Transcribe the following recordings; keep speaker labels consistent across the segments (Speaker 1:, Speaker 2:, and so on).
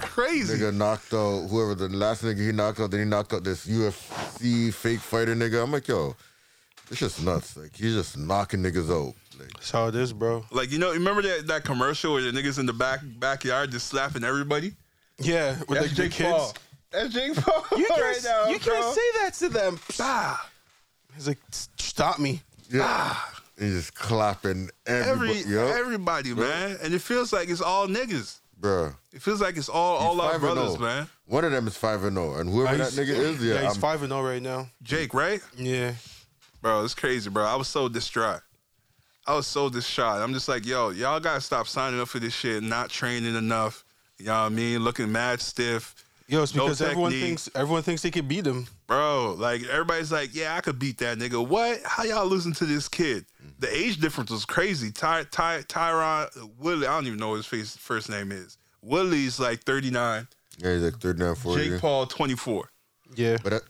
Speaker 1: crazy.
Speaker 2: Nigga knocked out whoever the last nigga he knocked out. Then he knocked out this UFC fake fighter nigga. I'm like, yo, it's just nuts. Like he's just knocking niggas out. Like,
Speaker 3: That's how it is, bro.
Speaker 1: Like you know, remember that, that commercial where the niggas in the back backyard just slapping everybody?
Speaker 3: Yeah, with
Speaker 1: That's
Speaker 3: like the
Speaker 1: Jake
Speaker 3: kids.
Speaker 1: Paul. That's Jake Paul
Speaker 3: You can't,
Speaker 1: right now.
Speaker 3: you
Speaker 1: bro.
Speaker 3: can't say that to them. Bah. He's like, "S- stop me.
Speaker 2: yeah, he's just clapping
Speaker 1: Every
Speaker 2: everybody. Every,
Speaker 1: everybody, man, and it feels like it's all niggas.
Speaker 2: bro.
Speaker 1: It feels like it's all all our brothers,
Speaker 2: oh.
Speaker 1: man.
Speaker 2: One of them is five and zero, and whoever that
Speaker 3: He's-
Speaker 2: nigga is, yeah,
Speaker 3: he's
Speaker 2: I'm-
Speaker 3: five and zero right now.
Speaker 1: Jake, right?
Speaker 3: Yeah,
Speaker 1: Bro, it's crazy, bro. I was so distraught. I was so distraught. I'm just like, yo, y'all gotta stop signing up for this shit. Not training enough. You know what I mean? Looking mad stiff,
Speaker 3: yo, it's
Speaker 1: No
Speaker 3: because everyone
Speaker 1: technique.
Speaker 3: thinks everyone thinks they could beat him.
Speaker 1: bro. Like everybody's like, yeah, I could beat that nigga. What? How y'all losing to this kid? The age difference was crazy. Ty, Ty, Tyron Woodley. I don't even know what his face, first name is. Woodley's like 39.
Speaker 2: yeah, he's like third down four.
Speaker 1: Jake Paul 24.
Speaker 3: Yeah,
Speaker 2: But that,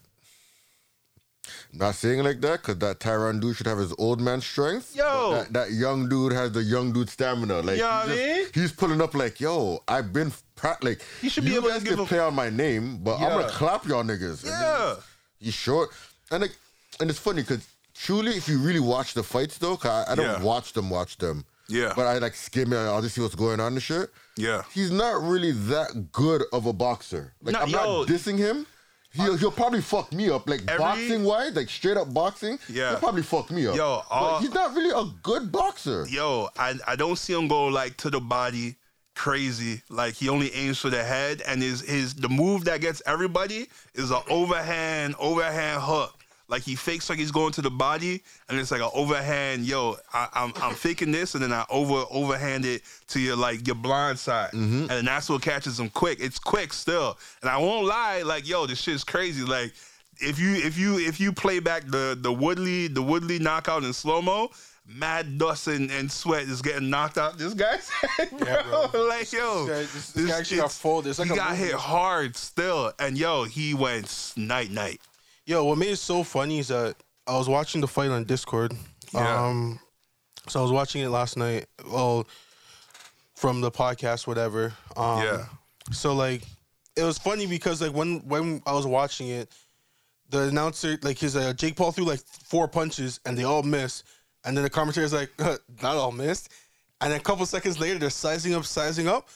Speaker 2: not saying it like that, because that Tyron dude should have his old man strength. but
Speaker 1: Yo.
Speaker 2: that, that young dude has the young dude stamina. Like,
Speaker 1: You know what I
Speaker 2: he's
Speaker 1: mean?
Speaker 2: he's pulling up like, yo, I've been pra- like,
Speaker 1: He should be
Speaker 2: you
Speaker 1: able to
Speaker 2: guys
Speaker 1: give
Speaker 2: can
Speaker 1: a-
Speaker 2: play on my name, but I'm
Speaker 1: Yeah.
Speaker 2: gonna clap y'all niggas. And then
Speaker 1: Yeah.
Speaker 2: he's short, and like, and it's funny because truly, if you really watch the fights though, 'cause I, I don't
Speaker 1: Yeah.
Speaker 2: watch them, watch them.
Speaker 1: Yeah.
Speaker 2: But I like skim it. I'll just see what's going on and shit.
Speaker 1: Yeah.
Speaker 2: He's not really that good of a boxer. Like
Speaker 1: No,
Speaker 2: I'm
Speaker 1: yo.
Speaker 2: not dissing him. He'll, he'll probably fuck me up. Like
Speaker 1: Every-
Speaker 2: boxing wise, like straight up boxing,
Speaker 1: Yeah.
Speaker 2: he'll probably fuck me up.
Speaker 1: Yo, uh, all-
Speaker 2: but he's not really a good boxer.
Speaker 1: yo, I, I don't see him go like to the body crazy. Like he only aims for the head and his his the move that gets everybody is a overhand, overhand hook. Like he fakes like he's going to the body and it's like an overhand, yo, I, I'm I'm faking this and then I over overhand it to your like your blind side. And then that's what catches him quick. It's quick still. And I won't lie, like, yo, this shit's crazy. Like if you if you if you play back the the Woodley the Woodley knockout in slow mo, Mad Dust and, and Sweat is getting knocked out. This guy's head, bro.
Speaker 3: bro.
Speaker 1: Like yo,
Speaker 3: guy- this- this guy actually got
Speaker 1: it's-
Speaker 3: folded. It's like
Speaker 1: he
Speaker 3: a
Speaker 1: got
Speaker 3: movie.
Speaker 1: hit hard still, and yo, he went night night.
Speaker 3: Yo, what made it so funny is that I was watching the fight on Discord.
Speaker 1: Yeah.
Speaker 3: Um so I was watching it last night. Well, from the podcast, whatever. Um
Speaker 1: Yeah.
Speaker 3: so like it was funny because like when when I was watching it, the announcer like his uh, Jake Paul threw like four punches and they all missed. And then the commentator's like, not all missed. And then a couple seconds later they're sizing up, sizing up.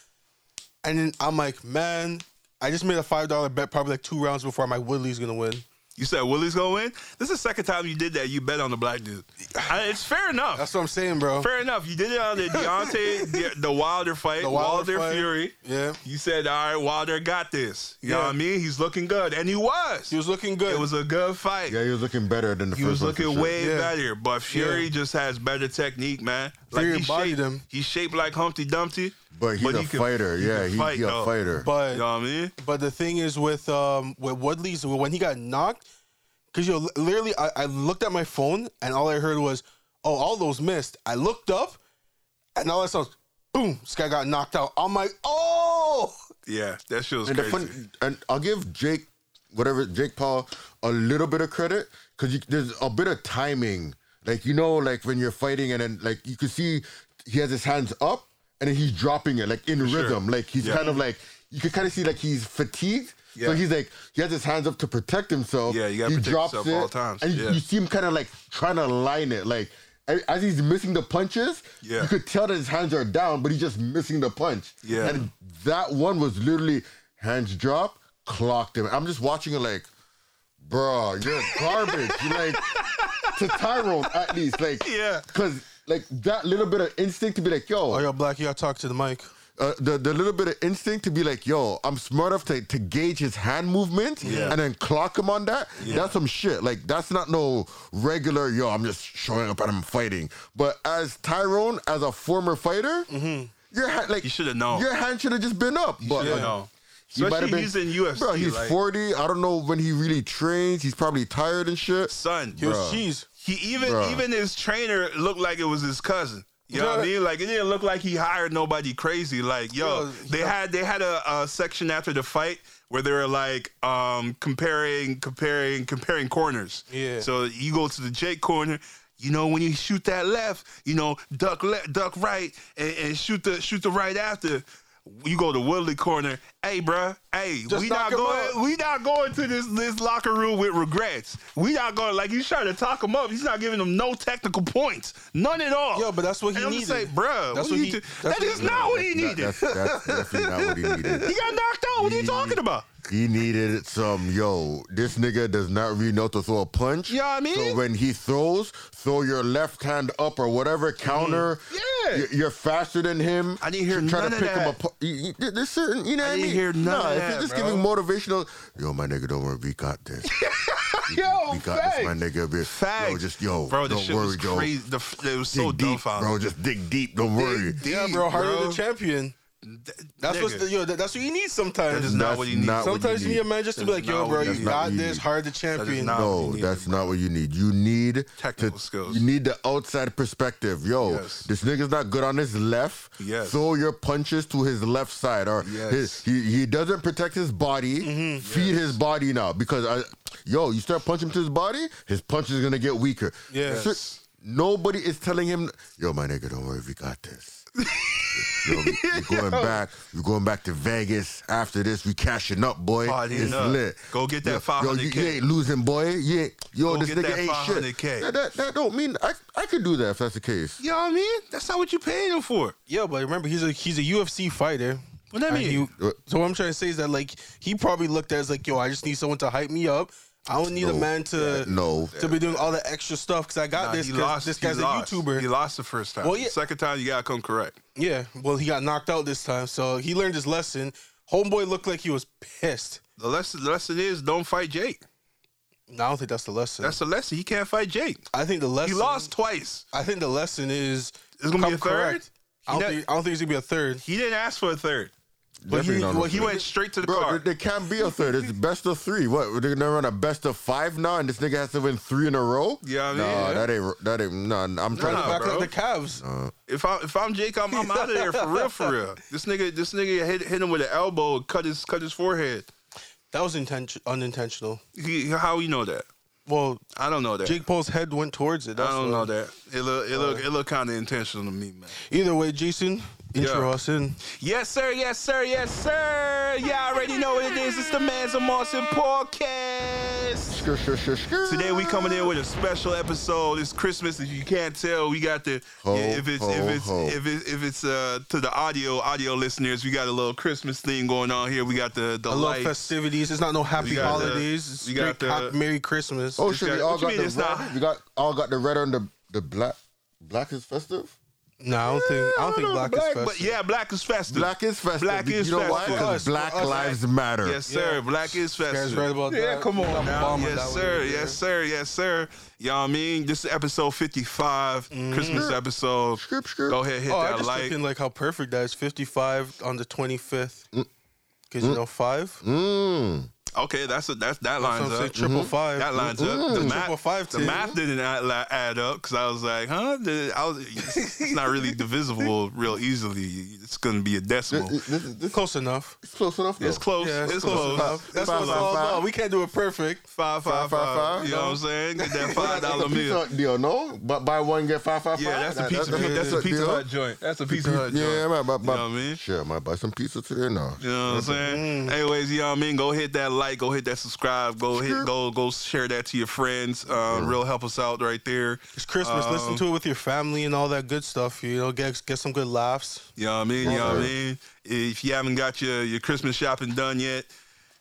Speaker 3: And then I'm like, man, I just made a five dollar bet probably like two rounds before my Woodley's gonna win.
Speaker 1: You said Willie's gonna win. This is the second time you did that. You bet on the black dude. I- it's fair enough.
Speaker 3: That's what I'm saying, bro.
Speaker 1: fair enough. You did it on the Deontay the, the Wilder fight,
Speaker 3: The
Speaker 1: Wilder,
Speaker 3: Wilder fight.
Speaker 1: Fury.
Speaker 3: Yeah.
Speaker 1: You said, all right, Wilder got this. You know
Speaker 3: Yeah.
Speaker 1: what I mean? He's looking good, and he was.
Speaker 3: He was looking good.
Speaker 1: it was a good fight.
Speaker 2: Yeah, he was looking better than the
Speaker 1: He
Speaker 2: first
Speaker 1: was
Speaker 2: one for
Speaker 1: looking
Speaker 2: sure.
Speaker 1: way
Speaker 3: Yeah.
Speaker 1: better, but Fury
Speaker 3: Yeah.
Speaker 1: just has better technique, man.
Speaker 3: Fury
Speaker 1: he
Speaker 3: embodied
Speaker 1: shaped,
Speaker 3: him.
Speaker 1: He's shaped like Humpty Dumpty,
Speaker 2: But he's a
Speaker 1: he can-
Speaker 2: fighter.
Speaker 1: he
Speaker 2: yeah,
Speaker 1: can
Speaker 2: he,
Speaker 1: fight,
Speaker 2: he a
Speaker 1: though.
Speaker 2: fighter.
Speaker 3: but
Speaker 1: You know what I mean?
Speaker 3: but the thing is with um with Woodley's when he got knocked, because yo literally I, I looked at my phone and all I heard was oh all those missed. I looked up and all I saw was boom. This guy got knocked out. I'm like oh
Speaker 1: Yeah, that shit was
Speaker 2: and the
Speaker 1: crazy.
Speaker 2: fun, and I'll give Jake whatever Jake Paul a little bit of credit because there's a bit of timing. Like you know, like when you're fighting and then like you can see he has his hands up and then he's dropping it like in
Speaker 1: sure.
Speaker 2: rhythm. Like he's
Speaker 1: Yeah.
Speaker 2: kind of like you can kind of see like he's fatigued. So
Speaker 1: Yeah.
Speaker 2: he's like he has his hands up to protect himself.
Speaker 1: Yeah, you gotta
Speaker 2: he
Speaker 1: protect yourself all times.
Speaker 2: And
Speaker 1: Yeah.
Speaker 2: you, you see him kind of like trying to line it. Like a- as he's missing the punches,
Speaker 1: Yeah.
Speaker 2: you could tell that his hands are down, but he's just missing the punch.
Speaker 1: Yeah.
Speaker 2: And that one was literally hands drop, clocked him. I'm just watching it like, bro, you're garbage. You're like to Tyrone at least, like
Speaker 1: Yeah.
Speaker 2: because like that little bit of instinct to be like,
Speaker 3: oh
Speaker 2: yo,
Speaker 3: yo black you gotta talk to the mic.
Speaker 2: uh, the the little bit of instinct to be like, yo, I'm smart enough to, to gauge his hand movement
Speaker 1: Yeah.
Speaker 2: and then clock him on that.
Speaker 1: Yeah.
Speaker 2: That's some shit. Like that's not no regular, yo, I'm just showing up and I'm fighting. But as Tyrone, as a former fighter. Your hand, like
Speaker 1: Mm-hmm. You shoulda known.
Speaker 2: Your hand should have just been up, but
Speaker 1: You
Speaker 2: like,
Speaker 1: know.
Speaker 2: he might
Speaker 1: Especially
Speaker 2: have been-
Speaker 1: he's in UFC.
Speaker 2: Bro, he's
Speaker 1: like,
Speaker 2: 40. I don't know when he really trains. He's probably tired and shit.
Speaker 1: son.
Speaker 3: He was cheese.
Speaker 1: He even
Speaker 2: Bruh.
Speaker 1: even his trainer looked like it was his cousin. You know what I
Speaker 3: Yeah.
Speaker 1: mean? Like it didn't look like he hired nobody crazy. Like yo,
Speaker 3: Yeah,
Speaker 1: they had they had a, a section after the fight where they were like um, comparing comparing comparing corners.
Speaker 3: Yeah.
Speaker 1: So you go to the Jake corner. You know when you shoot that left, you know duck left, duck right, and, and shoot the shoot the right after. You go to Woodley Corner. Hey, bruh. Hey,
Speaker 3: Just
Speaker 1: we
Speaker 3: knock
Speaker 1: not
Speaker 3: him
Speaker 1: going.
Speaker 3: out.
Speaker 1: We not going to this this locker room with regrets. We not going. Like he's trying to talk him up. He's not giving him no technical points. None at all.
Speaker 3: Yo, but that's what he
Speaker 1: and I'm
Speaker 3: needed.
Speaker 1: just like, bruh.
Speaker 3: That's
Speaker 1: what
Speaker 3: what
Speaker 1: you
Speaker 3: he-
Speaker 1: do-
Speaker 3: that's
Speaker 1: That
Speaker 3: what-
Speaker 1: is not what he
Speaker 2: That-
Speaker 1: needed.
Speaker 2: that's, that's definitely not what he needed.
Speaker 1: He got knocked out. What are you talking about?
Speaker 2: He needed some, yo, this nigga does not really know how to throw a punch.
Speaker 1: You know what I mean?
Speaker 2: So when he throws, throw your left hand up or whatever counter.
Speaker 1: Mm. Yeah.
Speaker 2: Y- You're faster than him.
Speaker 1: I didn't hear
Speaker 2: Try
Speaker 1: none
Speaker 2: to
Speaker 1: of
Speaker 2: pick him
Speaker 1: that.
Speaker 2: apart. You- you- there- There's certain, you know
Speaker 1: I
Speaker 2: what I
Speaker 1: didn't
Speaker 2: mean?
Speaker 1: hear none
Speaker 2: nah,
Speaker 1: of
Speaker 2: if
Speaker 1: that,
Speaker 2: you're just
Speaker 1: bro.
Speaker 2: giving motivational, yo, my nigga, don't worry, we got this.
Speaker 1: Yo,
Speaker 2: we got this, my nigga. We-
Speaker 1: Facts.
Speaker 2: Yo, just, yo,
Speaker 1: Bro, this
Speaker 2: Oh, don't
Speaker 1: shit
Speaker 2: worry,
Speaker 1: was
Speaker 2: yo.
Speaker 1: crazy. The, f- it was so
Speaker 2: dig deep,
Speaker 1: dumbfounded.
Speaker 2: bro. Just dig deep. Don't worry.
Speaker 1: Dig
Speaker 3: Yeah,
Speaker 1: deep,
Speaker 3: bro. Harder
Speaker 1: bro.
Speaker 3: the champion. That's what
Speaker 1: Nigga.
Speaker 3: yo. that- That's what you need
Speaker 1: That
Speaker 3: sometimes.
Speaker 1: is not what he needs.
Speaker 2: not what
Speaker 3: sometimes you need a man just to be
Speaker 1: That's
Speaker 3: like, yo,
Speaker 1: not
Speaker 3: bro,
Speaker 1: what
Speaker 3: you
Speaker 1: you
Speaker 3: got
Speaker 2: need.
Speaker 3: this. Hard the champion.
Speaker 1: not- what
Speaker 2: No,
Speaker 1: you need.
Speaker 2: that's not what you need. You need
Speaker 1: Technical skills.
Speaker 2: You need the outside perspective. Yo,
Speaker 1: Yes.
Speaker 2: this nigga's not good on his left.
Speaker 1: Yes.
Speaker 2: Throw your punches to his left side, or
Speaker 1: Yes. Mm-hmm.
Speaker 2: his, he he doesn't protect his body. Feed his body now because I, yo, you start punching to his body, his punch is gonna get weaker.
Speaker 3: Yes.
Speaker 2: So- nobody is telling him, yo, my nigga, don't worry, we got this. Yo, we- we going back. We're going back to Vegas after this. We cashing up, boy.
Speaker 1: Partying
Speaker 2: it's
Speaker 1: up.
Speaker 2: lit.
Speaker 1: Go get that
Speaker 2: Yo, Yo, you,
Speaker 1: 500K.
Speaker 2: you ain't losing, boy. You ain't, yo,
Speaker 1: Go
Speaker 2: this
Speaker 1: get
Speaker 2: nigga
Speaker 1: that
Speaker 2: ain't
Speaker 1: 500K.
Speaker 2: shit. That, that, that don't mean I I could do that if that's the case.
Speaker 1: You know what I mean? That's not what you paying him for.
Speaker 3: Yeah, but remember, he's a he's a UFC fighter.
Speaker 1: What that
Speaker 3: And
Speaker 1: mean?
Speaker 2: Uh,
Speaker 3: he- so what I'm trying to say is that like he probably looked at it as like, yo, I just need someone to hype me up. I don't need a
Speaker 2: No.
Speaker 3: man to
Speaker 2: No.
Speaker 3: to be doing all the extra stuff because I got
Speaker 1: Nah,
Speaker 3: this.
Speaker 1: he
Speaker 3: 'cause
Speaker 1: lost.
Speaker 3: this
Speaker 1: he
Speaker 3: guy's a
Speaker 1: lost.
Speaker 3: YouTuber.
Speaker 1: He lost the first time.
Speaker 3: Well, yeah.
Speaker 1: Second time, you gotta come correct.
Speaker 3: Yeah, well, he got knocked out this time, so he learned his lesson. Homeboy looked like he was pissed.
Speaker 1: The lesson, the lesson is don't fight Jake.
Speaker 3: No, I don't think that's the lesson.
Speaker 1: That's the lesson. He can't fight Jake.
Speaker 3: I think the
Speaker 1: He
Speaker 3: lesson.
Speaker 1: lost twice.
Speaker 3: I think the lesson is.
Speaker 1: It's gonna be
Speaker 3: come
Speaker 1: a third?
Speaker 3: correct. I don't,
Speaker 1: He ne-
Speaker 3: think, I don't think it's gonna be a third.
Speaker 1: He didn't ask for a third.
Speaker 3: But
Speaker 2: Definitely
Speaker 3: he,
Speaker 2: not a
Speaker 3: well, he
Speaker 1: He
Speaker 2: third.
Speaker 1: went straight to the
Speaker 2: Bro,
Speaker 1: car.
Speaker 2: there, there can't be a third. It's best of three. What? They're gonna run a best of five now, and this nigga has to win three in a row.
Speaker 1: Yeah, I mean,
Speaker 2: nah,
Speaker 1: yeah.
Speaker 2: that ain't that ain't. Nah, I'm trying
Speaker 1: Nah,
Speaker 2: to.
Speaker 3: back
Speaker 1: bro.
Speaker 3: up the Cavs.
Speaker 1: If I if I'm Jake, I'm, I'm out of there for real, for real. This nigga, this nigga hit, hit him with an elbow, cut his cut his forehead.
Speaker 3: That was inten- unintentional.
Speaker 1: He, how you know that?
Speaker 3: Well,
Speaker 1: I don't know that.
Speaker 3: Jake Paul's head went towards it.
Speaker 1: I
Speaker 3: That's
Speaker 1: don't know
Speaker 3: what-
Speaker 1: that. It look it look it look kind of intentional to me, man.
Speaker 3: Either way, Jason, intro
Speaker 1: Yeah.
Speaker 3: us in.
Speaker 1: Yes, sir. Yes, sir. Yes, sir. Y'all already know what it is. It's the Man's of Marson podcast.
Speaker 2: Skr, skr, skr, skr.
Speaker 1: Today we coming in with a special episode. It's Christmas. If you can't tell, we got the
Speaker 2: Ho,
Speaker 1: if it's
Speaker 2: ho,
Speaker 1: if it's
Speaker 2: ho.
Speaker 1: if it's if it's uh to the audio audio listeners, we got a little Christmas thing going on here. We got the the
Speaker 3: I love
Speaker 1: lights.
Speaker 3: festivities. It's not no happy
Speaker 1: got the-
Speaker 3: holidays. it's
Speaker 1: you got
Speaker 3: straight
Speaker 1: the-
Speaker 3: hot Merry Christmas.
Speaker 2: Oh
Speaker 1: It's
Speaker 2: shit!
Speaker 1: got-
Speaker 2: we all
Speaker 1: what you
Speaker 2: got
Speaker 1: mean
Speaker 2: the
Speaker 1: it's
Speaker 2: red.
Speaker 1: not?
Speaker 2: We got all got the red on the the black. Black is festive.
Speaker 3: no, I don't think. I don't think
Speaker 2: know,
Speaker 3: black,
Speaker 2: black,
Speaker 3: is festive.
Speaker 1: But yeah, black is festive.
Speaker 2: Black is festive.
Speaker 1: Black is
Speaker 2: you know why?
Speaker 1: festive.
Speaker 2: 'Cause
Speaker 3: For us,
Speaker 2: black
Speaker 3: for us.
Speaker 2: lives matter.
Speaker 1: Yes, sir.
Speaker 3: Yeah.
Speaker 1: Black is
Speaker 3: Guys,
Speaker 1: festive.
Speaker 3: right about
Speaker 1: yeah,
Speaker 3: that.
Speaker 1: come
Speaker 3: That
Speaker 1: on now.
Speaker 3: bomber
Speaker 1: Yes,
Speaker 3: that we
Speaker 1: sir.
Speaker 3: did there.
Speaker 1: Yes, sir. Yes, sir. You know what I mean? This is episode 55, Christmas episode.
Speaker 2: Scrip, scrip.
Speaker 1: Go ahead, hit
Speaker 3: Mm-hmm. Oh, I'm
Speaker 1: that
Speaker 3: just
Speaker 1: like.
Speaker 3: thinking like how perfect that is. 55 on the 25th.
Speaker 1: Mm.
Speaker 3: Cause you know five.
Speaker 2: Mm.
Speaker 1: Okay, that's a, that's that
Speaker 3: So
Speaker 1: lines
Speaker 3: I'm saying
Speaker 1: up. Mm-hmm.
Speaker 3: triple five.
Speaker 1: That lines up.
Speaker 2: Mm.
Speaker 1: The
Speaker 3: Triple
Speaker 1: math,
Speaker 3: five
Speaker 1: the
Speaker 3: ten.
Speaker 1: math didn't add, li- add up because I was like, huh? The- I was, it's not really divisible real easily. It's going to be a decimal.
Speaker 2: This, this, this
Speaker 3: Mm-hmm. Close enough.
Speaker 2: is close enough.
Speaker 1: It's
Speaker 2: though.
Speaker 1: close.
Speaker 3: Yeah,
Speaker 1: it's close.
Speaker 3: enough. That's
Speaker 2: Five,
Speaker 3: what it's
Speaker 2: five,
Speaker 3: all
Speaker 2: five.
Speaker 3: about. We can't do it perfect.
Speaker 1: Five, five,
Speaker 2: Five, five,
Speaker 1: five.
Speaker 2: five.
Speaker 1: You know what I'm saying? Get that five
Speaker 2: That's
Speaker 1: dollar
Speaker 2: a Pizza
Speaker 1: meal.
Speaker 2: Hut deal, no? But buy one get five five
Speaker 1: Yeah,
Speaker 2: five.
Speaker 1: that's a pizza.
Speaker 2: That-
Speaker 1: That's a
Speaker 2: good
Speaker 1: pizza
Speaker 2: deal.
Speaker 1: hut joint. That's a pizza hut joint.
Speaker 2: Yeah, I might buy, buy,
Speaker 1: You know what I mean?
Speaker 2: Shit, I might buy some pizza today. No,
Speaker 1: You know what I'm saying? Anyways, you know what I mean? Go hit that like, go hit that subscribe, go hit
Speaker 2: Sure.
Speaker 1: go go share that to your friends. Um, real help us out right there.
Speaker 3: It's Christmas.
Speaker 1: Um,
Speaker 3: Listen to it with your family and all that good stuff. You know, get get some good laughs.
Speaker 1: You know what I mean? You know what I
Speaker 2: Sure.
Speaker 1: mean? If you haven't got your, your Christmas shopping done yet,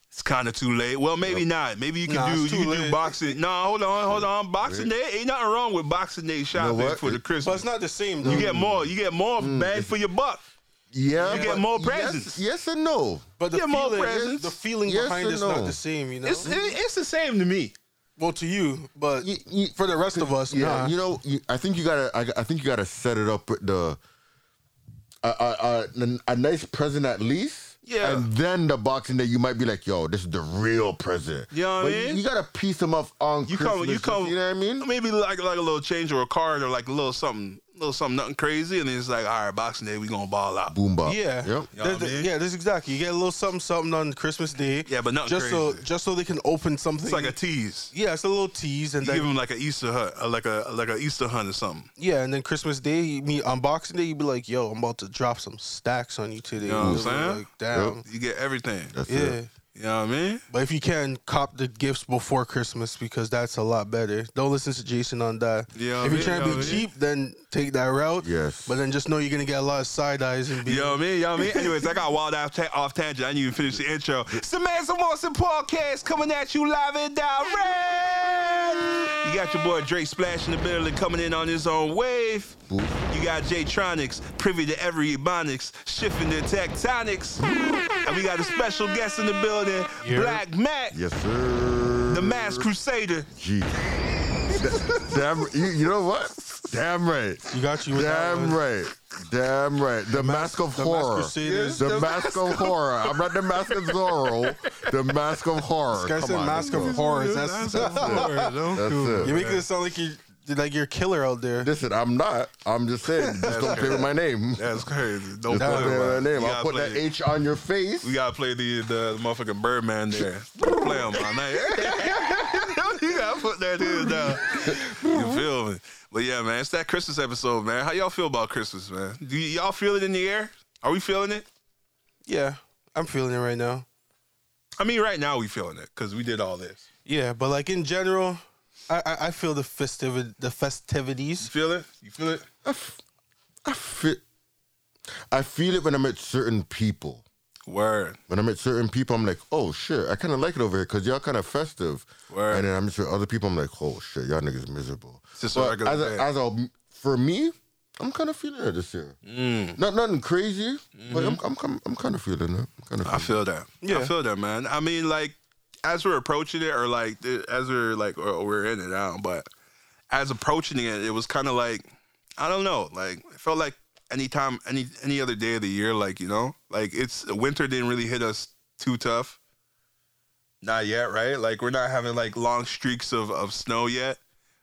Speaker 1: it's kind of too late. Well, maybe not. Maybe you can
Speaker 3: Nah,
Speaker 1: do you
Speaker 3: it's too
Speaker 1: can do
Speaker 3: late.
Speaker 1: boxing. No, hold on, hold on. Boxing Day ain't nothing wrong with Boxing Day shopping
Speaker 2: what?
Speaker 1: for the
Speaker 3: But
Speaker 1: Christmas.
Speaker 3: it's not the same.
Speaker 1: you
Speaker 3: though.
Speaker 1: get more. You get more bang for your buck.
Speaker 2: yeah,
Speaker 1: You get
Speaker 2: but
Speaker 1: more
Speaker 2: yes-
Speaker 1: presents.
Speaker 2: Yes, and no.
Speaker 3: But the
Speaker 1: get more
Speaker 3: feeling,
Speaker 1: presents.
Speaker 3: the feeling
Speaker 2: Yes
Speaker 3: behind
Speaker 2: and
Speaker 3: it's
Speaker 2: no.
Speaker 3: not the same. You know.
Speaker 1: It's it, it's the same to me.
Speaker 3: well, to you, but
Speaker 2: You- you-
Speaker 3: for the rest of us,
Speaker 2: yeah,
Speaker 3: nah.
Speaker 2: you know, you, I think you gotta. I, I think you gotta set it up with the a, a, a, a nice present at least.
Speaker 1: Yeah.
Speaker 2: And then the boxing day, you might be like, "Yo, this is the real present."
Speaker 1: You know what I
Speaker 2: But
Speaker 1: mean?
Speaker 2: You, gotta piece them up on
Speaker 1: You
Speaker 2: Christmas.
Speaker 1: come, you come.
Speaker 2: You know what I mean?
Speaker 1: Maybe like like a little change or a card or like a little something, a little something, nothing crazy, and it's like, all right, Boxing Day, we gonna ball out.
Speaker 2: Boom bop. Yep.
Speaker 3: Yeah.
Speaker 1: You know what I
Speaker 3: There's-
Speaker 1: mean?
Speaker 3: yeah, that's exactly. You get a little something something on Christmas Day.
Speaker 1: Yeah, but nothing
Speaker 3: just so
Speaker 1: crazy.
Speaker 3: just so they can open something.
Speaker 1: It's like a tease.
Speaker 3: yeah, it's a little tease and
Speaker 1: You
Speaker 3: then
Speaker 1: give him like an Easter hunt, uh, like a like an Easter hunt or something.
Speaker 3: yeah, and then Christmas Day, you meet on Boxing Day, you'd be like, "Yo, I'm about to drop some stacks on you today."
Speaker 1: know what I'm
Speaker 3: It'll be
Speaker 1: saying?
Speaker 3: Like, damn.
Speaker 1: You get everything.
Speaker 2: That's
Speaker 3: Yeah.
Speaker 2: it.
Speaker 1: You know what I mean?
Speaker 3: But if you can cop the gifts before Christmas because that's a lot better. Don't listen to Jason on that.
Speaker 1: Yeah,
Speaker 3: if you're
Speaker 1: man,
Speaker 3: trying
Speaker 1: yeah,
Speaker 3: to be
Speaker 1: man.
Speaker 3: cheap, then take that route.
Speaker 2: Yes.
Speaker 3: But then just know you're gonna get a lot of side eyes and be
Speaker 1: You know what I mean? You know what I mean? Anyways, I got wild off, ta- off tangent. I didn't even finish the intro. It's the Man Some Awesome Podcast coming at you live and direct. You got your boy Drake Splash in the building coming in on his own wave.
Speaker 2: Boom.
Speaker 1: You got J-Tronics, privy to every ebonics, shifting the tectonics. And we got a special guest in the building,
Speaker 3: Yeah.
Speaker 1: Black Mac,
Speaker 2: Yes, sir.
Speaker 1: the Mass Crusader.
Speaker 2: Gee. Damn, you, you know what? Damn right.
Speaker 3: you got you with that
Speaker 2: Damn
Speaker 3: one.
Speaker 2: right. Damn right. The Mask of
Speaker 3: the Mask
Speaker 2: Horror.
Speaker 3: Crusaders.
Speaker 2: The Mask of Horror. I'm not the Mask of Zorro. The Mask of Horror.
Speaker 3: This guy
Speaker 2: Come
Speaker 3: said
Speaker 2: on,
Speaker 3: Mask
Speaker 2: let's
Speaker 3: of
Speaker 2: go.
Speaker 3: Horrors. That's,
Speaker 2: That's it.
Speaker 3: You're making it sound like you're like you're a killer out there.
Speaker 2: Listen, I'm not. I'm just saying. Just don't play with my name. Just
Speaker 1: That's crazy. Don't
Speaker 2: don't
Speaker 1: play
Speaker 2: play
Speaker 1: with
Speaker 2: with my
Speaker 1: that.
Speaker 2: name.
Speaker 1: You gotta
Speaker 2: I'll put that
Speaker 1: play-
Speaker 2: H on your face.
Speaker 1: We gotta play the the, motherfucking Birdman there. play him all night. you gotta put that in down. You feel me? But yeah, man, it's that Christmas episode, man. How y'all feel about Christmas, man? Do y- y'all feel it in the air? Are we feeling it?
Speaker 3: Yeah, I'm feeling it right now.
Speaker 1: I mean, right now we feeling it because we did all this.
Speaker 3: Yeah, but like in general, I I, I feel the festiv the
Speaker 1: You
Speaker 3: festivities.
Speaker 1: feel it? You feel it?
Speaker 2: I feel, I feel it when I'm at certain people.
Speaker 1: Word.
Speaker 2: When I'm at certain people, I'm like, oh shit, I kind of like it over here because y'all kind of festive.
Speaker 1: Word.
Speaker 2: And then I'm sure other people, I'm like, oh shit, y'all niggas miserable.
Speaker 1: It's just a
Speaker 2: But
Speaker 1: regular
Speaker 2: as
Speaker 1: day.
Speaker 2: a, as a, for me, I'm kind of feeling it this
Speaker 1: Mm.
Speaker 2: year. Not nothing crazy, but I'm I'm, I'm, I'm kind of feeling it. I'm kind of.
Speaker 1: Mm-hmm. I feel that. I
Speaker 3: Yeah.
Speaker 1: feel that, man. I mean, like as we're approaching it, or like th- as we're like or we're in it now, but as approaching it, it was kind of like I don't know, like it felt like any time, any any other day of the year, like you know, like it's winter didn't really hit us too tough. Not yet, right? Like we're not having like long streaks of of snow yet,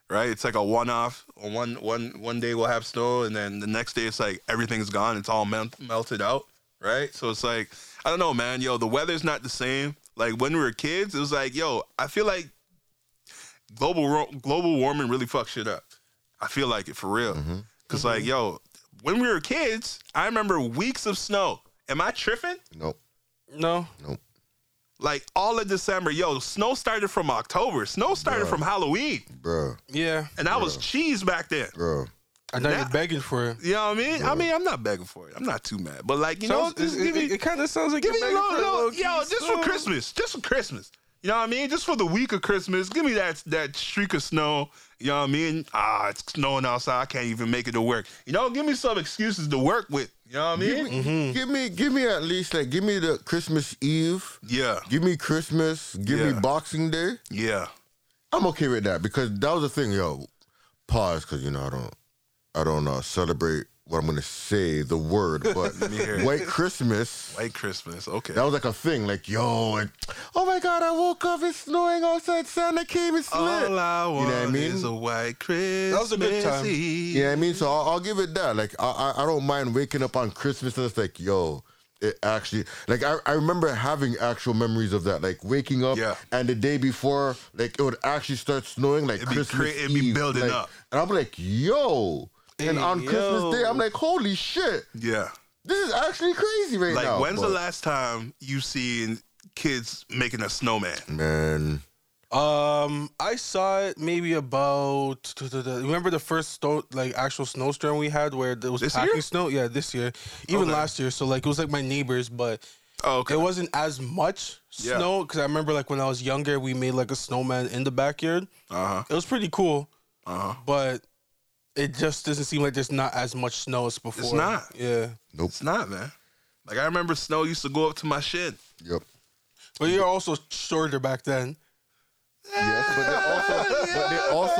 Speaker 1: right? It's like a one off. One one one day we'll have snow, and then the next day it's like everything's gone. It's all melt, melted out, right? So it's like I don't know, man. Yo, the weather's not the same. Like when we were kids, it was like, yo, I feel like global ro- global warming really fucks shit up. I feel like it for real. because like, yo, when we were kids, I remember weeks of snow. Am I tripping?
Speaker 2: Nope.
Speaker 3: No,
Speaker 2: Nope.
Speaker 1: Like all of December, yo, snow started from October. Snow started from Halloween,
Speaker 2: Bruh.
Speaker 3: yeah,
Speaker 1: and I was cheese back then.
Speaker 2: Bruh.
Speaker 3: I'm not
Speaker 1: Nah.
Speaker 3: even begging for it.
Speaker 1: You know what I mean? I mean, I'm not begging for it. I'm not too mad, but like, you
Speaker 3: Sounds-
Speaker 1: know, just
Speaker 3: it,
Speaker 1: give me,
Speaker 3: kind of sounds like
Speaker 1: give me
Speaker 3: you're
Speaker 1: a
Speaker 3: begging
Speaker 1: little,
Speaker 3: for a
Speaker 1: little-
Speaker 3: low-key
Speaker 1: yo, just for
Speaker 3: song.
Speaker 1: Christmas, just for Christmas. You know what I mean? Just for the week of Christmas, give me that that streak of snow. You know what I mean? Ah, it's snowing outside. I can't even make it to work. You know, give me some excuses to work with. You know what I mean?
Speaker 2: Give me, give me, give me at least like, give me the Christmas Eve.
Speaker 1: Yeah,
Speaker 2: Give me Christmas. Give
Speaker 1: Yeah.
Speaker 2: me Boxing Day.
Speaker 1: yeah,
Speaker 2: I'm okay with that because that was the thing, yo. Pause, because you know I don't, I don't uh, celebrate what I'm gonna say the word, but
Speaker 1: hear it.
Speaker 2: White Christmas.
Speaker 1: like Christmas. Okay.
Speaker 2: That was like a thing, like yo, and, oh my God, I woke up, it's snowing outside, Santa came and
Speaker 1: All
Speaker 2: slid.
Speaker 1: I want
Speaker 2: You know what I mean?
Speaker 1: is a white Christmas.
Speaker 3: was a good time.
Speaker 1: Eve.
Speaker 2: Yeah, I mean, so I'll, I'll give it that. Like, I, I I don't mind waking up on Christmas and it's like, yo, it actually, like, I, I remember having actual memories of that. Like, waking up
Speaker 1: Yeah.
Speaker 2: and the day before, like, it would actually start snowing, like,
Speaker 1: It'd be
Speaker 2: Christmas.
Speaker 1: cra- it'd be
Speaker 2: Eve.
Speaker 1: building
Speaker 2: Like,
Speaker 1: up.
Speaker 2: And I'm like, yo. and
Speaker 3: Hey,
Speaker 2: on
Speaker 3: yo.
Speaker 2: Christmas Day, I'm like, holy shit,
Speaker 1: yeah.
Speaker 2: this is actually crazy right
Speaker 1: Like,
Speaker 2: now.
Speaker 1: when's
Speaker 2: but-
Speaker 1: the last time you seen kids making a snowman?
Speaker 2: Man,
Speaker 3: Um, I saw it maybe about. Remember the first snow, like actual snowstorm we had where there was
Speaker 1: This
Speaker 3: packing
Speaker 1: year?
Speaker 3: snow. Yeah, this year, even
Speaker 1: Okay.
Speaker 3: last year. So like it was like my neighbors, but
Speaker 1: Oh, okay.
Speaker 3: it wasn't as much
Speaker 1: Yeah.
Speaker 3: snow because I remember like when I was younger, we made like a snowman in the backyard.
Speaker 1: Uh huh.
Speaker 3: It was pretty cool,
Speaker 1: Uh huh.
Speaker 3: but it just doesn't seem like there's not as much snow as before.
Speaker 1: not.
Speaker 3: Yeah,
Speaker 2: nope.
Speaker 1: It's not, man. Like I remember snow used to go up to my shin.
Speaker 2: Yep.
Speaker 3: but you're also shorter back then.
Speaker 2: Yes, but
Speaker 1: Oh,
Speaker 2: they also, but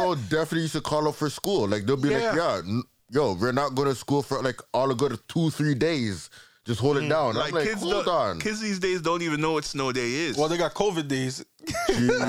Speaker 2: they also definitely used to call up for school. Like they'll be
Speaker 1: Yeah.
Speaker 2: like, yeah, n- yo, we're not going to school for like all a good two, three days. Just hold it down.
Speaker 1: Mm. Like,
Speaker 2: I'm like,
Speaker 1: kids,
Speaker 2: hold
Speaker 1: don't,
Speaker 2: on.
Speaker 1: kids these days don't even know what snow day is.
Speaker 3: Well, they got COVID days,
Speaker 2: Jesus.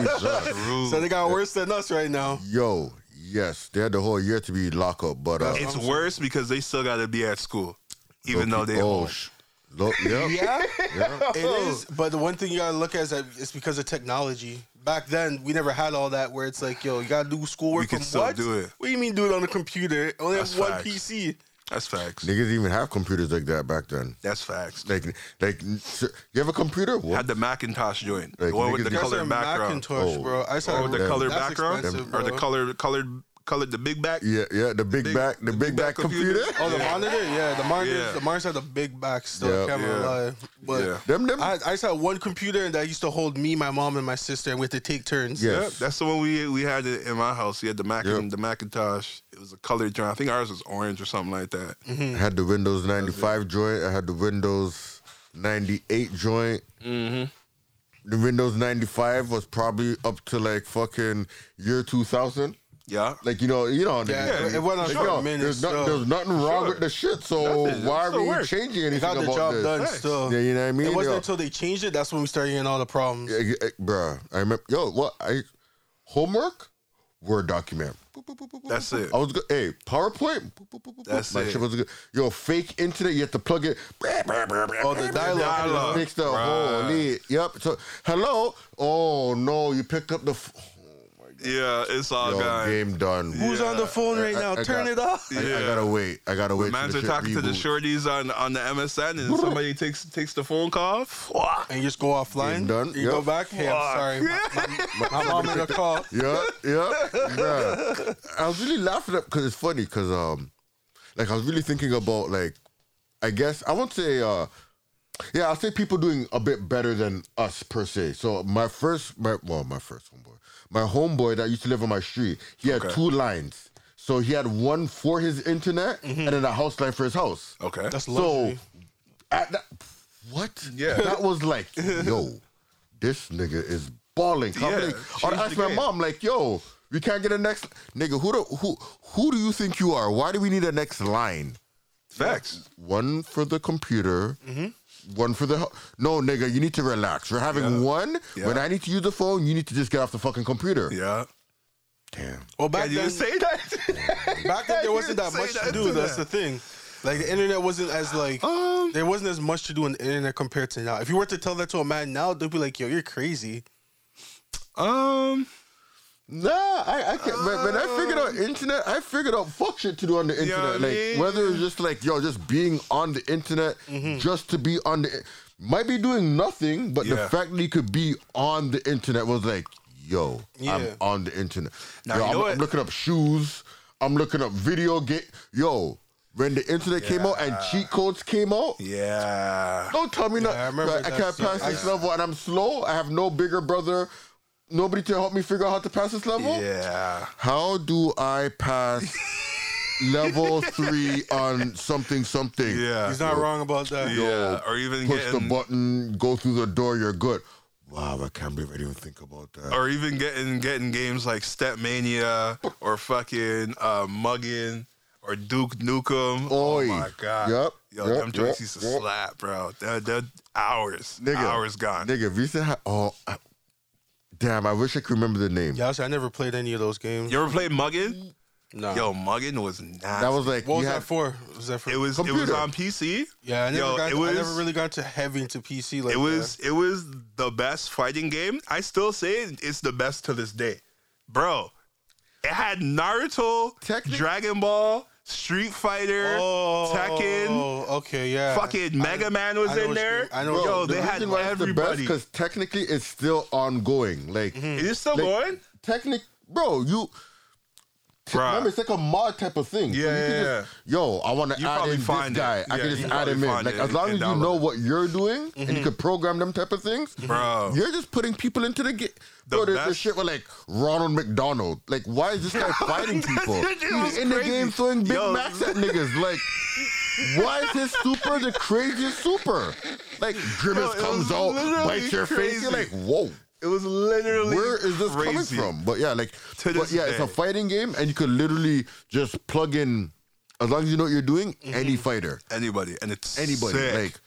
Speaker 1: Rude.
Speaker 3: so they got worse than us right now.
Speaker 2: yo, Yes, they had the whole year to be locked up, but uh,
Speaker 1: It's worse because they still got to be at school, even though they.
Speaker 2: oh,
Speaker 1: Oh,
Speaker 2: sh- lo- yeah,
Speaker 3: Yeah,
Speaker 2: yeah.
Speaker 3: it is. But the one thing you gotta look at is that it's because of technology. Back then, we never had all that. Where it's like, yo, you gotta do schoolwork.
Speaker 1: We can
Speaker 3: from
Speaker 1: still
Speaker 3: what?
Speaker 1: do it.
Speaker 3: What do you mean do it on the computer? Only
Speaker 1: That's
Speaker 3: have one
Speaker 1: facts.
Speaker 3: PC.
Speaker 1: that's facts.
Speaker 2: Niggas even have computers like that back then.
Speaker 1: That's facts.
Speaker 2: Like, like you have a computer? What?
Speaker 1: Had the Macintosh joint,
Speaker 2: Like,
Speaker 1: the one with the
Speaker 2: niggas is-
Speaker 3: That's
Speaker 1: colored
Speaker 3: a
Speaker 1: background,
Speaker 3: Macintosh,
Speaker 2: Oh.
Speaker 3: bro. I saw
Speaker 1: or
Speaker 2: Oh,
Speaker 1: the
Speaker 2: them-
Speaker 1: colored
Speaker 3: That's
Speaker 1: background,
Speaker 3: expensive,
Speaker 1: or the
Speaker 3: bro.
Speaker 1: colored, colored, colored the big back.
Speaker 2: yeah, yeah, the big,
Speaker 1: Big-
Speaker 2: back, the, big, back, computer.
Speaker 3: Oh, the monitor? Yeah, the monitor.
Speaker 1: Yeah.
Speaker 3: The monitors had the big back
Speaker 2: Yeah.
Speaker 3: still. Camera
Speaker 1: Yeah.
Speaker 3: live, but.
Speaker 1: Yeah.
Speaker 2: Them, them.
Speaker 3: I, I just had one computer and that used to hold me, my mom, and my sister, and we had to take turns.
Speaker 2: Yeah.
Speaker 1: Yep, that's the one we we had it in my house. We had the Mac
Speaker 2: Yep.
Speaker 1: the Macintosh. It was a colored joint. I think ours was orange or something like that.
Speaker 2: I had the Windows 95 joint. I had the Windows 98 joint. Mm-hmm. The Windows 95 was probably up to like fucking year 2000.
Speaker 1: Yeah,
Speaker 2: Like you know, you know,
Speaker 3: Yeah,
Speaker 1: Yeah,
Speaker 3: it went on
Speaker 2: like,
Speaker 3: for
Speaker 2: yo,
Speaker 3: a minute.
Speaker 2: there's, not,
Speaker 3: still.
Speaker 2: there's nothing wrong
Speaker 1: Sure.
Speaker 2: with the shit. So
Speaker 1: Nothing.
Speaker 2: why
Speaker 1: Still
Speaker 2: were you
Speaker 1: works.
Speaker 2: changing anything
Speaker 3: They got the
Speaker 2: about
Speaker 3: job
Speaker 2: this?
Speaker 3: done
Speaker 1: Thanks.
Speaker 3: still.
Speaker 2: Yeah, you know what I mean.
Speaker 3: It
Speaker 2: Yo,
Speaker 3: wasn't until they changed it that's when we started getting all the problems.
Speaker 2: eh, eh, eh, bruh, I remember. Yo, what? I homework, word document. Boop, boop, boop, boop, boop,
Speaker 1: That's
Speaker 2: boop.
Speaker 1: it.
Speaker 2: I was good. Hey, PowerPoint. Boop, boop, boop, boop, boop.
Speaker 1: That's
Speaker 2: My
Speaker 1: it.
Speaker 2: shit was good. Yo, fake internet. You have to plug it. Brr, brr, brr, brr,
Speaker 3: Oh, the
Speaker 2: brr,
Speaker 3: dialogue.
Speaker 1: Dialogue.
Speaker 2: Fix the
Speaker 1: Bruh.
Speaker 2: holy. Yep. So hello. Oh no, you picked up the. F-
Speaker 1: yeah, it's all
Speaker 2: yo,
Speaker 1: gone.
Speaker 2: game done.
Speaker 3: Who's on the phone right
Speaker 2: I-
Speaker 3: now?
Speaker 2: I
Speaker 3: Turn
Speaker 2: got-
Speaker 3: it off.
Speaker 2: I, I
Speaker 1: Yeah.
Speaker 2: gotta wait. I gotta wait.
Speaker 1: Mans
Speaker 2: till
Speaker 1: are
Speaker 2: the shit
Speaker 1: talking to the
Speaker 2: reboots.
Speaker 1: shorties on on the MSN, and somebody takes takes the phone call. Fwah.
Speaker 3: And you just go offline.
Speaker 2: Game done.
Speaker 3: You
Speaker 2: Yep.
Speaker 3: go back. Hey,
Speaker 1: Fuck.
Speaker 3: I'm sorry. My, my, my mom made a call.
Speaker 2: Yeah, yeah. bruh. I was really laughing at because it's funny because um, like I was really thinking about like, I guess I won't say uh, yeah, I'll say people doing a bit better than us per se. So my first, my well, my first homeboy, my homeboy that used to live on my street, he had
Speaker 1: Okay.
Speaker 2: two lines. So he had one for his internet and then a house line for his house.
Speaker 1: Okay,
Speaker 3: That's
Speaker 2: So
Speaker 3: luxury.
Speaker 2: at that, what?
Speaker 1: Yeah.
Speaker 2: that was like, yo, this nigga is balling. How
Speaker 1: Yeah,
Speaker 2: many-
Speaker 1: change
Speaker 2: I
Speaker 1: the
Speaker 2: asked my
Speaker 1: game.
Speaker 2: mom, like, yo, we can't get a next nigga. Who do who who do you think you are? Why do we need a next line?
Speaker 1: facts.
Speaker 2: One for the computer. One for the ho- no nigga, you need to relax. We're having
Speaker 1: Mm-hmm. Yeah.
Speaker 2: one.
Speaker 1: Yeah.
Speaker 2: When I need to use the phone, you need to just get off the fucking computer.
Speaker 1: Yeah,
Speaker 2: Damn.
Speaker 3: well, back
Speaker 1: can you
Speaker 3: then,
Speaker 1: say that?
Speaker 3: back then there wasn't
Speaker 1: You
Speaker 3: that
Speaker 1: say
Speaker 3: much
Speaker 1: that
Speaker 3: to do.
Speaker 1: to
Speaker 3: That's
Speaker 1: that.
Speaker 3: the thing. Like the internet wasn't as like
Speaker 1: Um,
Speaker 3: there wasn't as much to do on the internet compared to now. If you were to tell that to a man now, they'd be like, "Yo, you're crazy."
Speaker 1: um,
Speaker 2: Nah, I, I can't. when, when I figured out internet, I figured out fuck shit to do on the internet.
Speaker 1: Uh. what I
Speaker 2: like
Speaker 1: mean? Mm-hmm.
Speaker 2: whether it's just like yo, just being on the internet, just to be on the, might be doing nothing, but the
Speaker 1: Yeah.
Speaker 2: fact that you could be on the internet was like, yo, I'm
Speaker 3: Yeah.
Speaker 2: on the internet.
Speaker 1: Now,
Speaker 2: yo,
Speaker 1: you
Speaker 2: I'm,
Speaker 1: know
Speaker 2: I'm
Speaker 1: what?
Speaker 2: looking up shoes. I'm looking up video game. Yo, when the internet came out and cheat codes came out.
Speaker 1: yeah,
Speaker 2: Don't tell me not.
Speaker 3: I
Speaker 2: I,
Speaker 3: remember that
Speaker 2: can't
Speaker 3: shit.
Speaker 2: pass this
Speaker 3: Yeah.
Speaker 2: level, and I'm slow. I have no bigger brother. Nobody to help me figure out how to pass this level.
Speaker 1: yeah.
Speaker 2: How do I pass level three on something something?
Speaker 1: Yeah,
Speaker 3: He's not wrong about that.
Speaker 1: yeah, or even
Speaker 2: Push
Speaker 1: getting,
Speaker 2: the button, go through the door, you're good. Wow, I can't believe I didn't think about that.
Speaker 1: or even getting getting games like Stepmania or fucking uh, Muggin or Duke Nukem. Oh
Speaker 2: Oi.
Speaker 1: my god!
Speaker 2: Yep.
Speaker 1: Yo,
Speaker 2: Yep.
Speaker 1: them joints
Speaker 2: Yep.
Speaker 1: used to
Speaker 2: Yep.
Speaker 1: slap, bro. They're, they're hours,
Speaker 2: Nigga.
Speaker 1: hours gone.
Speaker 2: Nigga, if you said, ha- oh, I- damn, I wish I could remember the name.
Speaker 3: Yeah, honestly, I never played any of those games.
Speaker 1: You ever played Muggin?
Speaker 3: No.
Speaker 1: Yo, Muggin was nasty.
Speaker 2: That was like,
Speaker 3: what was
Speaker 2: you
Speaker 3: that
Speaker 2: had-
Speaker 3: for? Was that for?
Speaker 1: it was it was
Speaker 2: Computer.
Speaker 1: on PC.
Speaker 3: yeah, I never,
Speaker 1: Yo,
Speaker 3: got,
Speaker 1: it was
Speaker 3: I never really got into heavy into PC. Like
Speaker 1: it
Speaker 3: that.
Speaker 1: was it was the best fighting game. I still say it- it's the best to this day, bro. It had Naruto,
Speaker 2: Technic-
Speaker 1: Dragon Ball, Street Fighter,
Speaker 3: Oh,
Speaker 1: Tekken.
Speaker 3: Okay, yeah.
Speaker 1: Fucking Mega Man was
Speaker 3: I know
Speaker 1: in
Speaker 3: what you
Speaker 1: there.
Speaker 3: mean. I know what
Speaker 1: Yo,
Speaker 3: you
Speaker 1: they
Speaker 2: the
Speaker 1: had
Speaker 2: reason why it's the best
Speaker 1: everybody. Mm-hmm.
Speaker 2: because technically it's still ongoing. Like,
Speaker 1: Is it still
Speaker 2: like,
Speaker 1: going?
Speaker 2: Technic, bro, you. t-
Speaker 1: Bruh.
Speaker 2: Remember, it's like a mod type of thing. So
Speaker 1: Yeah,
Speaker 2: you can
Speaker 1: yeah,
Speaker 2: just- Yo, I want to
Speaker 1: You
Speaker 2: add
Speaker 1: probably
Speaker 2: in this
Speaker 1: find it.
Speaker 2: guy. I
Speaker 1: Yeah,
Speaker 2: can
Speaker 1: you
Speaker 2: just add
Speaker 1: probably
Speaker 2: him in.
Speaker 1: find
Speaker 2: Like
Speaker 1: it
Speaker 2: as long as
Speaker 1: and
Speaker 2: you know
Speaker 1: download it.
Speaker 2: what you're doing and
Speaker 1: Mm-hmm.
Speaker 2: you can program them type of things,
Speaker 1: Bro.
Speaker 2: You're just putting people into the game.
Speaker 1: The
Speaker 2: Bro, there's this
Speaker 1: best-
Speaker 2: shit with like Ronald McDonald. Like, why is this guy fighting people?
Speaker 1: That shit was
Speaker 2: He's in the
Speaker 1: crazy.
Speaker 2: game throwing Big
Speaker 1: Yo.
Speaker 2: Macs at niggas. Like, why is his super the craziest super? Like, Grimace
Speaker 1: Yo, it
Speaker 2: comes
Speaker 1: was
Speaker 2: out,
Speaker 1: literally
Speaker 2: bites your face. You're like,
Speaker 1: crazy.
Speaker 2: whoa.
Speaker 1: It was literally
Speaker 2: Where is this
Speaker 1: crazy.
Speaker 2: coming from? But yeah, like,
Speaker 1: To
Speaker 2: but
Speaker 1: this
Speaker 2: yeah, it's a
Speaker 1: day.
Speaker 2: fighting game, and you could literally just plug in, as long as you know what you're doing, any fighter,
Speaker 1: Anybody and it's
Speaker 2: anybody.
Speaker 1: Mm-hmm. sick.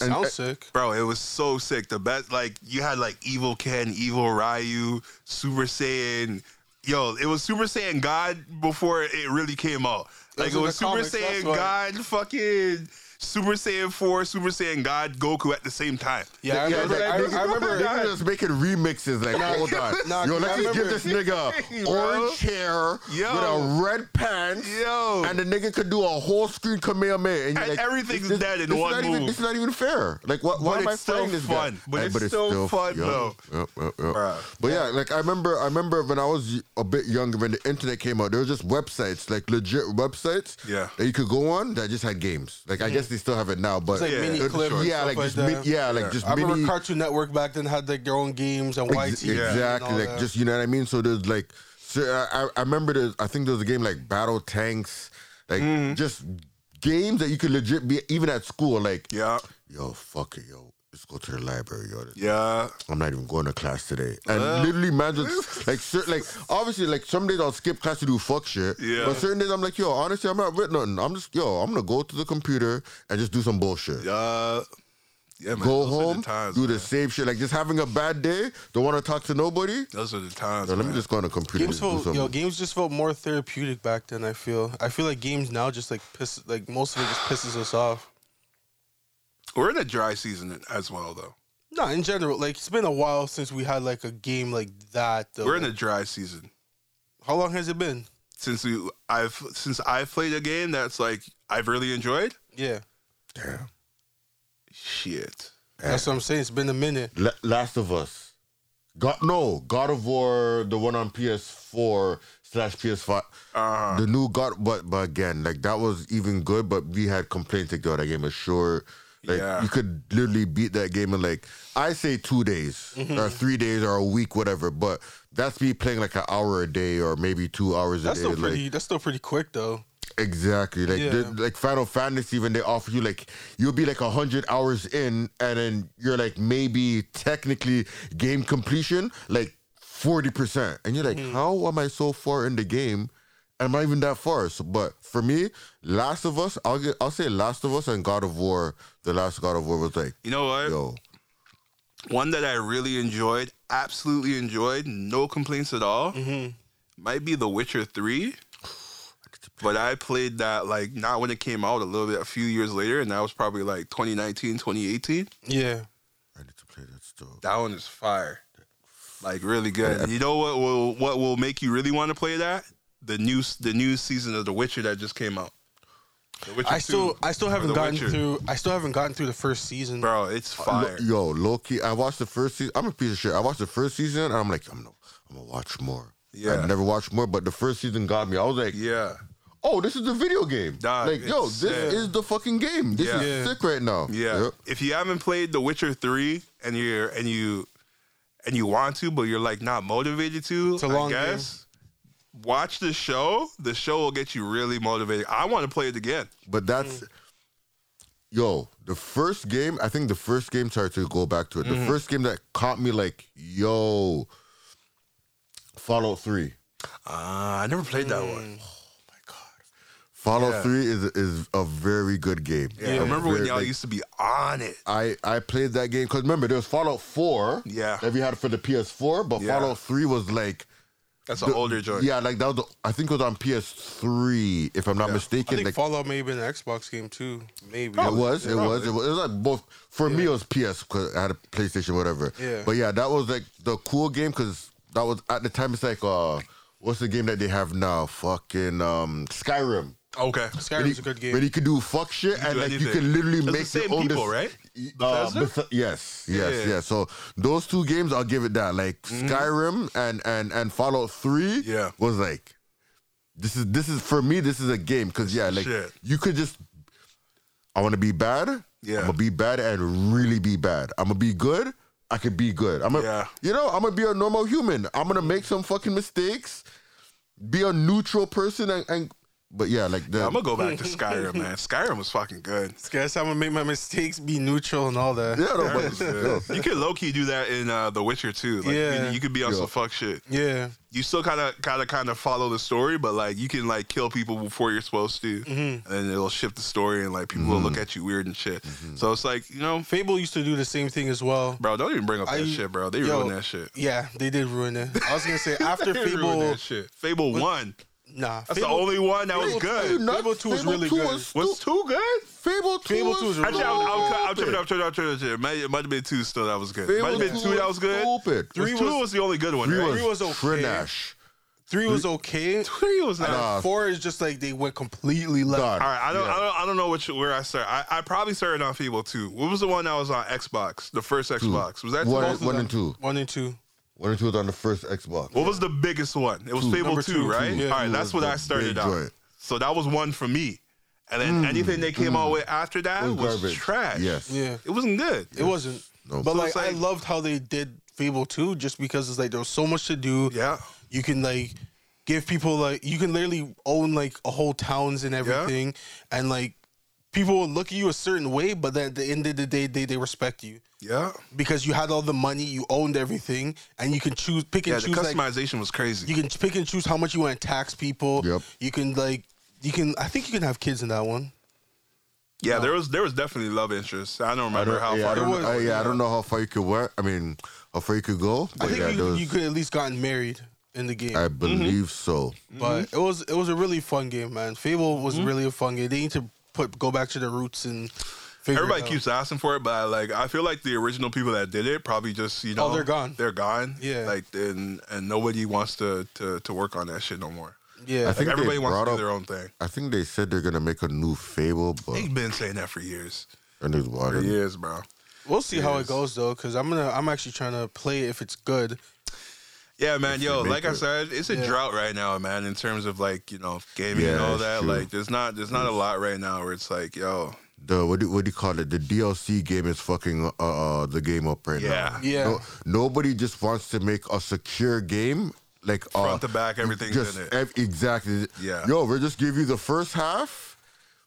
Speaker 2: Like,
Speaker 3: Sounds
Speaker 2: and-
Speaker 3: sick.
Speaker 1: Bro, it was so sick. The best, like you had like Evil Ken, Evil Ryu, Super Saiyan, yo, it was Super Saiyan God before it really came out. Like
Speaker 3: was
Speaker 1: it
Speaker 3: in
Speaker 1: was
Speaker 3: the
Speaker 1: Super
Speaker 3: comics, that's
Speaker 1: Saiyan
Speaker 3: why.
Speaker 1: God fucking Super Saiyan 4, Super Saiyan God Goku at the same time.
Speaker 3: Yeah, I
Speaker 2: Yeah,
Speaker 3: remember.
Speaker 2: like,
Speaker 3: I,
Speaker 2: niggas-
Speaker 3: I remember.
Speaker 2: niggas just making remixes like hold on.
Speaker 3: nah,
Speaker 2: Yo,
Speaker 3: I
Speaker 2: let's just give
Speaker 3: remember-
Speaker 2: this nigga orange hair
Speaker 1: Yo.
Speaker 2: with a red pants.
Speaker 1: Yo.
Speaker 2: And the nigga could do a whole screen Kamehameha. And, you're
Speaker 1: And
Speaker 2: like,
Speaker 1: everything's
Speaker 2: this-
Speaker 1: dead in
Speaker 2: this is
Speaker 1: one
Speaker 2: not Even,
Speaker 1: move.
Speaker 2: this is not even fair. Like, why, why
Speaker 1: But
Speaker 2: am I
Speaker 1: it's still
Speaker 2: fighting this guy?
Speaker 1: fun. But
Speaker 2: Like,
Speaker 1: it's still fun,
Speaker 2: yeah,
Speaker 1: though.
Speaker 2: yeah, yeah, yeah.
Speaker 1: Bruh.
Speaker 2: But yeah, like I remember, I remember when I was a bit younger, when the internet came out, there were just websites, like legit websites,
Speaker 1: Yeah. Mm-hmm.
Speaker 2: that you could go on that just had games. Like I guess they still have it now, but
Speaker 3: like
Speaker 1: Yeah. mini
Speaker 2: it-
Speaker 3: clips,
Speaker 2: yeah,
Speaker 3: stuff
Speaker 2: like
Speaker 3: like
Speaker 2: just
Speaker 3: that.
Speaker 2: mi- yeah, like just
Speaker 3: I remember
Speaker 2: mini
Speaker 3: Cartoon Network back then had like their own games and
Speaker 2: Ex-
Speaker 3: YT. and all
Speaker 2: Exactly, like
Speaker 3: that.
Speaker 2: just you know what I mean. So there's like, so I, I- I remember there's I think there was a game like Battle Tanks, like
Speaker 1: Mm-hmm.
Speaker 2: just games that you could legit be even at school. Like
Speaker 1: Yeah.
Speaker 2: yo, fuck it, yo, let's go to the library, yo.
Speaker 1: Yeah.
Speaker 2: I'm not even going to class today, and literally imagine like certain like obviously like some days I'll skip class to do fuck shit,
Speaker 1: Yeah.
Speaker 2: But certain days I'm like yo, honestly I'm not with nothing. I'm just yo, I'm gonna go to the computer and just do some bullshit
Speaker 1: Uh, yeah, man.
Speaker 2: go
Speaker 1: those are the
Speaker 2: home,
Speaker 1: times,
Speaker 2: do the
Speaker 1: man.
Speaker 2: same shit. Like just having a bad day, don't want to talk to nobody.
Speaker 1: Those are the times.
Speaker 2: Yo, let me
Speaker 1: man.
Speaker 2: just go on the computer.
Speaker 3: games
Speaker 2: and do
Speaker 3: felt yo
Speaker 2: something.
Speaker 3: games just felt more therapeutic back then. I feel I feel like games now just like piss like most of it just pisses us off.
Speaker 1: We're in a dry season as well, though.
Speaker 3: No, in general, like it's been a while since we had like a game like that. Though.
Speaker 1: We're in a dry season
Speaker 3: how long has it been?
Speaker 1: since we. I've since I've played a game that's like I've really enjoyed.
Speaker 3: Yeah,
Speaker 2: Damn.
Speaker 1: Shit.
Speaker 3: that's what I'm saying. It's been a minute.
Speaker 2: La- Last of Us. God no, God of War, the one on PS4 slash PS5.
Speaker 1: Uh,
Speaker 3: Uh-huh.
Speaker 2: The new God, but but again, like that was even good, but we had complaints like, yo, that game is short. Like
Speaker 1: Yeah.
Speaker 2: you could literally beat that game in like I say two days
Speaker 3: Mm-hmm.
Speaker 2: or three days or a week, whatever. But that's me playing like an hour a day or maybe two hours a day.
Speaker 3: That's still
Speaker 2: like,
Speaker 3: pretty. that's still pretty quick though.
Speaker 2: Exactly, like
Speaker 3: Yeah.
Speaker 2: the, like Final Fantasy when they offer you like you'll be like hundred hours in, and then you're like maybe technically game completion like forty percent, and you're like, how am I so far in the game? Am I even that far? So, but for me, Last of Us, I'll get, I'll say Last of Us and God of War. The last God of War was like,
Speaker 1: you know what?
Speaker 2: yo,
Speaker 1: One that I really enjoyed, absolutely enjoyed, no complaints at all. Might be The Witcher Three. But I played that like not when it came out, a little bit, a few years later, and that was probably like 2019, 2018.
Speaker 3: Yeah,
Speaker 2: I need to play that still.
Speaker 1: That one is fire. Like really good. And you know what will what will make you really want to play that? The new the new season of The Witcher that just came out. The Witcher
Speaker 3: I still
Speaker 1: 2,
Speaker 3: I still
Speaker 1: or
Speaker 3: haven't
Speaker 1: The
Speaker 3: gotten
Speaker 1: Witcher.
Speaker 3: through. I still haven't gotten through the first season.
Speaker 1: Bro, it's
Speaker 2: Uh,
Speaker 1: fire.
Speaker 2: Lo- yo, low key, I watched the first season. I'm a piece of shit. I watched the first season, and I'm like, I'm gonna, I'm gonna watch more.
Speaker 1: Yeah.
Speaker 2: I never watched more, but the first season got me. I was like,
Speaker 1: yeah.
Speaker 2: oh, this is the video game.
Speaker 1: Dog,
Speaker 2: like, yo,
Speaker 1: it's
Speaker 2: this
Speaker 1: sick.
Speaker 2: is the fucking game. This
Speaker 1: Yeah.
Speaker 2: is sick right now.
Speaker 1: Yeah.
Speaker 2: Yep.
Speaker 1: If you haven't played The Witcher 3 and you're and you and you want to but you're like not motivated to,
Speaker 3: It's a long
Speaker 1: I guess watch the show. The show will get you really motivated. I want to play it again.
Speaker 2: But that's, yo, the first game. I think the first game. Sorry to go back to it.
Speaker 1: Mm-hmm.
Speaker 2: The first game that caught me, like, yo, Fallout Three.
Speaker 1: Ah, I never played that one. Oh
Speaker 2: Fallout
Speaker 1: Yeah.
Speaker 2: Three is is a very good game.
Speaker 1: Yeah.
Speaker 2: A
Speaker 1: Remember when
Speaker 2: very-
Speaker 1: y'all
Speaker 2: like,
Speaker 1: used to be on it?
Speaker 2: I I played that game because remember there was Fallout Four.
Speaker 1: Yeah.
Speaker 2: That we had for the PS4, but
Speaker 1: Yeah.
Speaker 2: Fallout Three was like
Speaker 1: That's an older joint.
Speaker 2: Yeah, like that was the, I think it was on PS3 if I'm not
Speaker 1: Yeah.
Speaker 3: I
Speaker 2: mistaken.
Speaker 3: think
Speaker 2: like
Speaker 3: Fallout may have been an Xbox game too. Maybe
Speaker 2: it was, it was,
Speaker 1: probably.
Speaker 2: it was, it was like both. For me, it was PS because I had a PlayStation, whatever.
Speaker 3: Yeah.
Speaker 2: But yeah, that was like the cool game because that was at the time. It's like uh, what's the game that they have now? Fucking um, Skyrim.
Speaker 1: Okay.
Speaker 3: Skyrim's a good game.
Speaker 2: But you could do fuck shit and
Speaker 1: do
Speaker 2: like you
Speaker 1: anything.
Speaker 2: can literally
Speaker 1: That's
Speaker 2: make
Speaker 1: the same
Speaker 2: your own
Speaker 1: people,
Speaker 2: dec-
Speaker 1: right?
Speaker 2: Uh,
Speaker 1: Bethesda?
Speaker 2: Beth- yes, yes,
Speaker 1: Yeah. Mm-hmm.
Speaker 2: yes. So those two games, I'll give it that. Like Skyrim and and and Fallout Three,
Speaker 1: Yeah.
Speaker 2: was like this is this is for me. This is a game because yeah, like
Speaker 1: Shit.
Speaker 2: you could just I want to be bad.
Speaker 1: Yeah.
Speaker 2: I'm gonna be bad and really be bad. I'm gonna be good. I could be good. I'm gonna,
Speaker 1: Yeah. Mm-hmm.
Speaker 2: you know, I'm gonna be a normal human. I'm gonna make some fucking mistakes, be a neutral person, and, and But yeah, like the
Speaker 1: I'm gonna go back to Skyrim, man. Skyrim was fucking good.
Speaker 3: Guess I'm gonna make my mistakes, be neutral, and all that.
Speaker 2: yeah, no,
Speaker 1: Skyrim was
Speaker 2: but,
Speaker 1: good. You could low key do that in uh, The Witcher too. Like, you,
Speaker 3: Yeah.
Speaker 1: could- you could be on
Speaker 2: Yeah.
Speaker 1: some fuck shit.
Speaker 3: Yeah.
Speaker 1: You still kind of, kind of, kind of follow the story, but like you can like kill people before you're supposed to, and then it'll shift the story, and like people will
Speaker 2: Mm-hmm.
Speaker 1: look at you weird and shit. So it's like you know,
Speaker 3: Fable used to do the same thing as well.
Speaker 1: bro, don't even bring up that
Speaker 3: I-
Speaker 1: shit, bro. They
Speaker 3: yo,
Speaker 1: ruined that shit.
Speaker 3: Yeah, they did ruin it. I was gonna say after
Speaker 1: They ruined
Speaker 3: Fable,
Speaker 1: that shit. Fable one.
Speaker 3: nah,
Speaker 1: That's
Speaker 3: Fable,
Speaker 1: the only one that was
Speaker 2: Fable two,
Speaker 1: good.
Speaker 2: nuts.
Speaker 3: Fable two is really good.
Speaker 1: Was two good?
Speaker 2: Fable two,
Speaker 3: Fable
Speaker 2: was
Speaker 3: two is really
Speaker 1: Actually, I'm, I'm, I'm, I'm
Speaker 2: stupid.
Speaker 1: tripping. I'm tripping. I'm tripping. I'm tripping. Might- It might have been two still that was good.
Speaker 2: Fable
Speaker 1: might have been
Speaker 2: two
Speaker 1: two that was good.
Speaker 2: Stupid.
Speaker 1: Three was, two was, the only good one.
Speaker 2: Three
Speaker 1: right?
Speaker 2: was,
Speaker 3: Three was okay.
Speaker 2: trash.
Speaker 3: three was okay.
Speaker 1: Three was not.
Speaker 2: Nah.
Speaker 3: Four is just like they went completely left.
Speaker 2: Done.
Speaker 1: All right, I don't, I don't, I don't know which where I started. I, I probably started on Fable two. What was the one that was on Xbox? The
Speaker 2: Hmm.
Speaker 1: first Xbox was that?
Speaker 2: One-
Speaker 1: Xbox?
Speaker 2: one and two.
Speaker 3: One and two.
Speaker 2: One and two was on the first Xbox.
Speaker 1: What was the biggest one? It was
Speaker 2: Hmm.
Speaker 1: Fable
Speaker 3: Number
Speaker 1: two,
Speaker 3: two,
Speaker 1: right?
Speaker 3: two. Yeah,
Speaker 1: All right,
Speaker 3: two
Speaker 1: that's what I
Speaker 2: the
Speaker 1: started
Speaker 2: big
Speaker 1: on.
Speaker 2: joint.
Speaker 1: So that was one for me, and then anything they came out with after that
Speaker 2: Hmm. It was
Speaker 1: was
Speaker 2: garbage.
Speaker 1: trash.
Speaker 2: Yes.
Speaker 3: Yeah,
Speaker 1: it wasn't good.
Speaker 3: it wasn't.
Speaker 2: No.
Speaker 3: But
Speaker 2: So
Speaker 3: like,
Speaker 1: it's like-
Speaker 3: I loved how they did Fable two, just because it's like there was so much to do.
Speaker 1: yeah,
Speaker 3: You can like give people like you can literally own like a whole towns and everything, and like people will look at you a certain way, but then at the end of the day, they they respect you
Speaker 1: yeah,
Speaker 3: because you had all the money, you owned everything, and you can choose pick and
Speaker 1: yeah. The
Speaker 3: choose like
Speaker 1: customization was crazy.
Speaker 3: you can pick and choose how much you want to tax people.
Speaker 2: Yep.
Speaker 3: You can like you can I think you can have kids in that one.
Speaker 1: Yeah, there was there was definitely love interest. I don't
Speaker 2: I
Speaker 1: remember
Speaker 2: don't,
Speaker 1: how
Speaker 2: yeah, I
Speaker 1: far.
Speaker 2: don't,
Speaker 3: was,
Speaker 2: I, yeah,
Speaker 3: yeah.
Speaker 2: I don't know how far you could work. I mean, how far you could go.
Speaker 1: Oh,
Speaker 2: But
Speaker 3: I think
Speaker 2: yeah,
Speaker 3: you,
Speaker 2: there was,
Speaker 3: you could at least gotten married in the
Speaker 1: Mm-hmm.
Speaker 3: game.
Speaker 2: I believe so.
Speaker 3: but it was it was a really fun game, man. Fable
Speaker 1: Mm-hmm.
Speaker 3: was really a fun game. They need to put go back to the roots and figure
Speaker 1: Everybody
Speaker 3: it out.
Speaker 1: keeps asking for it, but I, like I feel like the original people that did it probably just you know
Speaker 3: Oh, they're gone.
Speaker 1: They're gone.
Speaker 3: Yeah.
Speaker 1: like and and nobody wants to to, to work on that shit no more.
Speaker 3: yeah.
Speaker 2: I
Speaker 1: Like
Speaker 2: think they
Speaker 1: everybody wants to
Speaker 2: brought
Speaker 1: do
Speaker 2: up-
Speaker 1: their own thing.
Speaker 2: I think they said they're gonna make a new Fable, but
Speaker 1: They've been saying that for years,
Speaker 2: and there's water.
Speaker 1: for years, bro.
Speaker 3: we'll see how
Speaker 1: Yes.
Speaker 3: it goes though, because I'm gonna I'm actually trying to play it if it's good.
Speaker 1: Yeah, man. Yo,
Speaker 2: make
Speaker 1: like I
Speaker 2: it.
Speaker 1: said, it's a
Speaker 3: Yeah.
Speaker 1: drought right now, man. In terms of like you know gaming and
Speaker 2: Yeah,
Speaker 1: all
Speaker 2: it's
Speaker 1: that,
Speaker 2: true.
Speaker 1: like there's not there's not a lot right now where it's like yo,
Speaker 2: The what do, what do you call it? The DLC game is fucking uh, uh the game up right
Speaker 1: Yeah.
Speaker 2: now.
Speaker 3: Yeah.
Speaker 2: No- nobody just wants to make a secure game like uh,
Speaker 1: Front to back, everything's
Speaker 2: just
Speaker 1: in it.
Speaker 2: ev- exactly.
Speaker 1: Yeah.
Speaker 2: Yo, we'll just give you the first half.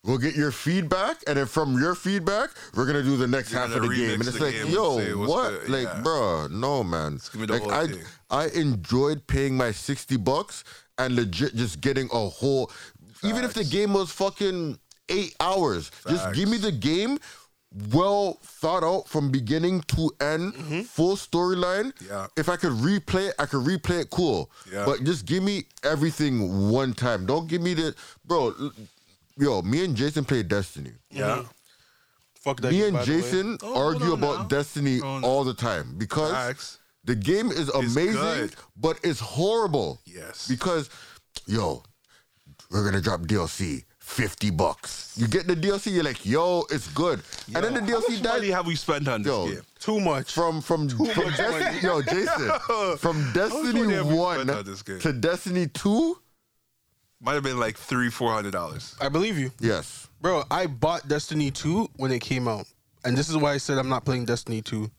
Speaker 2: We'll get your feedback, and then from your feedback, we're gonna do the next
Speaker 1: You're
Speaker 2: half of
Speaker 1: gonna
Speaker 2: the game.
Speaker 1: remix
Speaker 2: And it's
Speaker 1: the
Speaker 2: like,
Speaker 1: game and say
Speaker 2: yo,
Speaker 1: what's
Speaker 2: what?
Speaker 1: good,
Speaker 2: Like,
Speaker 1: yeah.
Speaker 2: bruh, no, man.
Speaker 1: give me the
Speaker 2: Like,
Speaker 1: whole
Speaker 2: I
Speaker 1: thing.
Speaker 2: I enjoyed paying my sixty bucks and legit just getting a whole. Even if the game was fucking eight hours, just give me the game. Well thought out from beginning to end, full storyline.
Speaker 1: Mm-hmm. Yeah.
Speaker 2: If I could replay it, I could replay it cool.
Speaker 1: Yeah.
Speaker 2: But just give me everything one time. Don't give me the bro. l- Yo, me and Jason played Destiny.
Speaker 1: yeah,
Speaker 3: Fuck that.
Speaker 2: me
Speaker 3: game,
Speaker 2: and
Speaker 3: by the way.
Speaker 2: Jason
Speaker 1: Oh, hold
Speaker 2: argue
Speaker 1: on
Speaker 2: about
Speaker 1: now.
Speaker 2: Destiny
Speaker 1: Hold on.
Speaker 2: all the time because
Speaker 1: Facts.
Speaker 2: the game is amazing,
Speaker 1: good.
Speaker 2: but it's horrible.
Speaker 1: Yes.
Speaker 2: Because, yo, we're gonna drop DLC. 50 bucks. You get the DLC, you're like, yo, it's good. and then the
Speaker 1: How much
Speaker 2: DLC died
Speaker 1: money have we spent on this
Speaker 2: Yo,
Speaker 1: game?
Speaker 3: Too much.
Speaker 2: from from, from
Speaker 3: much
Speaker 2: Destiny,
Speaker 3: money.
Speaker 2: yo Jason from
Speaker 1: money
Speaker 2: Destiny
Speaker 1: have we
Speaker 2: one
Speaker 1: spent on this game?
Speaker 2: to Destiny two.
Speaker 1: Might have been like three, four hundred dollars.
Speaker 3: I believe you,
Speaker 2: Yes,
Speaker 3: bro. I bought Destiny two when it came out, and this is why I said I'm not playing Destiny two.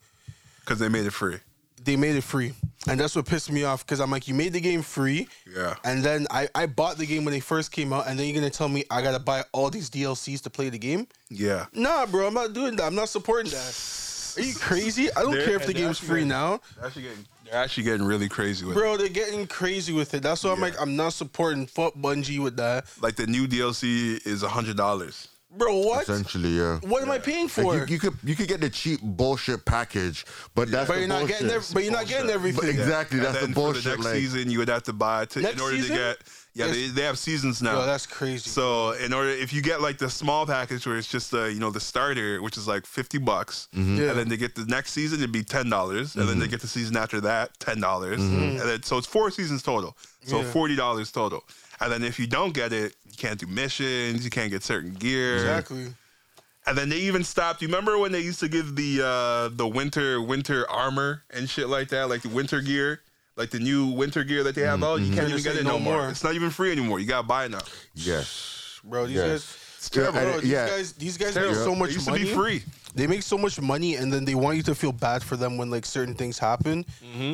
Speaker 1: because they made it free.
Speaker 3: they made it free. And that's what pissed me off because I'm like, you made the game free.
Speaker 1: Yeah.
Speaker 3: And then I, I bought the game when they first came out, and then you're gonna tell me I gotta buy all these DLCs to play the game?
Speaker 1: Yeah.
Speaker 3: Nah, bro, I'm not doing that. I'm not supporting that. Are you crazy? I don't
Speaker 1: They're-
Speaker 3: care if the
Speaker 1: and they're
Speaker 3: game's
Speaker 1: actually
Speaker 3: free
Speaker 1: getting-
Speaker 3: now.
Speaker 1: They're actually getting, they're actually getting really crazy with it.
Speaker 3: Bro, they're getting crazy with it. That's why I'm
Speaker 1: Yeah.
Speaker 3: like, I'm not supporting fuck Bungie with that.
Speaker 1: Like the new DLC is hundred dollars.
Speaker 3: Bro, what?
Speaker 2: essentially, yeah.
Speaker 3: What am I paying for?
Speaker 2: Like, you, you could you could get the cheap bullshit package, but that's
Speaker 3: but
Speaker 2: the
Speaker 3: you're not
Speaker 2: bullshit.
Speaker 3: getting ev- but you're not getting
Speaker 2: But
Speaker 3: everything.
Speaker 2: exactly, that's the
Speaker 1: then
Speaker 2: bullshit.
Speaker 1: For the next
Speaker 2: like,
Speaker 1: season, you would have to buy to
Speaker 3: Next
Speaker 1: in order
Speaker 3: season?
Speaker 1: to get. Yeah,
Speaker 3: Yes.
Speaker 1: they, they have seasons now.
Speaker 3: Yo, that's crazy.
Speaker 1: So in order, if you get like the small package where it's just the you know the starter, which is like fifty bucks,
Speaker 2: Mm-hmm.
Speaker 3: Yeah.
Speaker 1: and then they get the next season, it'd be ten dollars, and then they get the season after that, ten dollars,
Speaker 2: Mm-hmm.
Speaker 1: and then so it's four seasons total, so
Speaker 3: Yeah.
Speaker 1: forty dollars total. And then if you don't get it, you can't do missions, you can't get certain gear.
Speaker 3: exactly.
Speaker 1: And then they even stopped. You remember when they used to give the uh, the winter winter armor and shit like that, like the winter gear, like the new winter gear that they have out. You can't
Speaker 3: They're
Speaker 1: even
Speaker 3: saying
Speaker 1: get it
Speaker 3: no
Speaker 1: no more.
Speaker 3: more.
Speaker 1: It's not even free anymore. You gotta buy it now.
Speaker 2: yes,
Speaker 3: Bro, these
Speaker 2: Yes.
Speaker 3: guys
Speaker 1: It's terrible.
Speaker 2: I-
Speaker 3: Bro, these
Speaker 2: yeah.
Speaker 3: guys, these guys
Speaker 1: Terrible.
Speaker 3: make so
Speaker 1: It
Speaker 3: much
Speaker 1: used to
Speaker 3: money.
Speaker 1: be free.
Speaker 3: They make so much money, and then they want you to feel bad for them when like certain things happen.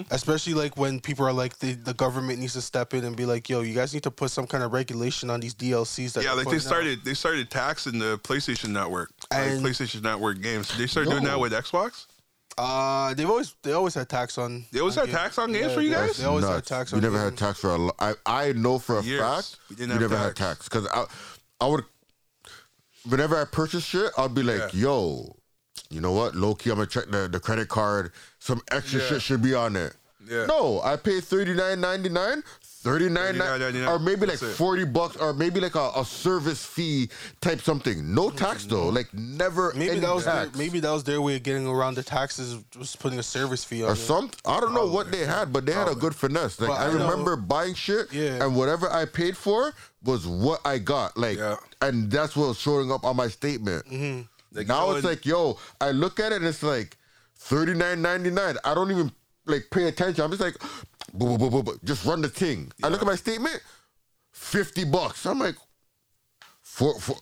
Speaker 3: Especially like when people are like, the, the government needs to step in and be like, "Yo, you guys need to put some kind of regulation on these DLCs." That
Speaker 1: Yeah,
Speaker 3: you're
Speaker 1: like they
Speaker 3: putting out."
Speaker 1: started they started taxing the PlayStation Network, like
Speaker 3: And-
Speaker 1: PlayStation Network games. They started doing
Speaker 3: No.
Speaker 1: that with Xbox.
Speaker 3: Uh, they've always they always had tax on.
Speaker 1: They always
Speaker 3: on
Speaker 1: had tax on games for
Speaker 3: they
Speaker 1: you
Speaker 3: always-
Speaker 1: guys?
Speaker 3: They always had
Speaker 2: Nuts.
Speaker 3: tax.
Speaker 2: We
Speaker 3: on
Speaker 2: never
Speaker 3: games.
Speaker 2: had tax for a lo- I I know for a
Speaker 1: Years.
Speaker 2: fact
Speaker 1: We
Speaker 2: we,
Speaker 1: didn't have
Speaker 2: never had
Speaker 1: tax.
Speaker 2: tax because I I would whenever I purchase shit I'd be like
Speaker 1: Yeah.
Speaker 2: yo you know what low key I'm gonna check the, the credit card some extra
Speaker 1: Yeah.
Speaker 2: shit should be on it
Speaker 1: Yeah.
Speaker 2: no I paid thirty nine ninety nine. 39
Speaker 1: $39.99.
Speaker 2: or maybe like
Speaker 1: That's it.
Speaker 2: 40 bucks or maybe like a, a service fee type something no tax though
Speaker 1: Mm-hmm.
Speaker 2: like never
Speaker 3: Maybe
Speaker 2: any
Speaker 3: that was their,
Speaker 2: tax.
Speaker 3: maybe that was their way of getting around the taxes was putting a service fee on
Speaker 2: or
Speaker 3: it.
Speaker 2: something. I don't know what they had, but they had a good finesse. Like
Speaker 3: But
Speaker 2: I
Speaker 3: I know-
Speaker 2: remember buying shit,
Speaker 3: Yeah.
Speaker 2: and whatever I paid for was what I got. Like,
Speaker 1: Yeah. Mm-hmm.
Speaker 2: and that's what was showing up on my statement.
Speaker 1: Like,
Speaker 2: now
Speaker 1: you know,
Speaker 2: it's
Speaker 1: and-
Speaker 2: like, yo, I look at it, and it's like thirty nine ninety nine. I don't even like pay attention. I'm just like, boo, boo, boo, boo, boo. just run the thing. I look at my statement, fifty bucks. I'm like, for for.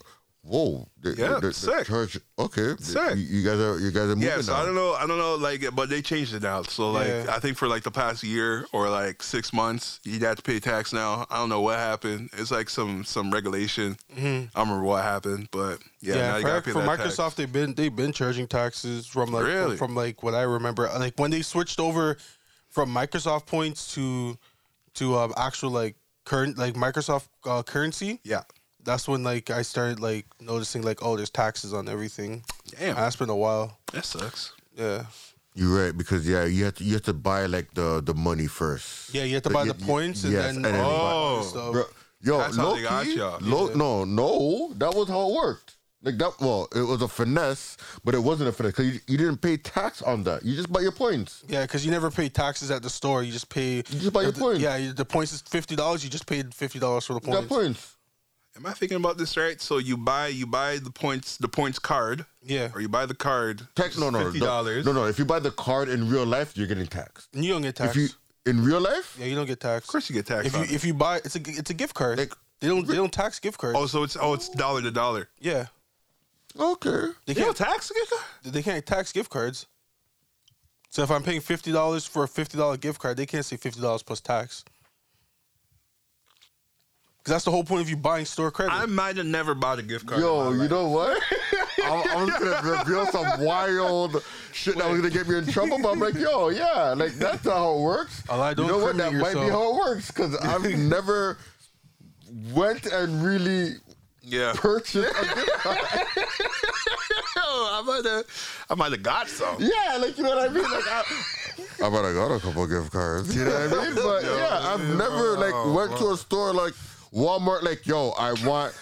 Speaker 2: Whoa! The,
Speaker 1: Yeah, sick.
Speaker 2: charge- okay,
Speaker 1: Sick.
Speaker 2: You, you guys are you guys are moving.
Speaker 1: Yeah, so
Speaker 2: now.
Speaker 1: I don't know, I don't know, like, but they changed it now. So like,
Speaker 3: Yeah.
Speaker 1: I think for like the past year or like six months, you'd have to pay tax now. I don't know what happened. It's like some some regulation. I don't remember what happened, but yeah, now
Speaker 3: Yeah,
Speaker 1: you gotta
Speaker 3: for,
Speaker 1: pay
Speaker 3: for
Speaker 1: that
Speaker 3: Microsoft,
Speaker 1: tax.
Speaker 3: they've been they've been charging taxes from like
Speaker 1: Really?
Speaker 3: from like what I remember, like when they switched over from Microsoft points to to um, actual like current like Microsoft uh, currency.
Speaker 1: Yeah,
Speaker 3: That's when like I started like noticing like oh there's taxes on everything.
Speaker 1: Damn.
Speaker 3: And that's been a while.
Speaker 1: Uh, that sucks.
Speaker 3: Yeah,
Speaker 2: You're right because yeah, you have to you have to buy like the the money first.
Speaker 3: yeah. You have to buy
Speaker 2: Yeah,
Speaker 3: the points and
Speaker 2: yes,
Speaker 3: then
Speaker 2: and then
Speaker 3: all
Speaker 2: you
Speaker 3: the
Speaker 1: buy-
Speaker 3: other stuff.
Speaker 2: Bro, yo,
Speaker 1: That's how
Speaker 2: low
Speaker 1: they got
Speaker 2: key,
Speaker 1: ya.
Speaker 2: low, no, no, that was how it worked. Like that, well, it was a finesse, but it wasn't a finesse because you, you didn't pay tax on that. You just buy your points.
Speaker 3: Yeah, because you never pay taxes at the store. You just pay. You
Speaker 2: just buy your points.
Speaker 3: Yeah, you- the points is fifty dollars. You just paid fifty dollars for the
Speaker 2: You
Speaker 3: points.
Speaker 2: got points.
Speaker 1: Am I thinking about this right? So you buy you buy the points the points card,
Speaker 3: Yeah,
Speaker 1: or you buy the card.
Speaker 2: Tax? No, no, no,
Speaker 1: fifty dollars.
Speaker 2: No, no. If you buy the card in real life, you're getting taxed.
Speaker 3: and you don't get
Speaker 2: If
Speaker 3: taxed.
Speaker 2: you in real life,
Speaker 3: yeah, you don't get taxed.
Speaker 1: Of course, you get taxed.
Speaker 3: if you
Speaker 1: on it.
Speaker 3: if you buy it's a it's a gift card.
Speaker 2: Like-
Speaker 3: they don't they don't tax gift cards.
Speaker 1: oh, so it's oh, it's dollar to dollar.
Speaker 3: yeah,
Speaker 2: okay.
Speaker 1: You
Speaker 3: they
Speaker 1: don't
Speaker 3: can't
Speaker 1: tax again?
Speaker 3: they can't tax gift cards. So if I'm paying fifty dollars for a fifty dollar gift card, they can't say fifty dollars plus tax. Because that's the whole point of you buying store credit.
Speaker 1: I might have never bought a gift card.
Speaker 2: Yo,
Speaker 1: in my
Speaker 2: you
Speaker 1: life.
Speaker 2: know what? I'm, I'm just gonna reveal some wild shit that was gonna get me in trouble. But I'm like, yo, yeah, like that's not how it works.
Speaker 3: Well, I don't
Speaker 2: you know what? That
Speaker 3: criminate
Speaker 2: might be
Speaker 3: yourself.
Speaker 2: how it works because I've never went and really
Speaker 1: yeah.
Speaker 2: purchased. A gift card.
Speaker 1: Yo, I might have, I might have got some.
Speaker 2: yeah, like you know what I mean. Like I, I might have got a couple gift cards. You know what I mean? But yeah, I've never like went to a store like Walmart. Like, yo, I want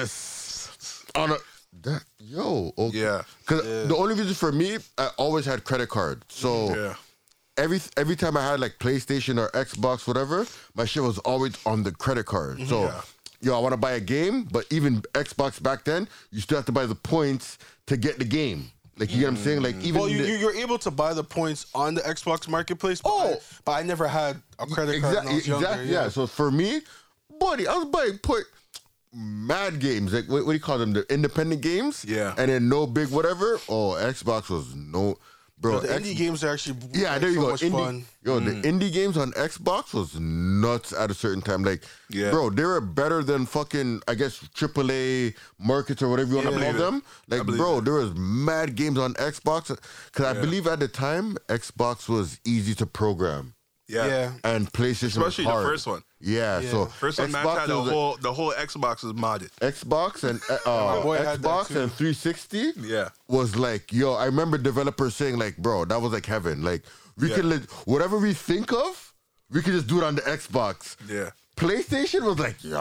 Speaker 2: this on a. That, yo, okay.
Speaker 1: Yeah.
Speaker 2: Because the only reason for me, I always had credit card. So
Speaker 1: Yeah.
Speaker 2: every every time I had like PlayStation or Xbox, whatever, my shit was always on the credit card. So
Speaker 1: Yeah.
Speaker 2: yo, I want to buy a game, but even Xbox back then, you still have to buy the points to get the game. Like you get what I'm saying? Like even
Speaker 3: well, you,
Speaker 2: the-
Speaker 3: you you're able to buy the points on the Xbox Marketplace. But I,
Speaker 2: Oh.
Speaker 3: but I never had a credit card. when I was
Speaker 2: exactly,
Speaker 3: younger,
Speaker 2: exactly. Yeah. So for me, buddy, I was buying put mad games. Like what, what do you call them? The independent games.
Speaker 1: Yeah.
Speaker 2: And then no big whatever. Oh, Xbox was no, bro.
Speaker 3: the
Speaker 2: X-
Speaker 3: indie games are actually
Speaker 2: Yeah,
Speaker 3: like,
Speaker 2: there you
Speaker 3: so
Speaker 2: go.
Speaker 3: Much
Speaker 2: Indie,
Speaker 3: fun. Mm.
Speaker 2: Yo, the indie games on Xbox was nuts at a certain time. Like,
Speaker 1: Yeah.
Speaker 2: bro, they were better than fucking, I guess, AAA markets or whatever you want
Speaker 3: Yeah.
Speaker 2: to
Speaker 3: I
Speaker 2: call
Speaker 1: believe it.
Speaker 2: them. Like,
Speaker 1: believe
Speaker 2: bro, there was mad games on Xbox. Because I
Speaker 1: Yeah.
Speaker 2: believe at the time, Xbox was easy to program.
Speaker 1: Yeah.
Speaker 3: yeah.
Speaker 2: And PlayStation
Speaker 1: Especially
Speaker 2: was
Speaker 1: the
Speaker 2: hard.
Speaker 1: first one.
Speaker 2: Yeah,
Speaker 3: Yeah.
Speaker 2: so
Speaker 1: First time Max had the
Speaker 2: was a-
Speaker 1: whole the whole Xbox is modded.
Speaker 2: Xbox and uh,
Speaker 3: My boy had that
Speaker 2: Xbox
Speaker 3: too.
Speaker 2: and 360
Speaker 1: Yeah.
Speaker 2: was like, yo, I remember developers saying like, bro, that was like heaven. Like we
Speaker 1: Yeah.
Speaker 2: can leg- whatever we think of, we can just do it on the Xbox.
Speaker 1: Yeah.
Speaker 2: PlayStation was like, yo,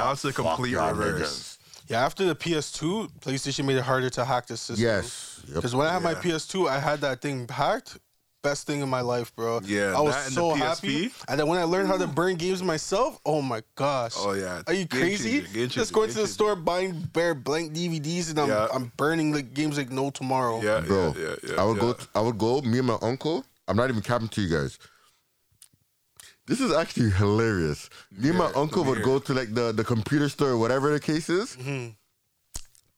Speaker 2: now
Speaker 1: it's the complete reverse.
Speaker 3: Yeah, after the PS2, PlayStation made it harder to hack the system.
Speaker 2: Yes. Yep.
Speaker 3: Because when I had my
Speaker 1: Yeah.
Speaker 3: PS2, I had that thing hacked. Best thing in my life, bro.
Speaker 1: Yeah,
Speaker 3: I was
Speaker 1: that and the
Speaker 3: so
Speaker 1: PSP.
Speaker 3: happy. And then when I learned how to burn games myself, oh my gosh.
Speaker 1: Oh, yeah.
Speaker 3: Are you
Speaker 1: Game
Speaker 3: crazy?
Speaker 1: changer, game
Speaker 3: Just
Speaker 1: changer,
Speaker 3: going to
Speaker 1: game
Speaker 3: the
Speaker 1: changer.
Speaker 3: store buying bare blank DVDs and I'm
Speaker 1: Yeah.
Speaker 3: I'm burning like games like no tomorrow.
Speaker 1: Yeah.
Speaker 2: bro.
Speaker 1: Yeah. Yeah.
Speaker 2: I would
Speaker 1: yeah.
Speaker 2: go. t- I would go. Me and my uncle. I'm not even capping to you guys. This is actually hilarious. Me and my
Speaker 1: Yeah,
Speaker 2: uncle would
Speaker 1: weird. Mm-hmm.
Speaker 2: go to like the, the computer store, whatever the case is,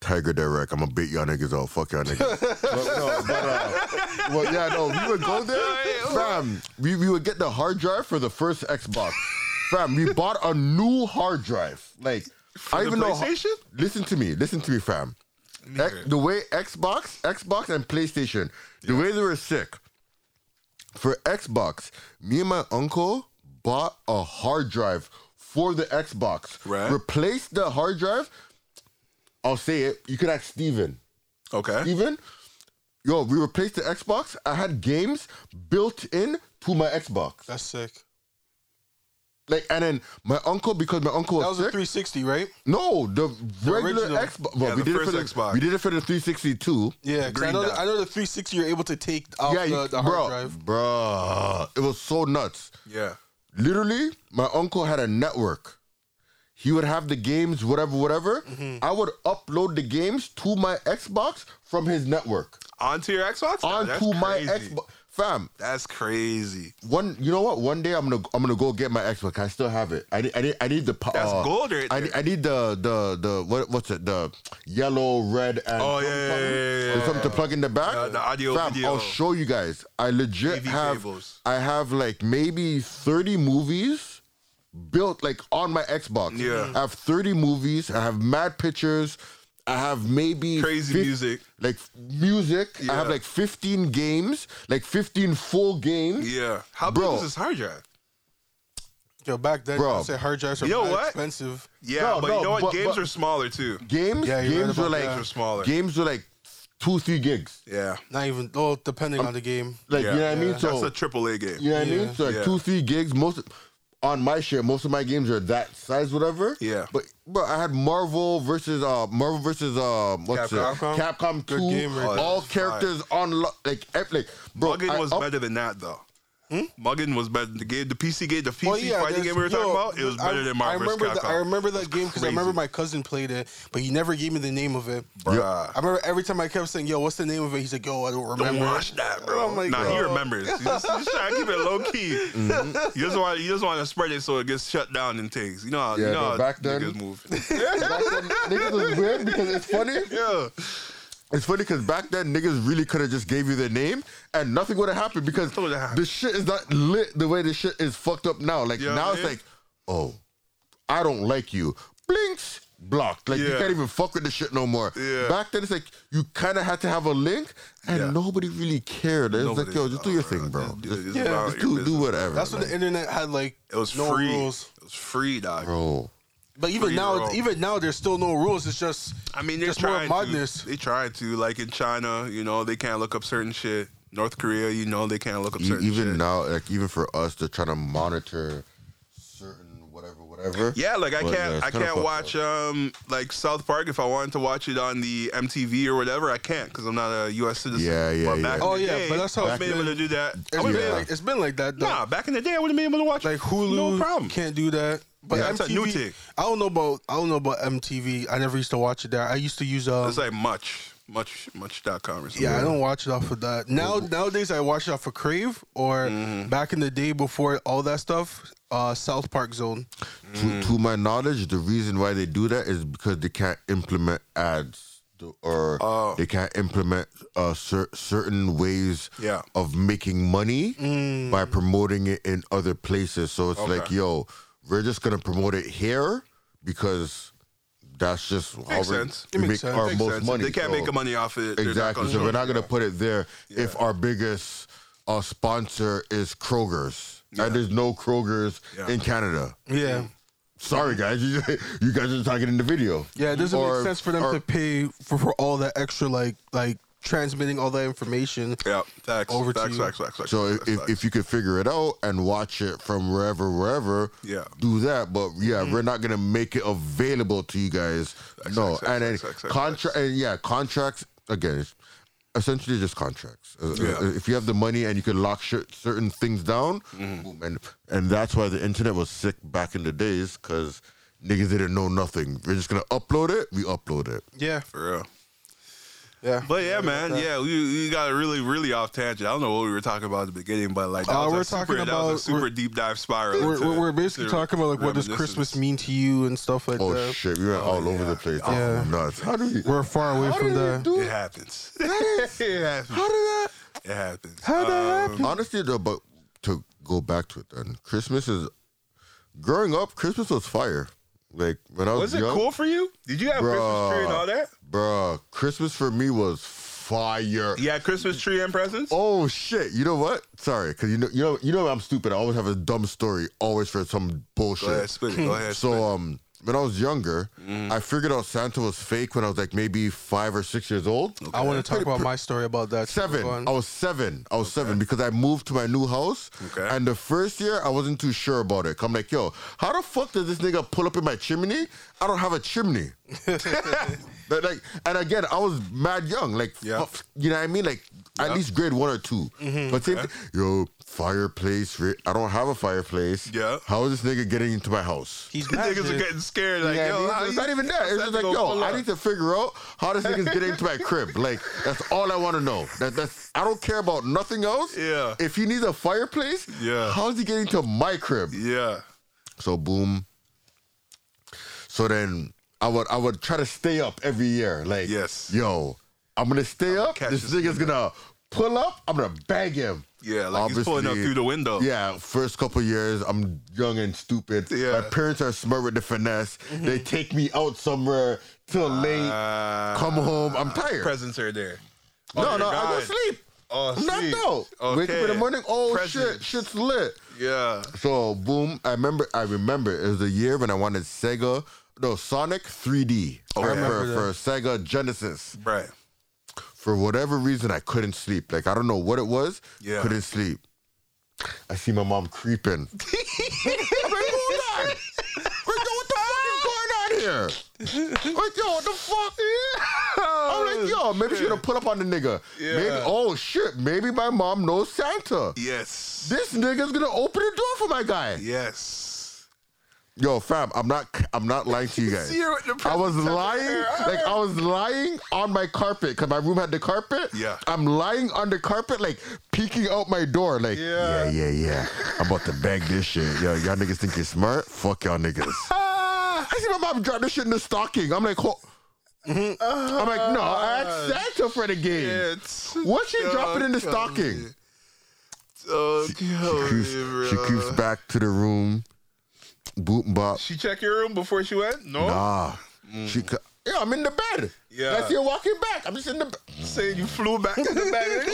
Speaker 2: Tiger Direct. I'm gonna beat y'all niggas all. Fuck y'all niggas. but, no, but, uh, well, yeah, no, we would go there, fam. We, we would get the hard drive for the first Xbox, fam. We bought a new hard drive. Like I
Speaker 1: the
Speaker 2: even know.
Speaker 1: PlayStation?
Speaker 2: Listen to me. Listen to me, fam. X,
Speaker 1: Nigga.
Speaker 2: the way Xbox, Xbox and PlayStation, the way they were sick. For Xbox, me and my uncle bought a hard drive for the Xbox.
Speaker 1: Right.
Speaker 2: Replaced the hard drive. I'll say it. You could ask Steven.
Speaker 1: Okay.
Speaker 2: Steven, yo, we replaced the Xbox. I had games built in to my Xbox.
Speaker 3: That's sick.
Speaker 2: Like, and then my uncle, because my uncle was,
Speaker 3: That was a
Speaker 2: sick.
Speaker 3: 360, right?
Speaker 2: No, the, regular
Speaker 3: original.
Speaker 2: Xbox. Well,
Speaker 1: Yeah,
Speaker 2: we
Speaker 1: the
Speaker 2: did it
Speaker 1: first
Speaker 2: for the
Speaker 1: Xbox.
Speaker 2: We did it for the 360 too.
Speaker 3: Yeah, 'cause I
Speaker 1: Green
Speaker 3: know,
Speaker 1: dot.
Speaker 3: the, I know the 360 you're able to take out
Speaker 2: yeah,
Speaker 3: the,
Speaker 2: you,
Speaker 3: the hard
Speaker 2: bruh,
Speaker 3: drive.
Speaker 2: bruh, it was so nuts.
Speaker 1: Yeah.
Speaker 2: Literally, my uncle had a network. He would have the games, whatever, whatever.
Speaker 3: Mm-hmm.
Speaker 2: I would upload the games to my Xbox from his network
Speaker 1: Onto your Xbox? Nah, that's
Speaker 2: onto my
Speaker 1: crazy.
Speaker 2: Xbox. Fam,
Speaker 1: That's crazy.
Speaker 2: one, you know what? One day I'm gonna I'm gonna go get my Xbox. I still have it. I need I need, I need the po-
Speaker 1: That's
Speaker 2: uh,
Speaker 1: gold right
Speaker 2: I
Speaker 1: there.
Speaker 2: need, I need the the the what what's it the yellow red and
Speaker 1: Oh, yeah, yeah, yeah, yeah,
Speaker 2: There's something to plug in the back.
Speaker 1: Yeah, the audio,
Speaker 2: Fam,
Speaker 1: video.
Speaker 2: I'll show you guys. I legit
Speaker 1: AV
Speaker 2: have
Speaker 1: cables.
Speaker 2: I have like maybe 30 movies built like on my Xbox.
Speaker 1: Yeah.
Speaker 2: I have 30 movies. I have mad pictures. I have maybe
Speaker 1: Crazy
Speaker 2: fif-
Speaker 1: music.
Speaker 2: like music. I have
Speaker 1: Yeah.
Speaker 2: like 15 games, like 15 full games.
Speaker 1: Yeah. How
Speaker 2: Bro.
Speaker 1: big was this hard drive?
Speaker 3: Yo, back then,
Speaker 2: Bruh.
Speaker 3: I say hard drives are
Speaker 1: You know
Speaker 3: mad
Speaker 1: what?
Speaker 3: expensive.
Speaker 1: Yeah,
Speaker 2: No,
Speaker 1: but
Speaker 2: no,
Speaker 1: you know what?
Speaker 2: but-
Speaker 1: Games
Speaker 2: but-
Speaker 1: are smaller too.
Speaker 2: Games,
Speaker 3: Yeah, you're right
Speaker 2: games were
Speaker 3: about
Speaker 2: like
Speaker 3: that.
Speaker 1: Games are smaller.
Speaker 2: games were like two, three gigs.
Speaker 1: yeah.
Speaker 3: Not even, oh, depending on the game.
Speaker 2: Like
Speaker 1: Yeah.
Speaker 2: you know what I mean?
Speaker 3: Yeah.
Speaker 2: So
Speaker 1: That's a triple A game.
Speaker 2: you know what I
Speaker 3: Yeah.
Speaker 2: mean? So like
Speaker 1: Yeah.
Speaker 2: two, three gigs. Most on my share, most of my games are that size, whatever.
Speaker 1: Yeah.
Speaker 2: But but I had Marvel versus uh Marvel versus uh what's
Speaker 1: Capcom?
Speaker 2: it? Capcom
Speaker 3: Good
Speaker 2: two.
Speaker 3: game right there.
Speaker 2: all
Speaker 1: Oh, that's
Speaker 2: characters on lo- like ev- like bro.
Speaker 1: Muggin
Speaker 2: I
Speaker 1: was
Speaker 2: up-
Speaker 1: better than that though. Hmm? Muggin was better. The game, the PC game, the
Speaker 2: Oh,
Speaker 1: PC fighting
Speaker 3: there's-
Speaker 1: game we were talking
Speaker 3: yo,
Speaker 1: about. It was better than
Speaker 3: I
Speaker 1: Marvel vs. Capcom.
Speaker 3: remember, the, I remember that game because I remember
Speaker 1: crazy.
Speaker 3: my cousin played it, but he never gave me the name of it.
Speaker 1: Bruh.
Speaker 3: I remember every time I kept saying, "Yo, what's the name of it?" He's like, "Yo, I don't
Speaker 1: Don't
Speaker 3: remember."
Speaker 1: watch that, bro.
Speaker 3: I'm like,
Speaker 1: nah, he
Speaker 3: bro.
Speaker 1: remembers. He's just, he's trying to keep it low key.
Speaker 2: Mm-hmm.
Speaker 1: He doesn't want. He doesn't want to spread it so it gets shut down and things. You know how
Speaker 2: Yeah,
Speaker 1: you know
Speaker 2: no,
Speaker 1: how
Speaker 2: back then-
Speaker 1: niggas move.
Speaker 2: back then, niggas was weird because it's funny.
Speaker 1: yeah,
Speaker 2: It's funny because back then niggas really could have just gave you their name and nothing would have happened because
Speaker 1: Nothing would've happened.
Speaker 2: the shit is not lit the way the shit is fucked up now. Like
Speaker 1: Yeah,
Speaker 2: now it's
Speaker 1: man.
Speaker 2: like, oh, I don't like you. Blinks blocked. Like you
Speaker 1: Yeah.
Speaker 2: can't even fuck with the shit no more.
Speaker 1: Yeah.
Speaker 2: Back then it's like you kind of had to have a link and
Speaker 1: Yeah.
Speaker 2: nobody really cared. It's like
Speaker 1: Nobody-
Speaker 2: yo, just do
Speaker 1: oh,
Speaker 2: your
Speaker 1: bro,
Speaker 2: thing, bro.
Speaker 1: just do-
Speaker 2: Just,
Speaker 1: just
Speaker 2: yeah,
Speaker 1: about
Speaker 2: just
Speaker 1: your
Speaker 2: do, do
Speaker 1: business.
Speaker 2: whatever.
Speaker 3: That's when
Speaker 2: like,
Speaker 3: the internet had like
Speaker 1: it was
Speaker 3: no
Speaker 1: free.
Speaker 3: rules.
Speaker 1: It was free, dog.
Speaker 2: bro.
Speaker 3: But even
Speaker 1: Free
Speaker 3: now,
Speaker 1: roam.
Speaker 3: even now, there's still no rules. It's just
Speaker 1: I mean, they're
Speaker 3: just more
Speaker 1: trying
Speaker 3: madness.
Speaker 1: to. They trying to, like in China, you know, they can't look up certain shit. North Korea, you know, they can't look up
Speaker 2: E-
Speaker 1: certain
Speaker 2: even
Speaker 1: shit.
Speaker 2: now, like even for us, they're trying to monitor certain whatever, whatever.
Speaker 1: Yeah, like I
Speaker 2: But, yeah,
Speaker 1: can't,
Speaker 2: it's
Speaker 1: I
Speaker 2: kinda
Speaker 1: can't
Speaker 2: fucked
Speaker 1: watch um like South Park if I wanted to watch it on the MTV or whatever. I can't because I'm not a U.S. citizen.
Speaker 2: Yeah, yeah,
Speaker 1: But back
Speaker 2: yeah.
Speaker 1: in
Speaker 3: Oh,
Speaker 1: the
Speaker 3: yeah,
Speaker 1: day,
Speaker 3: but that's how
Speaker 1: I
Speaker 3: it's
Speaker 1: been able
Speaker 3: been.
Speaker 1: to do that. I
Speaker 3: It's
Speaker 1: would've
Speaker 3: been
Speaker 1: been
Speaker 2: Yeah.
Speaker 3: like it's been like that. Though.
Speaker 1: Nah, back in the day, I would have been able to watch
Speaker 3: like Hulu,
Speaker 1: No problem.
Speaker 3: can't do that. But
Speaker 1: Yeah,
Speaker 3: MTV,
Speaker 1: it's a new thing.
Speaker 3: I don't know about I don't know about MTV. I never used to watch it there. I used to use um,
Speaker 1: It's like much, much, much.com or something.
Speaker 3: Yeah, I don't watch it off of that. Now nowadays I watch it off of Crave or
Speaker 1: Mm-hmm.
Speaker 3: back in the day before all that stuff, uh South Park Zone.
Speaker 1: Mm.
Speaker 2: To, to my knowledge, the reason why they do that is because they can't implement ads th- or
Speaker 1: Oh.
Speaker 2: they can't implement uh, cer- certain ways
Speaker 1: Yeah. Mm.
Speaker 2: of making money by promoting it in other places. So it's like,
Speaker 1: Okay.
Speaker 2: yo, we're just gonna promote it here because that's just
Speaker 1: Makes
Speaker 2: we-
Speaker 1: sense.
Speaker 2: we
Speaker 3: It makes
Speaker 2: make
Speaker 3: sense.
Speaker 2: our
Speaker 1: Makes
Speaker 2: most
Speaker 1: sense. If
Speaker 2: money.
Speaker 1: They can't
Speaker 2: so-
Speaker 1: make the money off it. they're not
Speaker 2: Exactly.
Speaker 1: gonna
Speaker 2: So we're
Speaker 1: show
Speaker 2: not
Speaker 1: it.
Speaker 2: gonna put it there if
Speaker 1: Yeah.
Speaker 2: our biggest uh, sponsor is Kroger's.
Speaker 1: Yeah.
Speaker 2: And there's no Kroger's
Speaker 1: Yeah.
Speaker 2: in Canada
Speaker 3: Yeah.
Speaker 2: sorry guys, you, you guys are talking in the video.
Speaker 3: Yeah, it doesn't
Speaker 2: Or-
Speaker 3: make sense for them
Speaker 2: or-
Speaker 3: to pay for, for all that extra like like transmitting all that information.
Speaker 1: Yeah, facts.
Speaker 3: Over to
Speaker 1: facts,
Speaker 3: you.
Speaker 1: facts, facts, facts.
Speaker 2: So if,
Speaker 1: facts,
Speaker 2: if,
Speaker 1: facts.
Speaker 2: if you could figure it out and watch it from wherever, wherever,
Speaker 1: Yeah.
Speaker 2: do that. But yeah, we're not gonna make it available to you guys. no,
Speaker 1: facts,
Speaker 2: and then
Speaker 1: facts, facts, facts,
Speaker 2: contract, and yeah, contracts again. It's essentially just contracts. Uh,
Speaker 1: Yeah.
Speaker 2: If you have the money and you can lock sh- certain things down, boom, and and that's why the internet was sick back in the days because niggas didn't know nothing. We're just gonna upload it. We upload it.
Speaker 3: Yeah.
Speaker 1: for real.
Speaker 3: Yeah.
Speaker 1: But yeah, man,
Speaker 3: that.
Speaker 1: yeah, we, we got really, really off tangent. I don't know what we were talking about at the beginning, but like that
Speaker 3: Uh,
Speaker 1: was
Speaker 3: we're
Speaker 1: a super, that
Speaker 3: talking
Speaker 1: was a
Speaker 3: about-
Speaker 1: super
Speaker 3: we're-
Speaker 1: deep dive spiral.
Speaker 3: we're,
Speaker 1: into-
Speaker 3: we're, we're basically
Speaker 1: to
Speaker 3: talking about like what does Christmas
Speaker 1: reminiscence.
Speaker 3: mean to you and stuff like
Speaker 2: Oh
Speaker 3: that.
Speaker 2: shit, we went all over the place. This
Speaker 3: Yeah.
Speaker 2: is nuts. How do we?
Speaker 3: We're far away
Speaker 2: How
Speaker 3: from
Speaker 2: did we
Speaker 3: that.
Speaker 2: do?
Speaker 1: It happens. it happens.
Speaker 3: How did that?
Speaker 1: It happens. Um,
Speaker 3: How did that
Speaker 1: Mm-hmm.
Speaker 3: happen?
Speaker 2: Honestly, though, but to go back to it, then Christmas is. Growing up, Christmas was fire. Like when I was,
Speaker 1: Was it
Speaker 2: young,
Speaker 1: cool for you? Did you have Christmas tree and all that?
Speaker 2: bruh, Christmas for me was fire.
Speaker 1: You had Christmas tree and presents?
Speaker 2: Oh shit! You know what? Sorry, because you know, you know, you know, I'm stupid. I always have a dumb story, always for some bullshit.
Speaker 1: Go ahead, spit it. Mm. Go ahead.
Speaker 2: So um, when I was younger, I figured out Santa was fake when I was like maybe five or six years old.
Speaker 3: I want to talk about my story about that. too.
Speaker 2: Seven.
Speaker 3: Go
Speaker 1: Oh,
Speaker 3: on.
Speaker 2: I was seven. I was seven because I moved to my new house.
Speaker 1: Okay.
Speaker 2: And the first year, I wasn't too sure about it. I'm like, yo, how the fuck does this nigga pull up in my chimney? I don't have a chimney. But, like, and again, I was mad young. Like,
Speaker 1: Yeah. Mm-hmm.
Speaker 2: fuck, you know what I mean? Like, at least grade one or 2 But same thing, yo, fireplace. ri- I don't have a fireplace.
Speaker 1: Yeah.
Speaker 2: How is this nigga getting into my house?
Speaker 3: He's
Speaker 1: These
Speaker 3: mad.
Speaker 1: niggas are
Speaker 3: dude.
Speaker 1: getting scared. Like,
Speaker 2: Yeah,
Speaker 1: yo,
Speaker 2: these-
Speaker 1: how
Speaker 2: it's
Speaker 1: you-
Speaker 2: not even that. It's
Speaker 1: how's
Speaker 2: just
Speaker 1: that
Speaker 2: like,
Speaker 1: gonna
Speaker 2: yo,
Speaker 1: pull
Speaker 2: I
Speaker 1: up?
Speaker 2: need to figure out how this nigga's getting into my crib. Like, that's all I want to know. That that's I don't care about nothing else.
Speaker 1: Yeah.
Speaker 2: If he needs a fireplace,
Speaker 1: Yeah.
Speaker 2: how's he getting to my crib?
Speaker 1: Yeah.
Speaker 2: So boom. So then I would I would try to stay up every year. Like,
Speaker 1: Yes.
Speaker 2: yo, I'm gonna stay up.
Speaker 1: catch
Speaker 2: This
Speaker 1: this
Speaker 2: nigga's gonna pull up. I'm gonna bag him.
Speaker 1: Yeah, like he's pulling up
Speaker 2: Obviously-
Speaker 1: through the window.
Speaker 2: Yeah, first couple years, I'm young and stupid.
Speaker 1: Yeah. Mm-hmm.
Speaker 2: My parents are smart with the finesse. They take me out somewhere till late,
Speaker 1: Uh,
Speaker 2: come home. I'm tired.
Speaker 1: presents are there.
Speaker 2: no,
Speaker 1: Oh,
Speaker 2: no,
Speaker 1: you're
Speaker 2: I go
Speaker 1: gone.
Speaker 2: sleep.
Speaker 1: Oh,
Speaker 2: I'm knocked
Speaker 1: sleep.
Speaker 2: out. Wake up in the
Speaker 1: Okay.
Speaker 2: morning. Oh shit,
Speaker 1: Presents.
Speaker 2: shit's lit.
Speaker 1: Yeah.
Speaker 2: So boom, I remember. I remember it was a year when I wanted Sega, no Sonic 3D. I
Speaker 1: Okay.
Speaker 2: remember
Speaker 3: Remember
Speaker 2: for Sega Genesis.
Speaker 1: Right.
Speaker 2: for whatever reason, I couldn't sleep. Like I don't know what it was.
Speaker 1: Yeah.
Speaker 2: Couldn't sleep. I see my mom creeping. I'm like, hold on. Like, yo, what the fuck is going on here? Like, yo, what the fuck? I'm like, yo, maybe she's gonna pull up on the nigga.
Speaker 1: Yeah.
Speaker 2: Maybe, oh shit, maybe my mom knows Santa.
Speaker 1: Yes.
Speaker 2: This nigga's gonna open the door for my guy.
Speaker 1: Yes.
Speaker 2: Yo, fam, I'm not, I'm not lying to you guys.
Speaker 1: See her with the
Speaker 2: I was
Speaker 1: presents up
Speaker 2: lying,
Speaker 1: there.
Speaker 2: like I was lying on my carpet because my room had the carpet.
Speaker 1: Yeah.
Speaker 2: I'm lying on the carpet, like peeking out my door, like
Speaker 1: Yeah.
Speaker 2: yeah, yeah. yeah. I'm about to bag this shit. Yo, y'all niggas think you're smart? Fuck y'all niggas.
Speaker 1: Ah.
Speaker 2: I see my mom drop this shit in the stocking. I'm like, ho-
Speaker 1: Mm-hmm.
Speaker 2: I'm like, no, I
Speaker 1: Ah.
Speaker 2: asked Santa for the game.
Speaker 1: It's,
Speaker 2: What she
Speaker 1: Dog,
Speaker 2: dropping in the
Speaker 1: dog,
Speaker 2: stocking?
Speaker 1: dog,
Speaker 2: She
Speaker 1: yo,
Speaker 2: creeps,
Speaker 1: bro.
Speaker 2: she creeps back to the room. Boot and bop.
Speaker 1: She checked your room before she went? No.
Speaker 2: Nah. Ah, She co- yeah, I'm in the
Speaker 1: Mm.
Speaker 2: bed.
Speaker 1: Yeah.
Speaker 2: That's you walking back. I'm just in the bed.
Speaker 1: Saying you flew back to the bag.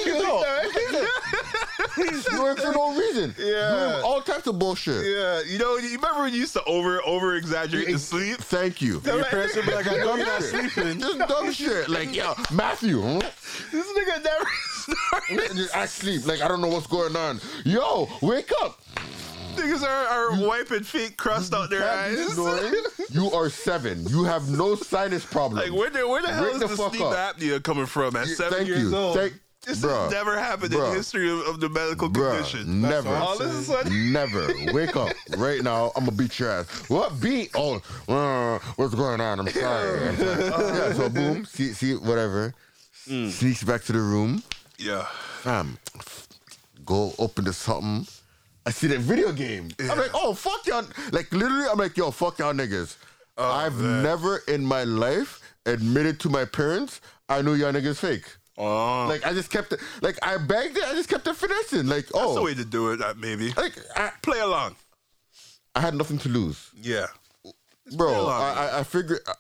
Speaker 2: doing for no reason.
Speaker 1: Yeah.
Speaker 2: Doing all types of bullshit.
Speaker 1: yeah. You know, you remember when you used to over over exaggerate the sleep?
Speaker 2: Thank you.
Speaker 1: I'm
Speaker 3: Your
Speaker 1: like,
Speaker 3: parents would be like, I know you're not
Speaker 2: Yeah.
Speaker 3: sleeping.
Speaker 2: Just dumb shit. Like, yeah, Matthew, huh?
Speaker 1: This nigga never started.
Speaker 2: I sleep. Like, I don't know what's going on. Yo, wake up.
Speaker 1: Niggas are, are wiping fake crust out their
Speaker 2: Can't be
Speaker 1: eyes.
Speaker 2: snoring. you are seven. You have no sinus problem.
Speaker 1: Like where the where the hell
Speaker 2: Wake
Speaker 1: is
Speaker 2: the
Speaker 1: the,
Speaker 2: fuck
Speaker 1: sleep
Speaker 2: up.
Speaker 1: apnea coming from at
Speaker 2: Yeah,
Speaker 1: seven
Speaker 2: thank
Speaker 1: years
Speaker 2: you.
Speaker 1: old?
Speaker 2: Thank-
Speaker 1: this
Speaker 2: bruh.
Speaker 1: has never happened in
Speaker 2: Bruh.
Speaker 1: the history of, of the medical
Speaker 2: Bruh,
Speaker 1: condition.
Speaker 2: never.
Speaker 1: All of a sudden,
Speaker 2: Never. Wake up right now. I'm gonna beat your ass. What beat? Oh, uh, what's going on? I'm sorry. I'm sorry. yeah, so boom, see, see, whatever. Sneaks back to the room.
Speaker 1: yeah,
Speaker 2: Fam, go open to something. I see the video game. I'm like, oh fuck y'all. Like literally, I'm like, yo, fuck y'all niggas.
Speaker 1: Oh,
Speaker 2: I've never in my life admitted to my parents I knew y'all niggas fake.
Speaker 1: oh,
Speaker 2: Like I just kept it. Like I begged it. I just kept it finessing. Like oh,
Speaker 1: that's the way to do it. uh, Maybe
Speaker 2: like I,
Speaker 1: play along.
Speaker 2: I had nothing to lose,
Speaker 1: Yeah,
Speaker 2: bro.
Speaker 1: real
Speaker 2: I,
Speaker 1: obvious.
Speaker 2: I I figured uh,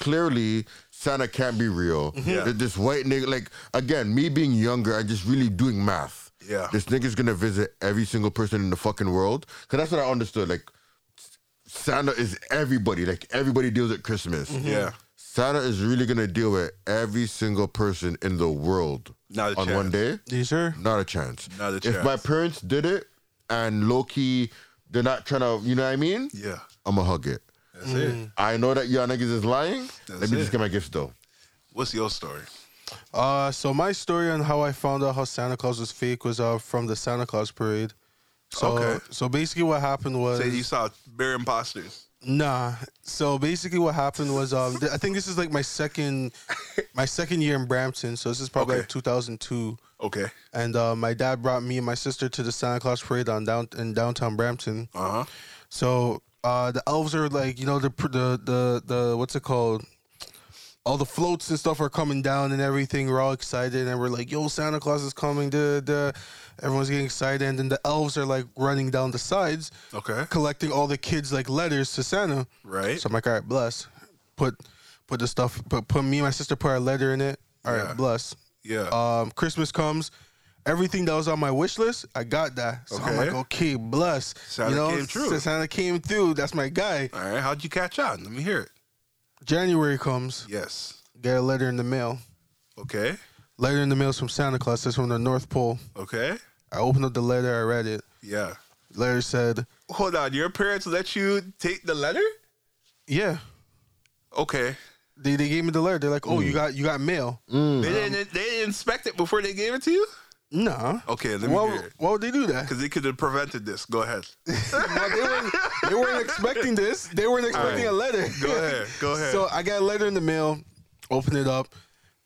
Speaker 2: clearly Santa can't be real.
Speaker 1: Yeah.
Speaker 2: Th- This white nigga, like again, me being younger, I just really doing math.
Speaker 1: Yeah.
Speaker 2: this nigga's gonna visit every single person in the fucking world. Cause that's what I understood. Like Santa is everybody. Like everybody deals with Christmas.
Speaker 1: Mm-hmm. yeah.
Speaker 2: Santa is really gonna deal with every single person in the world
Speaker 1: Not a
Speaker 2: on
Speaker 1: chance.
Speaker 2: one day.
Speaker 3: You sure?
Speaker 2: Not a chance.
Speaker 1: Not a
Speaker 2: If
Speaker 1: chance.
Speaker 2: my parents did it and low key, they're not trying to, you know what I mean?
Speaker 1: Yeah,
Speaker 2: I'm gonna hug it.
Speaker 1: that's it.
Speaker 2: I know that y'all niggas is lying. Let
Speaker 1: That's
Speaker 2: me
Speaker 1: it.
Speaker 2: just get my gifts though.
Speaker 1: What's your story?
Speaker 3: Uh, so my story on how I found out how Santa Claus was fake was uh, from the Santa Claus parade. So,
Speaker 1: Okay. Uh,
Speaker 3: so basically, what happened was
Speaker 1: Say you saw bare imposters.
Speaker 3: Nah. So basically, what happened was, um, th- I think this is like my second, my second year in Brampton. So this is probably
Speaker 1: Okay.
Speaker 3: like 2002,
Speaker 1: Okay.
Speaker 3: and uh, my dad brought me and my sister to the Santa Claus parade on down in downtown Brampton.
Speaker 1: Uh huh.
Speaker 3: So uh, the elves are like, you know, the pr- the the the what's it called? All the floats and stuff are coming down and everything. We're all excited and we're like, "Yo, Santa Claus is coming!" Duh, duh. Everyone's getting excited, and then the elves are like running down the sides,
Speaker 1: Okay.
Speaker 3: collecting all the kids like letters to Santa.
Speaker 1: Right.
Speaker 3: So I'm like, "All right, bless." Put put the stuff. Put put me and my sister put our letter in it. All right,
Speaker 1: Yeah.
Speaker 3: bless.
Speaker 1: yeah.
Speaker 3: Um, Christmas comes. Everything that was on my wish list, I got that. So I'm
Speaker 1: Okay.
Speaker 3: like, okay, bless.
Speaker 1: Santa
Speaker 3: you know,
Speaker 1: came through.
Speaker 3: since Santa came through. That's my guy.
Speaker 1: All right. How'd you catch on? Let me hear it.
Speaker 3: January comes.
Speaker 1: Yes.
Speaker 3: Get a letter in the mail.
Speaker 1: Okay.
Speaker 3: Letter in the mail is from Santa Claus. It's from the North Pole.
Speaker 1: Okay.
Speaker 3: I opened up the letter. I read it.
Speaker 1: Yeah.
Speaker 3: Letter said,
Speaker 1: Hold on. Your parents let you take the letter?
Speaker 3: yeah.
Speaker 1: Okay.
Speaker 3: They, they gave me the letter. They're like, oh,
Speaker 1: Hmm.
Speaker 3: you got you got mail.
Speaker 1: They didn't. They didn't inspect it before they gave it to you.
Speaker 3: Nah.
Speaker 1: Okay. Let me
Speaker 3: Why,
Speaker 1: hear it.
Speaker 3: why would they do that?
Speaker 1: Because they could have prevented this. Go ahead.
Speaker 3: Well, they, weren't, they weren't expecting this. They weren't expecting a letter.
Speaker 1: Go ahead. Go ahead.
Speaker 3: So I got a letter in the mail, opened it up.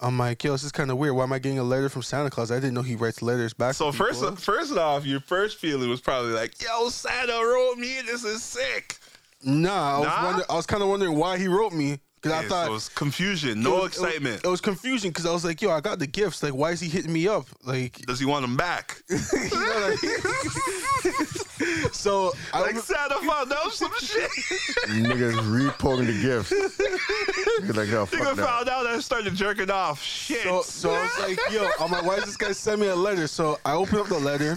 Speaker 3: I'm like, yo, this is kind of weird. Why am I getting a letter from Santa Claus? I didn't know he writes letters back.
Speaker 1: So
Speaker 3: to
Speaker 1: first,
Speaker 3: people.
Speaker 1: first off, your first feeling was probably like, "Yo, Santa wrote me. This is sick."
Speaker 3: nah, I was,
Speaker 1: Nah?
Speaker 3: wonder, I was kind of wondering why he wrote me because I
Speaker 1: Yeah,
Speaker 3: thought
Speaker 1: so it was confusion, no
Speaker 3: it was- it was-
Speaker 1: excitement.
Speaker 3: It was, confusion because I was like, yo, I got the gifts. Like, why is he hitting me up? Like,
Speaker 1: Does he want him back?
Speaker 3: you know, like- so I
Speaker 1: like
Speaker 3: was-
Speaker 1: Santa found out some shit.
Speaker 2: Niggas repoing the gifts. Niggas like, no,
Speaker 1: Nigga
Speaker 2: fuck that.
Speaker 1: found out and started jerking off. Shit.
Speaker 3: so, so I was like, yo, I'm like, why is this guy sending me a letter? So I open up the letter.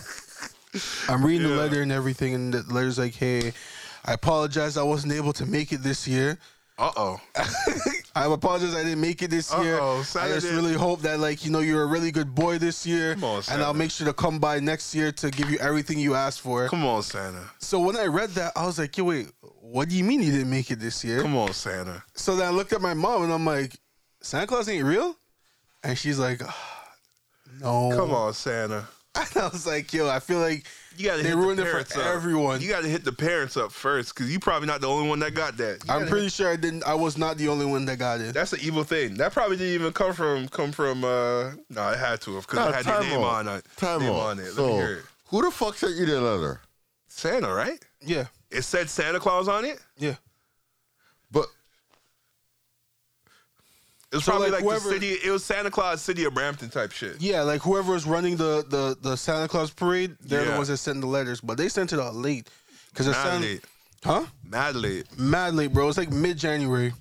Speaker 3: I'm reading the
Speaker 1: Yeah.
Speaker 3: letter and everything, and the letter's like, hey, I apologize. I wasn't able to make it this year.
Speaker 1: uh oh.
Speaker 3: I apologize. I didn't make it this year.
Speaker 1: Uh-oh,
Speaker 3: I
Speaker 1: Saturday.
Speaker 3: just really hope that, like, you know, you're a really good boy this year.
Speaker 1: Come on,
Speaker 3: and I'll
Speaker 1: Saturday.
Speaker 3: make sure to come by next year to give you everything you asked for.
Speaker 1: Come on, Santa.
Speaker 3: So when I read that, I was like, yo, wait, what do you mean you didn't make it this year?
Speaker 1: Come on, Santa.
Speaker 3: So then I looked at my mom and I'm like, Santa Claus ain't real? And she's like, "Ah, no.
Speaker 1: Come on, Santa.
Speaker 3: And I was like, yo, I feel like
Speaker 1: You gotta
Speaker 3: They
Speaker 1: hit
Speaker 3: ruined it
Speaker 1: the
Speaker 3: for
Speaker 1: parents up.
Speaker 3: everyone.
Speaker 1: You gotta hit the parents up first, cause you probably not the only one that got that. You
Speaker 3: I'm
Speaker 1: gotta-
Speaker 3: pretty sure I didn't. I was not the only one that got it.
Speaker 1: that's an evil thing. That probably didn't even come from come from. uh No, it had to have, cause
Speaker 2: Nah,
Speaker 1: it had your
Speaker 2: time
Speaker 1: name on
Speaker 2: out.
Speaker 1: it.
Speaker 2: Time
Speaker 1: name
Speaker 2: out.
Speaker 1: on it. Let me hear
Speaker 2: So,
Speaker 1: it.
Speaker 2: who the fuck sent you the letter?
Speaker 1: Santa, right?
Speaker 3: Yeah,
Speaker 1: It said Santa Claus on it.
Speaker 3: yeah.
Speaker 2: But
Speaker 1: It was
Speaker 3: So,
Speaker 1: probably
Speaker 3: like,
Speaker 1: like,
Speaker 3: whoever-
Speaker 1: the city. It was Santa Claus, city of Brampton type shit.
Speaker 3: Yeah, like whoever was running the the, the Santa Claus parade, they're the
Speaker 1: Yeah.
Speaker 3: ones that sent the letters, but they sent it out late. Cause it
Speaker 1: Mad
Speaker 3: sound-
Speaker 1: late.
Speaker 3: huh?
Speaker 1: Mad late.
Speaker 3: Mad late, bro. It's like mid January,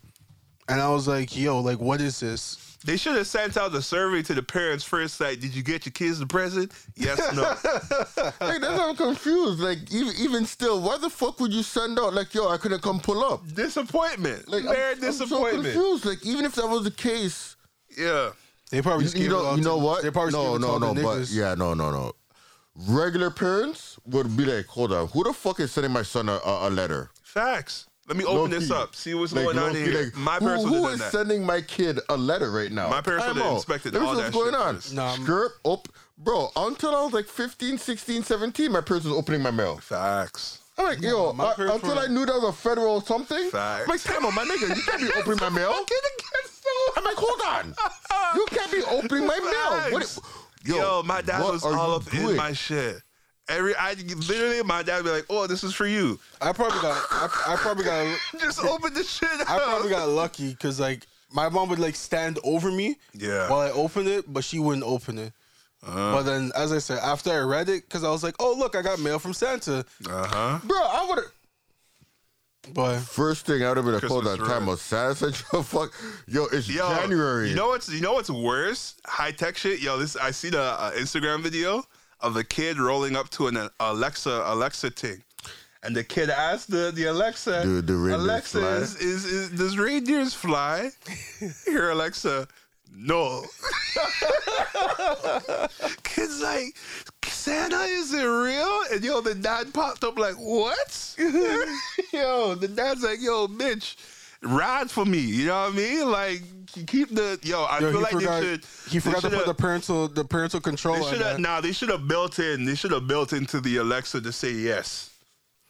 Speaker 3: and I was like, yo, like what is this?
Speaker 1: They should have sent out the survey to the parents first. Like, did you get your kids the present? Yes, no.
Speaker 2: like, that's how I'm confused. Like, even, even still, why the fuck would you send out like, yo, I couldn't come pull up?
Speaker 1: disappointment.
Speaker 2: Like,
Speaker 1: Bare
Speaker 2: I'm, I'm so
Speaker 1: disappointment.
Speaker 2: confused. Like, even if that was the case,
Speaker 1: yeah.
Speaker 3: They probably just
Speaker 2: you, you
Speaker 3: gave it
Speaker 2: know,
Speaker 3: out
Speaker 2: you
Speaker 3: to-
Speaker 2: know what?
Speaker 3: They probably just
Speaker 2: no,
Speaker 3: gave it to
Speaker 2: no,
Speaker 3: all the
Speaker 2: no, but
Speaker 3: niggas.
Speaker 2: yeah, no, no, no. Regular parents would be like, hold on, who the fuck is sending my son a, a, a letter?
Speaker 1: Facts. Let me open
Speaker 2: Low-key.
Speaker 1: this up. See what's
Speaker 2: Like,
Speaker 1: going on
Speaker 2: low-key,
Speaker 1: in here.
Speaker 2: like,
Speaker 1: My
Speaker 2: who-
Speaker 1: parents would
Speaker 2: who
Speaker 1: have
Speaker 2: is
Speaker 1: done that.
Speaker 2: sending my kid a letter right now?
Speaker 1: My parents
Speaker 2: Time
Speaker 1: would've
Speaker 2: out.
Speaker 1: inspected
Speaker 2: Let me
Speaker 1: all
Speaker 2: see
Speaker 1: that
Speaker 2: what's
Speaker 1: shit
Speaker 2: going on.
Speaker 1: first.
Speaker 3: Nah, I'm-
Speaker 2: Skirt up. Bro, until I was like 15, 16, 17, my parents was opening my mail.
Speaker 1: Facts.
Speaker 2: I'm like, yo,
Speaker 3: my
Speaker 2: uh,
Speaker 3: parents
Speaker 2: until
Speaker 3: were-
Speaker 2: I knew that was a federal something.
Speaker 1: Facts.
Speaker 2: I'm like, time out, my nigga, you can't be opening my mail. I'm like, hold on. You can't be opening my mail. What,
Speaker 1: Facts. Yo, my dad
Speaker 2: what
Speaker 1: was
Speaker 2: are
Speaker 1: all
Speaker 2: you
Speaker 1: up in
Speaker 2: doing?
Speaker 1: my shit. Every I literally, my dad would be like, "Oh, this is for you."
Speaker 3: I probably got. I, I probably got.
Speaker 1: Just open the shit. Up.
Speaker 3: I probably got lucky because like my mom would like stand over me
Speaker 1: Yeah. Uh-huh.
Speaker 3: while I opened it, but she wouldn't open it. But then, as I said, after I read it, because I was like, "Oh, look, I got mail from Santa."
Speaker 1: Uh huh.
Speaker 2: Bro, I would have.
Speaker 3: But
Speaker 2: First thing I would have been like, hold on,
Speaker 1: Christmas
Speaker 2: time
Speaker 1: ruin.
Speaker 2: out. Santa said, yo, fuck. Yo, it's January.
Speaker 1: You know what's you know what's worse? High tech shit. Yo, this I see the uh, Instagram video of a kid rolling up to an Alexa Alexa thing. And the kid asked the, the Alexa,
Speaker 2: Dude, the reindeers
Speaker 1: Alexa,
Speaker 2: fly?"
Speaker 1: Is, is, is, does reindeers fly? Here, Alexa, no. Kid's like, Santa, is it real? And yo, the dad popped up like, what? yo, the dad's like, yo, bitch, ride for me. You know what I mean? Like, keep the yo. I
Speaker 3: yo,
Speaker 1: feel
Speaker 3: he
Speaker 1: like
Speaker 3: forgot.
Speaker 1: they should.
Speaker 3: he forgot to
Speaker 1: they
Speaker 3: put the
Speaker 1: shoulda-
Speaker 3: parental the parental control
Speaker 1: They
Speaker 3: on
Speaker 1: should have.
Speaker 3: that.
Speaker 1: Nah, they should have built in. They should have built into the Alexa to say yes.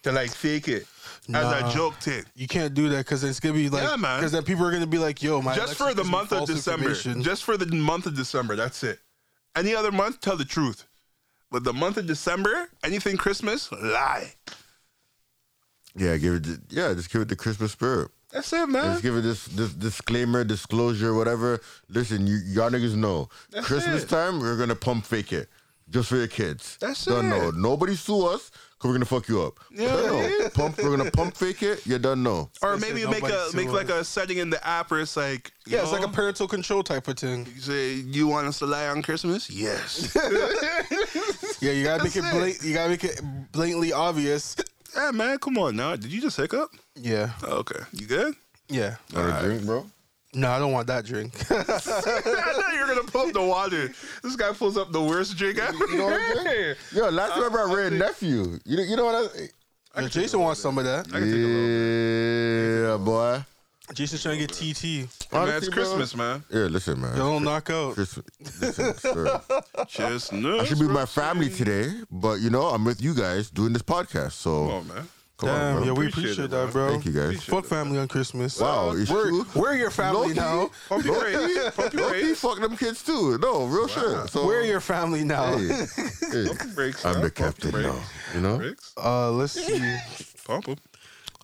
Speaker 1: to like fake it as
Speaker 3: Nah.
Speaker 1: a joke tick.
Speaker 3: You can't do that because it's gonna be like,
Speaker 1: Yeah, man.
Speaker 3: Because then people are gonna be like, "Yo, my
Speaker 1: Just for
Speaker 3: Alexa
Speaker 1: the
Speaker 3: gives me
Speaker 1: month of
Speaker 3: false
Speaker 1: December.
Speaker 3: information.
Speaker 1: Just for the month of December. That's it. Any other month, tell the truth. But the month of December, anything Christmas, lie.
Speaker 2: Yeah, give it. the- Yeah, just give it the Christmas spirit.
Speaker 1: That's it,
Speaker 2: Let's
Speaker 1: man.
Speaker 2: give it this this disclaimer, disclosure, whatever. Listen, you y'all niggas know.
Speaker 1: That's
Speaker 2: Christmas
Speaker 1: it.
Speaker 2: time, we're gonna pump fake it. Just for your kids.
Speaker 1: That's
Speaker 2: done
Speaker 1: it.
Speaker 2: know. Nobody sue us, cause we're gonna fuck you up.
Speaker 1: Yeah.
Speaker 2: Done know. Pump we're gonna pump fake it, you done know.
Speaker 1: Or
Speaker 3: Listen,
Speaker 1: maybe make a
Speaker 3: nobody
Speaker 1: make
Speaker 3: sue
Speaker 1: like a setting in the app where it's like you
Speaker 3: yeah, it's like
Speaker 1: know,
Speaker 3: a parental control type of thing.
Speaker 1: you say you want us to lie on Christmas? Yes.
Speaker 3: Yeah, you gotta make it,
Speaker 1: That's
Speaker 3: blat- you gotta make it blatantly obvious.
Speaker 1: yeah, man, come on now. Did you just hiccup? Oh,
Speaker 3: Yeah,
Speaker 1: Okay. You good?
Speaker 3: yeah.
Speaker 2: Want a drink, bro?
Speaker 3: No, I don't want that drink.
Speaker 1: I thought you were gonna pull up the water. This guy pulls up the worst drink ever.
Speaker 2: You know what I'm saying? Yo, last time I brought Red Nephew. You know, you know what I
Speaker 3: Yo, Jason wants some of that.
Speaker 1: I can take a
Speaker 2: Yeah, boy.
Speaker 3: Jason's trying to get TT.
Speaker 1: man, it's
Speaker 2: Honestly, bro.
Speaker 1: Christmas, man.
Speaker 2: Yeah, listen, man.
Speaker 3: Yo, don't knock out.
Speaker 2: Christmas. Listen, sir.
Speaker 1: Just
Speaker 2: I should be with my family today, but you know, I'm with you guys doing this podcast. So
Speaker 1: Come on, man.
Speaker 2: Come
Speaker 3: Damn,
Speaker 2: bro.
Speaker 3: yeah, we
Speaker 1: Appreciate
Speaker 3: appreciate
Speaker 1: it,
Speaker 3: that,
Speaker 1: man.
Speaker 3: bro.
Speaker 2: Thank you guys.
Speaker 3: Fuck family on Christmas.
Speaker 2: Wow, it's
Speaker 3: we're,
Speaker 2: true.
Speaker 3: we're your
Speaker 2: Low-key.
Speaker 3: family now.
Speaker 1: Pump your rates. Pump your
Speaker 2: Low-key
Speaker 1: rates.
Speaker 2: fuck them kids too. No, real shit. So
Speaker 3: We're your family now.
Speaker 2: Hey, hey,
Speaker 1: Breaks,
Speaker 2: I'm
Speaker 1: man. Pump
Speaker 2: the
Speaker 1: your
Speaker 2: captain
Speaker 1: brakes.
Speaker 2: now. You know.
Speaker 1: Brakes.
Speaker 3: Uh, let's see.
Speaker 1: Pump 'em.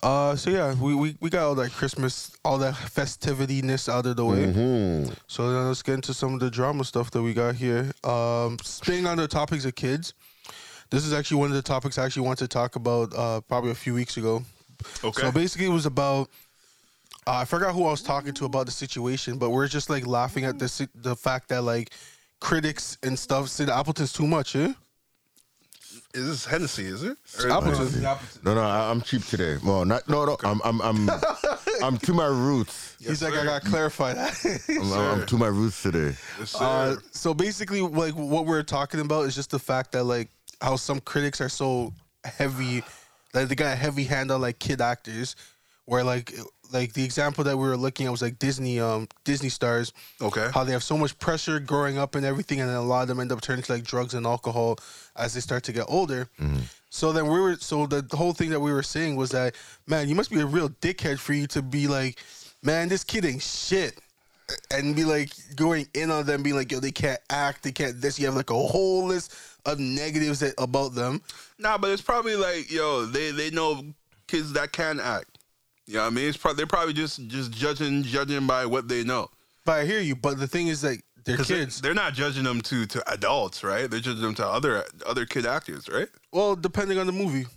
Speaker 3: Uh, so yeah, we, we, we got all that Christmas, all that festivityness out of the way.
Speaker 2: Hmm.
Speaker 3: So then let's get into some of the drama stuff that we got here. Um, staying on the topics of kids, this is actually one of the topics I actually wanted to talk about uh, probably a few weeks ago.
Speaker 1: Okay.
Speaker 3: So basically, it was about uh, I forgot who I was talking to about the situation, but we're just like laughing at the si- the fact that like critics and stuff say the Appleton's too much, eh?
Speaker 1: Is this Hennessy? Is it? Or-
Speaker 3: Appleton.
Speaker 2: No, no, I, I'm cheap today. Well, not no, no. I'm, I'm, I'm, I'm to my roots.
Speaker 3: He's like, I gotta clarify that.
Speaker 2: I'm, I'm, I'm to my roots today.
Speaker 1: Yes, sir.
Speaker 3: Uh, so basically, like what we're talking about is just the fact that like how some critics are so heavy, like they got a heavy hand on like kid actors, where like like the example that we were looking at was like Disney um Disney stars,
Speaker 1: uh, okay.
Speaker 3: how they have so much pressure growing up and everything, and then a lot of them end up turning to like drugs and alcohol as they start to get older.
Speaker 1: Mm-hmm.
Speaker 3: So then we were so the whole thing that we were saying was that man, you must be a real dickhead for you to be like, man, this kid ain't shit. And be like going in on them, being like, yo, they can't act, they can't this. You have like a whole list of negatives that, about them.
Speaker 1: Nah, but it's probably like, yo, they they know kids that can act. You know what I mean? It's pro- they're probably just just judging judging by what they know.
Speaker 3: But I hear you. But the thing is, like, they're
Speaker 1: 'Cause they-
Speaker 3: kids.
Speaker 1: They're not judging them to to adults, right? They're judging them to other other kid actors, right?
Speaker 3: well, depending on the movie.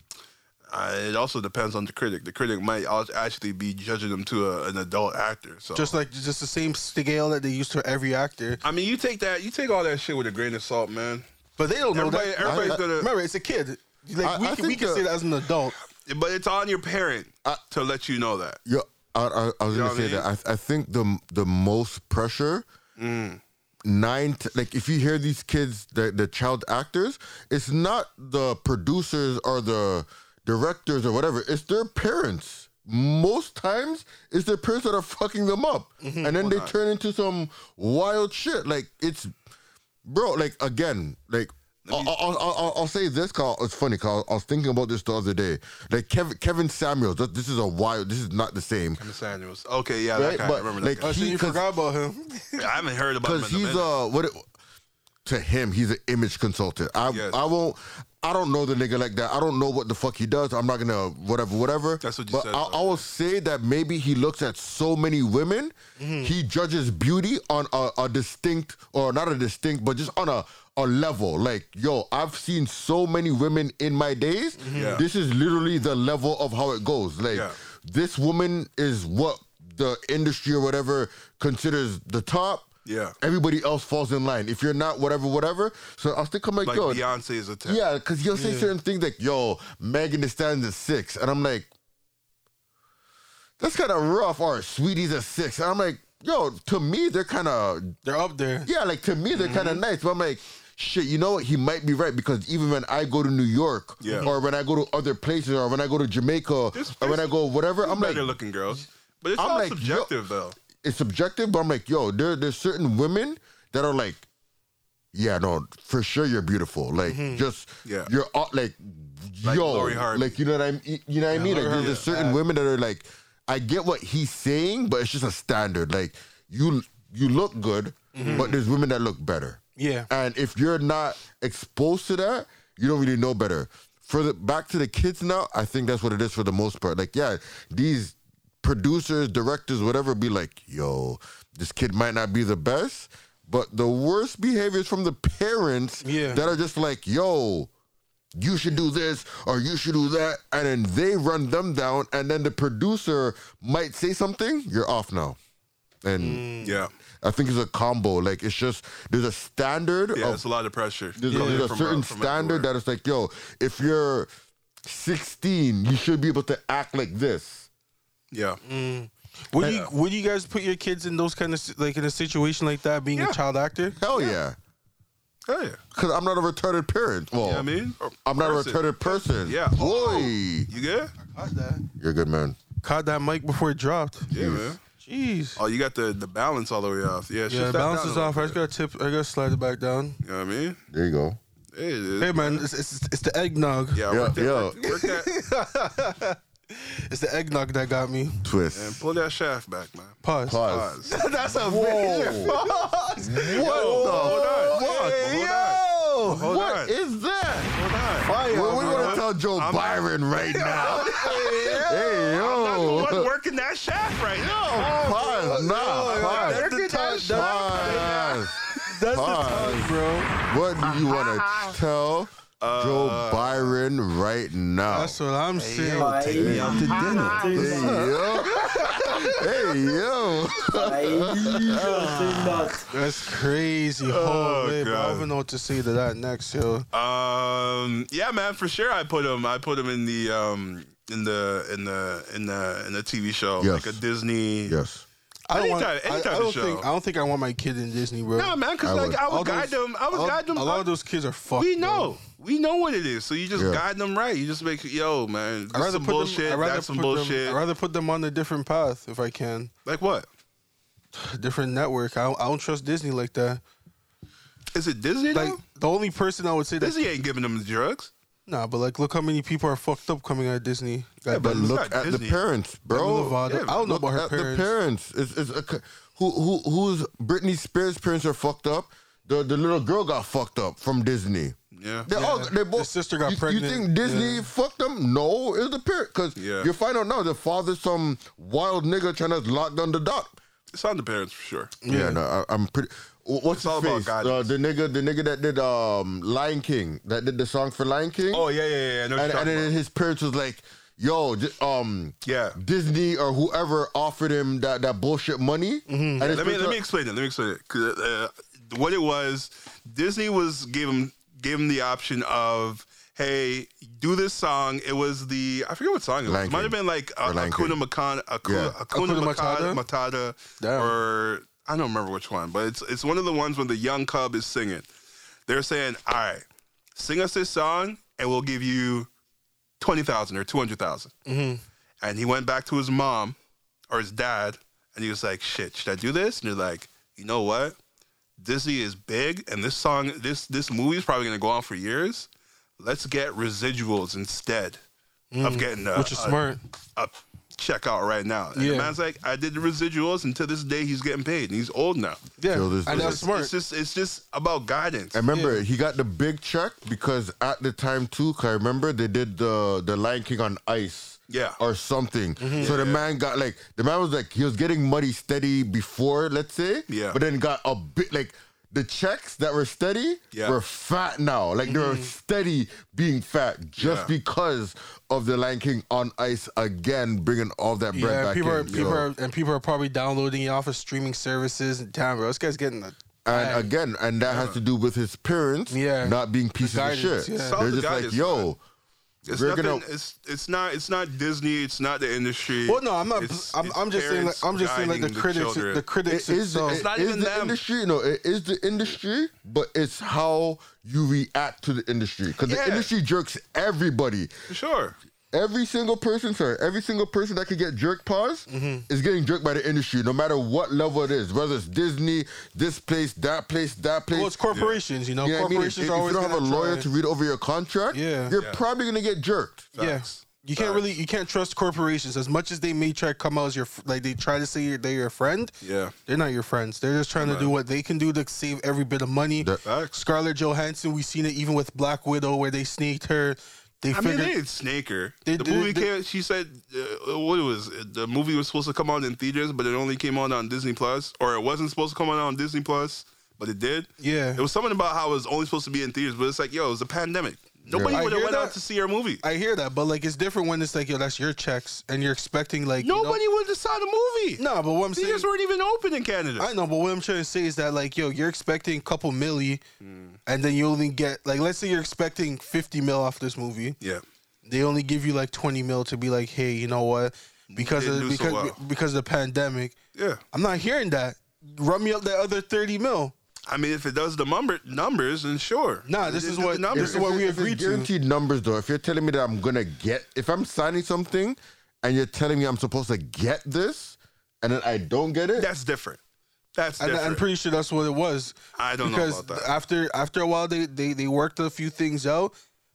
Speaker 1: Uh, it also depends on the critic. The critic might al- actually be judging them to a, an adult actor. So
Speaker 3: Just like, just the same scale that they use for every actor.
Speaker 1: I mean, you take that, you take all that shit with a grain of salt, man.
Speaker 3: But they don't know
Speaker 1: Everybody,
Speaker 3: that.
Speaker 1: everybody's
Speaker 2: I- I-
Speaker 1: gonna,
Speaker 3: Remember, it's a kid. Like,
Speaker 2: I-
Speaker 3: we,
Speaker 2: I
Speaker 3: can, we
Speaker 2: think
Speaker 3: can
Speaker 2: the-
Speaker 3: say that as an adult.
Speaker 1: but it's on your parent to let you know that.
Speaker 2: Yeah, I, I, I was
Speaker 1: You know
Speaker 2: gonna
Speaker 1: what
Speaker 2: say
Speaker 1: I
Speaker 2: that. I, I think the the most pressure
Speaker 1: Mm.
Speaker 2: nine to, like if you hear these kids the the child actors, it's not the producers or the directors or whatever. It's their parents. Most times, it's their parents that are fucking them up,
Speaker 1: Mm-hmm.
Speaker 2: and then they turn into some wild shit. Like it's, bro. Like again, like. I'll, I'll, I'll- I'll, I'll say this, Carl. It's funny, Carl. I was thinking about this the other day. Like Kevin, Kevin Samuels. th- This is a wild. This is not the same,
Speaker 1: Kevin Samuels. Okay, yeah,
Speaker 2: right?
Speaker 1: that guy, I
Speaker 2: But
Speaker 1: remember
Speaker 2: like
Speaker 1: that guy.
Speaker 3: Oh, so
Speaker 2: he,
Speaker 3: you
Speaker 2: cause,
Speaker 3: forgot about him.
Speaker 1: I haven't heard about him.
Speaker 2: cause
Speaker 1: In a
Speaker 2: he's
Speaker 1: minute.
Speaker 2: uh what it, to him he's an image consultant. I
Speaker 1: Yes.
Speaker 2: I won't. I don't know the nigga like that. I don't know what the fuck he does. I'm not gonna whatever whatever.
Speaker 1: That's what you
Speaker 2: but
Speaker 1: said,
Speaker 2: I,
Speaker 1: though.
Speaker 2: I will say that maybe he looks at so many women, he judges beauty on a, a distinct or not a distinct, but just on a a level. Like yo, I've seen so many women in my days.
Speaker 1: Mm-hmm. Yeah.
Speaker 2: This is literally the level of how it goes. Like
Speaker 1: Yeah.
Speaker 2: this woman is what the industry or whatever considers the top.
Speaker 1: Yeah.
Speaker 2: Everybody else falls in line. If you're not whatever, whatever. So I was thinking like,
Speaker 1: like
Speaker 2: yo,
Speaker 1: Beyonce is a ten.
Speaker 2: yeah, because you'll say certain things like, yo, Megan Thee Stallion's at six. And I'm like, that's kind of rough. Or Sweetie's at six. And I'm like, yo, to me, they're kind of,
Speaker 3: They're up there.
Speaker 2: yeah, like to me, they're
Speaker 1: Mm-hmm.
Speaker 2: kind of nice. But I'm like, shit, you know what? He might be right because even when I go to New York
Speaker 1: Yeah.
Speaker 2: or when I go to other places or when I go to Jamaica
Speaker 1: There's-
Speaker 2: or when I
Speaker 1: there's-
Speaker 2: go whatever, I'm like,
Speaker 1: better looking girls, but it's
Speaker 2: I'm
Speaker 1: all
Speaker 2: like, yo-
Speaker 1: subjective though.
Speaker 2: it's subjective, but I'm like, yo, there there's certain women that are like yeah, no, for sure you're beautiful. Like just
Speaker 1: Mm-hmm. Yeah.
Speaker 2: you're all, like,
Speaker 1: Like
Speaker 2: yo,
Speaker 1: Lori Harvey.
Speaker 2: like you know what I mean? You know what I mean? Like
Speaker 3: Lori
Speaker 2: there's
Speaker 3: Harvey,
Speaker 2: just certain women that are like, I get what he's saying, but it's just a standard. Like you you look good,
Speaker 1: Mm-hmm.
Speaker 2: but there's women that look better.
Speaker 3: Yeah.
Speaker 2: And if you're not exposed to that, you don't really know better. For the back to the kids now, I think that's what it is for the most part. Like, yeah, these producers, directors, whatever, be like, yo, this kid might not be the best, but the worst behavior is from the parents
Speaker 3: Yeah.
Speaker 2: that are just like, yo, you should do this or you should do that. And then they run them down. And then the producer might say something, you're off now. And
Speaker 1: Yeah.
Speaker 2: I think it's a combo. Like it's just there's a standard
Speaker 1: Yeah,
Speaker 2: of
Speaker 1: it's a lot of pressure.
Speaker 2: oh, there's, a,
Speaker 1: Yeah,
Speaker 2: there's a
Speaker 1: from-
Speaker 2: certain
Speaker 1: from
Speaker 2: standard
Speaker 1: everywhere.
Speaker 2: that it's like, yo, if you're 16, you should be able to act like this.
Speaker 1: Yeah.
Speaker 2: Mm.
Speaker 3: Would you would you guys put your kids in those kind of si- like in a situation like that, being
Speaker 1: Yeah.
Speaker 3: a child actor?
Speaker 2: Hell yeah,
Speaker 1: Oh, yeah.
Speaker 2: because I'm not a retarded parent. Well,
Speaker 1: You know what I mean? Or
Speaker 2: Oh, I'm not
Speaker 1: person.
Speaker 2: a retarded person.
Speaker 1: Yeah. Oh.
Speaker 2: boy,
Speaker 1: You good?
Speaker 3: Caught that.
Speaker 2: you're a good man.
Speaker 3: Caught that mic before it dropped.
Speaker 1: Yeah,
Speaker 2: Mm.
Speaker 1: man.
Speaker 3: Jeez.
Speaker 1: Oh, you got the, the balance all the way off. Yeah,
Speaker 3: Yeah, balance is off. I just gotta tip. I gotta slide it back down.
Speaker 1: You know what I mean?
Speaker 2: There you go.
Speaker 1: Hey, it is.
Speaker 3: Hey man, it's, it's, it's the eggnog.
Speaker 1: Yeah,
Speaker 2: Yeah,
Speaker 1: work that,
Speaker 2: yeah.
Speaker 1: Work, work that
Speaker 3: It's the eggnog that got me.
Speaker 1: and
Speaker 2: Twist.
Speaker 1: pull that shaft back, man.
Speaker 3: Pause.
Speaker 2: Pause.
Speaker 3: That's a
Speaker 2: Whoa.
Speaker 3: pause.
Speaker 2: What the
Speaker 1: hold on.
Speaker 2: fuck?
Speaker 1: Hey,
Speaker 3: Yo.
Speaker 1: Hold on.
Speaker 2: What is that?
Speaker 1: Hold on.
Speaker 2: Well, we
Speaker 3: bro.
Speaker 2: want to tell Joe Byron right now.
Speaker 1: I'm
Speaker 2: hey yo.
Speaker 1: not the one Oh, working that shaft right now.
Speaker 2: Pause. Nah, pause.
Speaker 3: That's the time. That's,
Speaker 2: Pause.
Speaker 3: that's the
Speaker 2: Pause.
Speaker 3: time, bro.
Speaker 2: What do you want to tell
Speaker 1: Uh,
Speaker 2: Joe Byron right now?
Speaker 3: That's what I'm saying.
Speaker 4: Like,
Speaker 2: hey, yo. hey, yo.
Speaker 3: That's crazy.
Speaker 1: Oh,
Speaker 3: Oh, babe. I
Speaker 1: God.
Speaker 3: don't even know what to say to that next, yo.
Speaker 1: Um, yeah, man, for sure. I put him. I put him in the um in the in the in the in the TV show,
Speaker 2: Yes.
Speaker 1: like a Disney.
Speaker 2: Yes.
Speaker 3: I don't
Speaker 1: Any
Speaker 3: want.
Speaker 1: type- any
Speaker 3: I, I
Speaker 1: type of
Speaker 3: don't
Speaker 1: show.
Speaker 3: think. I don't think I want my kid in Disney, bro.
Speaker 1: Nah, man, because
Speaker 2: I
Speaker 1: like
Speaker 2: would.
Speaker 1: I
Speaker 3: All
Speaker 1: would guide
Speaker 3: those-
Speaker 1: them. I would
Speaker 3: all-
Speaker 1: guide them.
Speaker 3: A lot of those kids are fucked.
Speaker 1: we
Speaker 3: bro.
Speaker 1: know. We know what it is. So you just
Speaker 2: Yeah.
Speaker 1: guide them right. You just make yo, man. This
Speaker 3: I'd rather
Speaker 1: some
Speaker 3: put
Speaker 1: bullshit.
Speaker 3: them. I'd rather
Speaker 1: that's some
Speaker 3: put
Speaker 1: bullshit.
Speaker 3: Them, I'd rather put them on a different path if I can.
Speaker 1: like what?
Speaker 3: A different network. I don't, I don't trust Disney like that.
Speaker 1: Is it Disney?
Speaker 3: Like
Speaker 1: though?
Speaker 3: the only person I would say that.
Speaker 1: Disney ain't giving them the drugs.
Speaker 3: Nah, but like, look how many people are fucked up coming out of Disney.
Speaker 2: Yeah, but
Speaker 1: it's
Speaker 2: look
Speaker 1: not
Speaker 2: at
Speaker 1: Disney.
Speaker 2: the parents, bro.
Speaker 3: Boulevard. I don't know
Speaker 2: Look
Speaker 3: about her
Speaker 2: at
Speaker 3: parents.
Speaker 2: The parents. It's, it's a, c- who who who's Britney Spears' parents are fucked up. The the little girl got fucked up from Disney.
Speaker 1: Yeah.
Speaker 2: They all they both.
Speaker 3: sister got
Speaker 2: you,
Speaker 3: pregnant.
Speaker 2: You think Disney
Speaker 3: Yeah.
Speaker 2: fucked them? No, it was the parent. Cause
Speaker 1: Yeah.
Speaker 2: you find out now the father's some wild nigga trying to lock down the doc.
Speaker 1: It's on the parents for sure.
Speaker 2: Yeah, no, I, I'm pretty. wh- What's
Speaker 1: It's
Speaker 2: his
Speaker 1: all about
Speaker 2: face? Uh,
Speaker 1: guidance.
Speaker 2: the nigga, the nigga that did um Lion King, that did the song for Lion King.
Speaker 1: Oh yeah, yeah, yeah. I know what
Speaker 2: and,
Speaker 1: you're
Speaker 2: and
Speaker 1: talking
Speaker 2: then
Speaker 1: about.
Speaker 2: his parents was like, "Yo, j- um,
Speaker 1: Yeah.
Speaker 2: Disney or whoever offered him that, that bullshit money." And his
Speaker 1: Mm-hmm. Let me
Speaker 2: parents
Speaker 1: let
Speaker 2: were-
Speaker 1: me explain it. Let me explain it. 'Cause, uh, what it was, Disney was gave him gave him the option of. Hey, do this song. It was the I forget what song it was.
Speaker 2: Lion
Speaker 1: It might have
Speaker 2: King.
Speaker 1: been like uh,
Speaker 2: Or Lion King.
Speaker 1: Akuna Makana, Akuna,
Speaker 2: Yeah.
Speaker 1: Akuna,
Speaker 3: Hakuna
Speaker 1: Matata, Matata
Speaker 3: Damn.
Speaker 1: or I don't remember which one, but it's it's one of the ones when the young cub is singing. They're saying, "All right, sing us this song, and we'll give you twenty thousand or two And he went back to his mom or his dad, and he was like, "Shit, should I do this?" And they're like, "You know what? Disney is big, and this song, this this movie is probably gonna go on for years. Let's get residuals instead of getting a,
Speaker 3: Mm, Which is
Speaker 1: a-
Speaker 3: smart.
Speaker 1: a check out right now. And the
Speaker 3: Yeah.
Speaker 1: man's like, I did the residuals, and to this day, he's getting paid, and he's old now.
Speaker 3: Yeah,
Speaker 2: Yo, this-
Speaker 3: and that's
Speaker 2: this-
Speaker 3: smart.
Speaker 1: It's just, it's just about guidance.
Speaker 2: I remember he got the big check because at the time too, 'cause I remember they did the the Lion King on ice.
Speaker 1: Yeah.
Speaker 2: Or something. So
Speaker 1: Yeah.
Speaker 2: the man got like the man was like he was getting money steady before, let's say.
Speaker 1: Yeah.
Speaker 2: But then got a bit like the checks that were steady
Speaker 1: Yeah.
Speaker 2: were fat now. Like they were steady being fat just
Speaker 1: Yeah.
Speaker 2: because of the Lion King on ice again, bringing all that bread
Speaker 3: yeah,
Speaker 2: back
Speaker 3: people are
Speaker 2: in.
Speaker 3: people
Speaker 2: So-
Speaker 3: are, and people are probably downloading it off of streaming services. And damn, bro, this guy's getting the
Speaker 2: And again, and that has to do with his parents
Speaker 3: Yeah.
Speaker 2: not being pieces
Speaker 3: guidance,
Speaker 2: of shit.
Speaker 3: yeah. It's
Speaker 1: all
Speaker 2: They're
Speaker 1: the
Speaker 2: just like,
Speaker 1: guidance,
Speaker 2: yo,
Speaker 1: man. It's
Speaker 2: we're
Speaker 1: nothing.
Speaker 2: gonna-
Speaker 1: It's it's not it's not Disney. It's not the industry.
Speaker 3: Well, no, I'm not.
Speaker 1: It's-
Speaker 3: I'm,
Speaker 1: it's
Speaker 3: I'm just saying. Like,
Speaker 1: parents
Speaker 3: I'm just saying. Like the
Speaker 1: guiding
Speaker 3: critics. The,
Speaker 1: children.
Speaker 3: critics.
Speaker 2: it is,
Speaker 3: itself.
Speaker 2: it
Speaker 1: not
Speaker 2: is
Speaker 1: even
Speaker 2: the
Speaker 1: them.
Speaker 2: industry. No, it is the industry, but it's how you react to the industry because
Speaker 1: Yeah.
Speaker 2: the industry jerks everybody.
Speaker 1: For sure.
Speaker 2: Every single person, sir, every single person that could get jerk paws
Speaker 3: Mm-hmm.
Speaker 2: is getting jerked by the industry, no matter what level it is, whether it's Disney, this place, that place, that place.
Speaker 3: Well, it's corporations, you know.
Speaker 2: You know what I mean? If,
Speaker 3: corporations
Speaker 2: if
Speaker 3: are
Speaker 2: you
Speaker 3: always
Speaker 2: don't have a
Speaker 3: gonna
Speaker 2: lawyer
Speaker 3: try-
Speaker 2: to read over your contract,
Speaker 3: Yeah.
Speaker 2: you're
Speaker 1: Yeah.
Speaker 2: probably gonna get jerked.
Speaker 3: Yeah.
Speaker 1: Facts.
Speaker 3: You can't really you can't trust corporations as much as they may try to come out as your f- like they try to say you're, they're your friend.
Speaker 1: Yeah.
Speaker 3: They're not your friends. They're just trying to do what they can do to save every bit of money.
Speaker 2: That-
Speaker 1: Facts.
Speaker 3: Scarlett Johansson, we seen it even with Black Widow where they sneaked her. They
Speaker 1: I mean,
Speaker 3: figured
Speaker 1: they didn't snake her.
Speaker 3: They-
Speaker 1: the
Speaker 3: they-
Speaker 1: movie
Speaker 3: they-
Speaker 1: came. She said, uh, "What it was it? the movie was supposed to come out in theaters, but it only came out on Disney Plus, or it wasn't supposed to come out on Disney Plus, but it did."
Speaker 3: Yeah.
Speaker 1: it was something about how it was only supposed to be in theaters, but it's like, yo, it was a pandemic. Nobody
Speaker 3: I
Speaker 1: would have
Speaker 3: hear
Speaker 1: went out
Speaker 3: that.
Speaker 1: to see her movie.
Speaker 3: I hear that, but like it's different when it's like yo, that's your checks and you're expecting like you know-
Speaker 1: Nobody would have saw the movie.
Speaker 3: no, but what I'm saying
Speaker 1: theaters weren't even open in Canada.
Speaker 3: I know, but what I'm trying to say is that like, yo, you're expecting a couple milli,
Speaker 1: Mm.
Speaker 3: and then you only get like, let's say you're expecting 50 mil off this movie.
Speaker 1: yeah,
Speaker 3: They only give you like 20 mil to be like, hey, you know what? Because
Speaker 1: Didn't
Speaker 3: of
Speaker 1: do so
Speaker 3: because
Speaker 1: well.
Speaker 3: because of the pandemic,
Speaker 1: yeah.
Speaker 3: I'm not hearing that. Run me up that other 30 mil.
Speaker 1: I mean, if it does the number numbers, then sure.
Speaker 3: Nah, this
Speaker 1: It
Speaker 3: is
Speaker 1: did
Speaker 3: what-
Speaker 1: the numbers.
Speaker 3: This is what we
Speaker 2: If it's
Speaker 3: agreed to.
Speaker 2: Guaranteed numbers, though. If you're telling me that I'm gonna get, if I'm signing something, and you're telling me I'm supposed to get this, and then I don't get it,
Speaker 1: That's different. That's
Speaker 3: And
Speaker 1: different.
Speaker 3: I'm pretty sure that's what it was.
Speaker 1: I don't know
Speaker 3: because
Speaker 1: about that.
Speaker 3: after after a while, they, they they worked a few things out,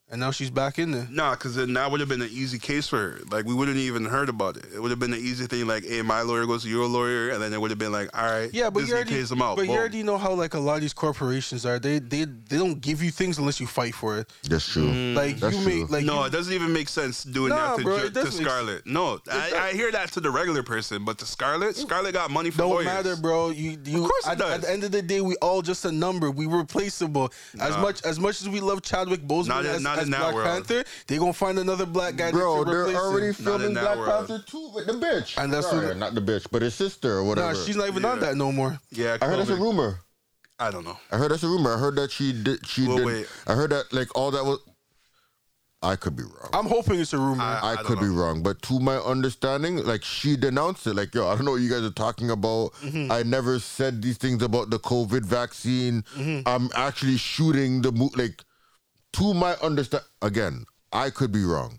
Speaker 3: and now she's back in there.
Speaker 1: Nah, because then that would have been an easy case for her. Like we wouldn't even heard about it. It would have been an easy thing. Like, hey, my lawyer goes to your lawyer, and then it would have been like, all right,
Speaker 3: Yeah, but
Speaker 1: Disney
Speaker 3: you already
Speaker 1: pays them out.
Speaker 3: but you
Speaker 1: Boom.
Speaker 3: already know how like a lot of these corporations are. They they they don't give you things unless you fight for it.
Speaker 2: that's true.
Speaker 3: Like
Speaker 2: Mm, That's
Speaker 3: you make
Speaker 2: true.
Speaker 3: like
Speaker 1: no,
Speaker 3: you-
Speaker 1: it doesn't even make sense doing
Speaker 3: Nah,
Speaker 1: that to,
Speaker 3: bro,
Speaker 1: Ju-
Speaker 3: it doesn't
Speaker 1: to
Speaker 3: make
Speaker 1: Scarlett. No, I, I hear that to the regular person, but to Scarlett, Scarlett got money from
Speaker 3: don't
Speaker 1: lawyers.
Speaker 3: matter, bro. You you
Speaker 1: course it
Speaker 3: at,
Speaker 1: does.
Speaker 3: at the end of the day, we all just a number. We replaceable. As much as much as we love Chadwick Boseman
Speaker 1: Not in-
Speaker 3: as,
Speaker 1: not
Speaker 3: as
Speaker 1: in that
Speaker 3: Black
Speaker 1: world.
Speaker 3: Panther, they gonna find another black guy.
Speaker 2: Bro,
Speaker 3: that can
Speaker 2: they're
Speaker 3: replace
Speaker 2: already
Speaker 3: him.
Speaker 2: filming
Speaker 1: that
Speaker 2: Black
Speaker 1: world.
Speaker 2: Panther 2 with the bitch.
Speaker 3: And that's
Speaker 2: Sorry,
Speaker 3: what-
Speaker 2: not the bitch, but his sister or whatever.
Speaker 3: Nah, she's not even on
Speaker 1: Yeah.
Speaker 3: that no more.
Speaker 1: Yeah,
Speaker 2: I heard that's a
Speaker 1: COVID.
Speaker 2: rumor.
Speaker 1: I don't know.
Speaker 2: I heard that's a rumor. I heard that she did. She
Speaker 1: Well,
Speaker 2: did.
Speaker 1: wait.
Speaker 2: I heard that like all that was. I could be wrong.
Speaker 3: I'm hoping it's a rumor.
Speaker 1: I-
Speaker 2: I,
Speaker 1: don't
Speaker 2: could be
Speaker 1: know.
Speaker 2: wrong, but to my understanding, like she denounced it. Like, yo, I don't know what you guys are talking about.
Speaker 1: Mm-hmm.
Speaker 2: I never said these things about the COVID vaccine.
Speaker 1: Mm-hmm.
Speaker 2: I'm actually shooting the mo- like. To my understand, again, I could be wrong.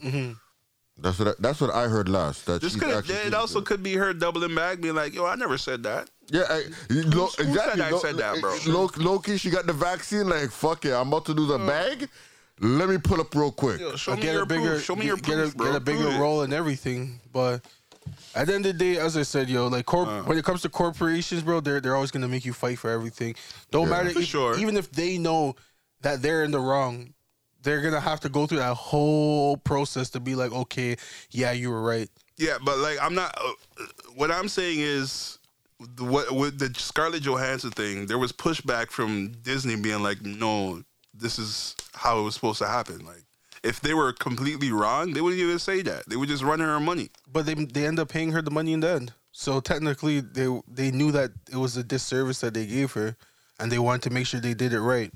Speaker 2: That's what I, that's what I heard last. That
Speaker 1: Mm-hmm. This
Speaker 2: she's
Speaker 1: could
Speaker 2: actually
Speaker 1: it
Speaker 2: shooting
Speaker 1: also
Speaker 2: it.
Speaker 1: could be her doubling back, being like, yo, I never said that.
Speaker 2: yeah, I, you know,
Speaker 1: who
Speaker 2: exactly.
Speaker 1: said I
Speaker 2: Lo-
Speaker 1: said that, bro?
Speaker 2: Lo- Loki, she got the vaccine. Like, fuck it, I'm about to do the bag. Let me pull up real quick.
Speaker 1: Uh. Yo, show
Speaker 3: Or
Speaker 1: me
Speaker 3: Uh, get
Speaker 1: your
Speaker 3: a bigger,
Speaker 1: proof. Show me your
Speaker 3: get,
Speaker 1: proof,
Speaker 3: a,
Speaker 1: bro.
Speaker 3: get a bigger
Speaker 1: Prove it.
Speaker 3: role and everything. But at the end of the day, as I said, yo, like corp-
Speaker 1: Uh.
Speaker 3: when it comes to corporations, bro, they're they're always gonna make you fight for everything. Don't matter,
Speaker 1: For
Speaker 3: if-
Speaker 1: sure.
Speaker 3: even if they know that they're in the wrong, they're gonna have to go through that whole process to be like, okay, yeah, you were right.
Speaker 1: Yeah, but like I'm not. Uh, what I'm saying is, the, what with the Scarlett Johansson thing, there was pushback from Disney being like, "No, this is how it was supposed to happen." Like, if they were completely wrong, they wouldn't even say that. They would just run her money.
Speaker 3: But they they end up paying her the money in the end. So technically, they they knew that it was a disservice that they gave her, and they wanted to make sure they did it right.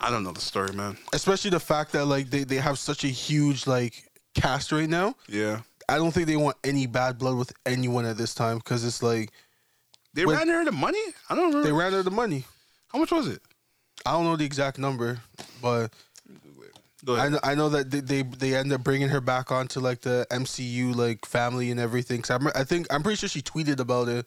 Speaker 1: I don't know the story, man.
Speaker 3: Especially the fact that like they, they have such a huge like cast right now.
Speaker 1: Yeah,
Speaker 3: I don't think they want any bad blood with anyone at this time because it's like
Speaker 1: they
Speaker 3: With-
Speaker 1: ran her the money. I don't remember
Speaker 3: they ran out of money.
Speaker 1: how much was it.
Speaker 3: I don't know the exact number, but
Speaker 1: Go
Speaker 3: I
Speaker 1: ahead.
Speaker 3: know, I know that they, they they end up bringing her back onto like the MCU like family and everything. So I'm, I think I'm pretty sure she tweeted about it,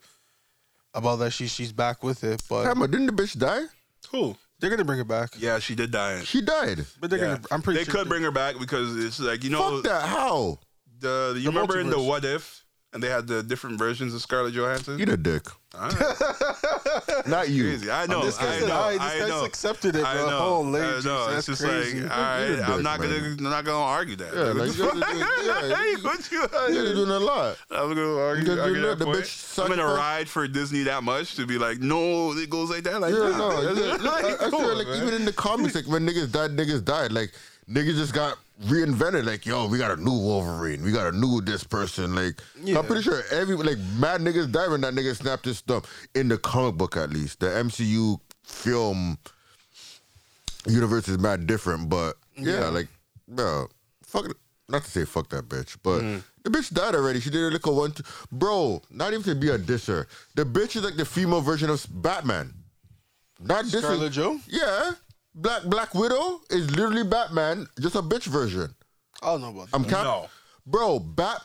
Speaker 3: about that she she's back with it. But
Speaker 2: Hammer, didn't the bitch die?
Speaker 1: Who?
Speaker 3: they're gonna bring her back.
Speaker 1: Um, Yeah, she did die.
Speaker 2: She died.
Speaker 3: But they're
Speaker 1: Yeah.
Speaker 3: gonna. I'm pretty.
Speaker 1: they
Speaker 3: sure
Speaker 1: could bring her back because it's like you know
Speaker 2: Fuck that. How?
Speaker 1: the you remember in the
Speaker 3: multiverse.
Speaker 1: What If and they had the different versions of Scarlett Johansson.
Speaker 2: Eat a dick.
Speaker 1: All right.
Speaker 2: Not you.
Speaker 1: crazy. I know.
Speaker 3: This
Speaker 1: I
Speaker 3: guy's,
Speaker 1: know.
Speaker 3: alright,
Speaker 1: I
Speaker 3: this guy's
Speaker 1: know.
Speaker 3: accepted it.
Speaker 1: I
Speaker 3: bro.
Speaker 1: know.
Speaker 3: Holy
Speaker 1: I
Speaker 3: Jesus,
Speaker 1: know. It's
Speaker 3: that's
Speaker 1: just
Speaker 3: crazy.
Speaker 1: like, all right,
Speaker 2: a
Speaker 1: I'm
Speaker 2: dick,
Speaker 1: not gonna,
Speaker 2: man.
Speaker 1: not gonna argue that.
Speaker 2: Yeah, like, you're just- yeah,
Speaker 1: Hey,
Speaker 2: you-
Speaker 1: what you-
Speaker 2: Yeah, they're doing a lot.
Speaker 1: I'm gonna argue,
Speaker 2: Because you
Speaker 1: argue
Speaker 2: know
Speaker 1: that
Speaker 2: the
Speaker 1: point.
Speaker 2: bitch
Speaker 1: I'm in a
Speaker 2: sucked up.
Speaker 1: ride for Disney that much to be like, no, it goes like that. Like,
Speaker 2: Yeah,
Speaker 1: nah,
Speaker 2: no.
Speaker 1: that's-
Speaker 2: yeah,
Speaker 1: like,
Speaker 2: I, I
Speaker 1: come
Speaker 2: feel
Speaker 1: on,
Speaker 2: like
Speaker 1: man.
Speaker 2: even in the comics, like when niggas died, niggas died. Like niggas just got reinvented. Like yo, we got a new Wolverine. We got a new this person. Like
Speaker 3: Yeah.
Speaker 2: I'm pretty sure every like mad niggas died when that nigga snapped his thumb in the comic book at least. The MCU film universe is mad different, but
Speaker 1: Mm-hmm.
Speaker 2: yeah, like bro, fuck. it. Not to say fuck that bitch, but
Speaker 1: Mm-hmm.
Speaker 2: the bitch died already. She did a little one, two. bro. Not even to be a disser. The bitch is like the female version of Batman. Not this
Speaker 3: Scarlett
Speaker 2: is-
Speaker 3: Joe?
Speaker 2: Yeah, Black Black Widow is literally Batman, just a bitch version.
Speaker 3: I don't know about that.
Speaker 2: I'm cap,
Speaker 1: No.
Speaker 2: bro. Bat,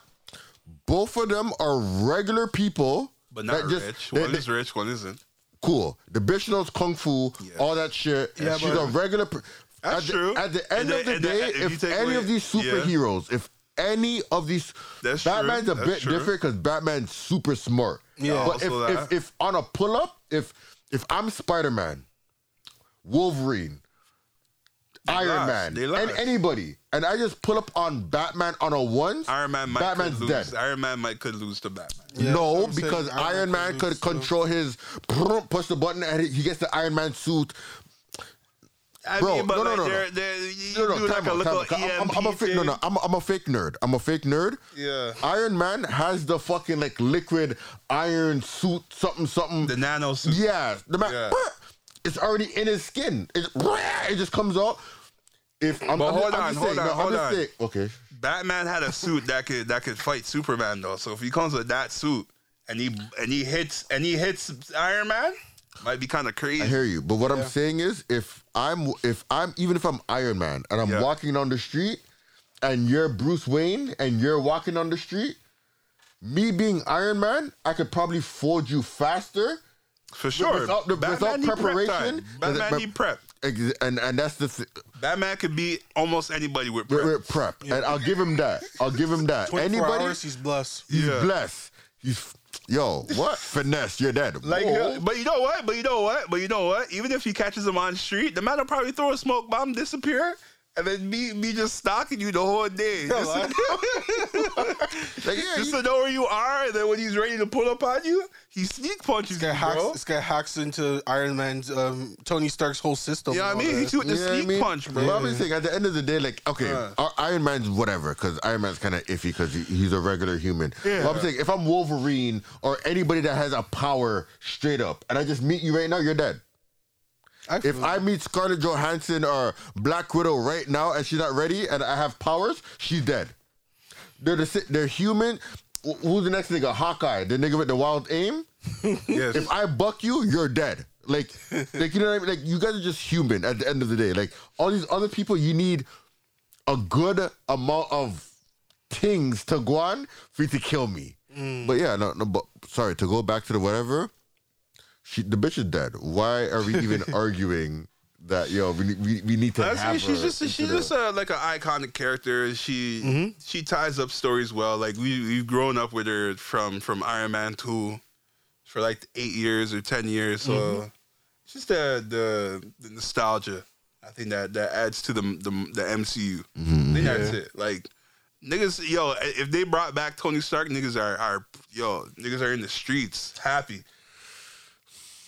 Speaker 2: both of them are regular people,
Speaker 1: But not
Speaker 2: that just-
Speaker 1: rich.
Speaker 2: they-
Speaker 1: One
Speaker 2: they-
Speaker 1: is rich, one isn't.
Speaker 2: cool. The bitch knows kung fu,
Speaker 1: Yeah.
Speaker 2: all that shit.
Speaker 3: Yeah,
Speaker 2: she's
Speaker 3: but-
Speaker 2: a regular. Per-
Speaker 1: That's
Speaker 2: at the,
Speaker 1: true.
Speaker 2: At the
Speaker 1: And
Speaker 2: end
Speaker 1: then-
Speaker 2: of the
Speaker 1: and then
Speaker 2: day,
Speaker 1: if you
Speaker 2: if,
Speaker 1: take
Speaker 2: any
Speaker 1: away-
Speaker 2: of these
Speaker 1: yeah.
Speaker 2: superheroes, if any of these,
Speaker 1: That's true.
Speaker 2: Batman's a
Speaker 1: That's
Speaker 2: bit
Speaker 1: true.
Speaker 2: different because Batman's super smart.
Speaker 3: Yeah.
Speaker 2: but if,
Speaker 1: Also
Speaker 2: if
Speaker 1: that.
Speaker 2: if on a pull up, if if I'm Spider Man, Wolverine. Iron
Speaker 1: lost.
Speaker 2: Man
Speaker 1: They
Speaker 2: and
Speaker 1: lost.
Speaker 2: anybody, and I just pull up on Batman on a ones.
Speaker 1: Iron Man might
Speaker 2: Batman's
Speaker 1: could lose.
Speaker 2: dead.
Speaker 1: Iron Man might could lose to Batman.
Speaker 3: Yeah, that's
Speaker 2: no,
Speaker 3: what I'm
Speaker 2: because
Speaker 3: saying.
Speaker 2: Iron Man could
Speaker 3: lose, so-
Speaker 2: control his push the button and he gets the Iron Man suit.
Speaker 1: I
Speaker 2: Bro,
Speaker 1: mean, but
Speaker 2: no, no,
Speaker 1: like
Speaker 2: no, no.
Speaker 1: they're, they're, you
Speaker 2: No, no,
Speaker 1: do like
Speaker 2: time
Speaker 1: a
Speaker 2: out,
Speaker 1: little
Speaker 2: time out. I'm, I'm, I'm a
Speaker 1: EMP
Speaker 2: fake. No, no,
Speaker 1: thing.
Speaker 2: I'm, I'm a fake nerd. I'm a fake nerd.
Speaker 1: Yeah.
Speaker 2: Iron Man has the fucking like liquid iron suit, something, something.
Speaker 1: The nano suit.
Speaker 2: yeah, the man.
Speaker 1: Yeah.
Speaker 2: It's already in his skin. It, it just comes out. If I'm,
Speaker 1: But
Speaker 2: I'm,
Speaker 1: hold
Speaker 2: I'm
Speaker 1: on,
Speaker 2: just
Speaker 1: hold
Speaker 2: saying,
Speaker 1: on,
Speaker 2: no,
Speaker 1: hold
Speaker 2: I'm just
Speaker 1: on.
Speaker 2: saying- okay.
Speaker 1: Batman had a suit that could that could fight Superman though. So if he comes with that suit and he and he hits and he hits Iron Man, might be kind of crazy.
Speaker 2: I hear you, but what I'm saying is, if I'm if I'm even if I'm Iron Man and I'm
Speaker 1: Yeah.
Speaker 2: walking down the street, and you're Bruce Wayne and you're walking down the street, me being Iron Man, I could probably fold you faster
Speaker 1: For sure.
Speaker 2: without the- without
Speaker 1: need prep
Speaker 2: preparation,
Speaker 1: time.
Speaker 2: does it-
Speaker 1: Batman
Speaker 2: but-
Speaker 1: need prep.
Speaker 2: Ex- and and that's the th-
Speaker 1: Batman could beat almost anybody with
Speaker 2: we're,
Speaker 1: prep.
Speaker 2: we're prep, and I'll give him that. I'll give him that.
Speaker 3: 24
Speaker 2: Anybody,
Speaker 3: hours, he's blessed.
Speaker 2: he's
Speaker 1: Yeah.
Speaker 2: blessed. He's yo, what finesse? You're dead.
Speaker 1: Like,
Speaker 2: Whoa.
Speaker 1: uh, but you know what? But you know what? But you know what? Even if he catches him on the street, the man will probably throw a smoke bomb, disappear, and then me me just stalking you the whole day. Just,
Speaker 3: Hello.
Speaker 2: like yeah,
Speaker 1: just
Speaker 2: you-
Speaker 1: to know where you are, and then when he's ready to pull up on you, he sneak punches
Speaker 3: This guy
Speaker 1: you,
Speaker 3: hacks.
Speaker 1: bro.
Speaker 3: This guy hacks into Iron Man's um, Tony Stark's whole system.
Speaker 1: You know what I
Speaker 3: and all
Speaker 1: mean?
Speaker 3: that.
Speaker 1: He's with the
Speaker 2: You know what I
Speaker 1: sneak
Speaker 2: mean?
Speaker 1: punch, bro.
Speaker 2: But I'm just saying, at the end of the day, like, okay,
Speaker 1: Uh.
Speaker 2: our Iron Man's whatever, because Iron Man's kind of iffy because he, he's a regular human. But I'm saying, if I'm Wolverine or anybody that has a power straight up, and I just meet you right now, you're dead.
Speaker 3: I
Speaker 2: If
Speaker 3: feel-
Speaker 2: I meet Scarlett Johansson or Black Widow right now and she's not ready and I have powers, she's dead. They're the, si- they're human. Wh- Who's the next nigga? Hawkeye, the nigga with the wild aim.
Speaker 1: Yes.
Speaker 2: If I buck you, you're dead. Like, like you know what I mean? Like you guys are just human at the end of the day. Like all these other people, you need a good amount of things to go on for you to kill me.
Speaker 1: Mm.
Speaker 2: But yeah, no, no. But sorry to go back to the whatever. She, the bitch is dead. Why are we even arguing that? Yo, we need- we, we need to.
Speaker 1: Honestly,
Speaker 2: have
Speaker 1: she's
Speaker 2: her
Speaker 1: just she's
Speaker 2: into the-
Speaker 1: just a, like an iconic character. She she ties up stories well. Like we we've grown up with her from from Iron Man two for like eight years or ten years. So it's just the, the the nostalgia. I think that that adds to the the, the MCU. I
Speaker 2: Mm-hmm.
Speaker 1: think that's it. Like niggas, yo, if they brought back Tony Stark, niggas are are yo niggas are in the streets happy.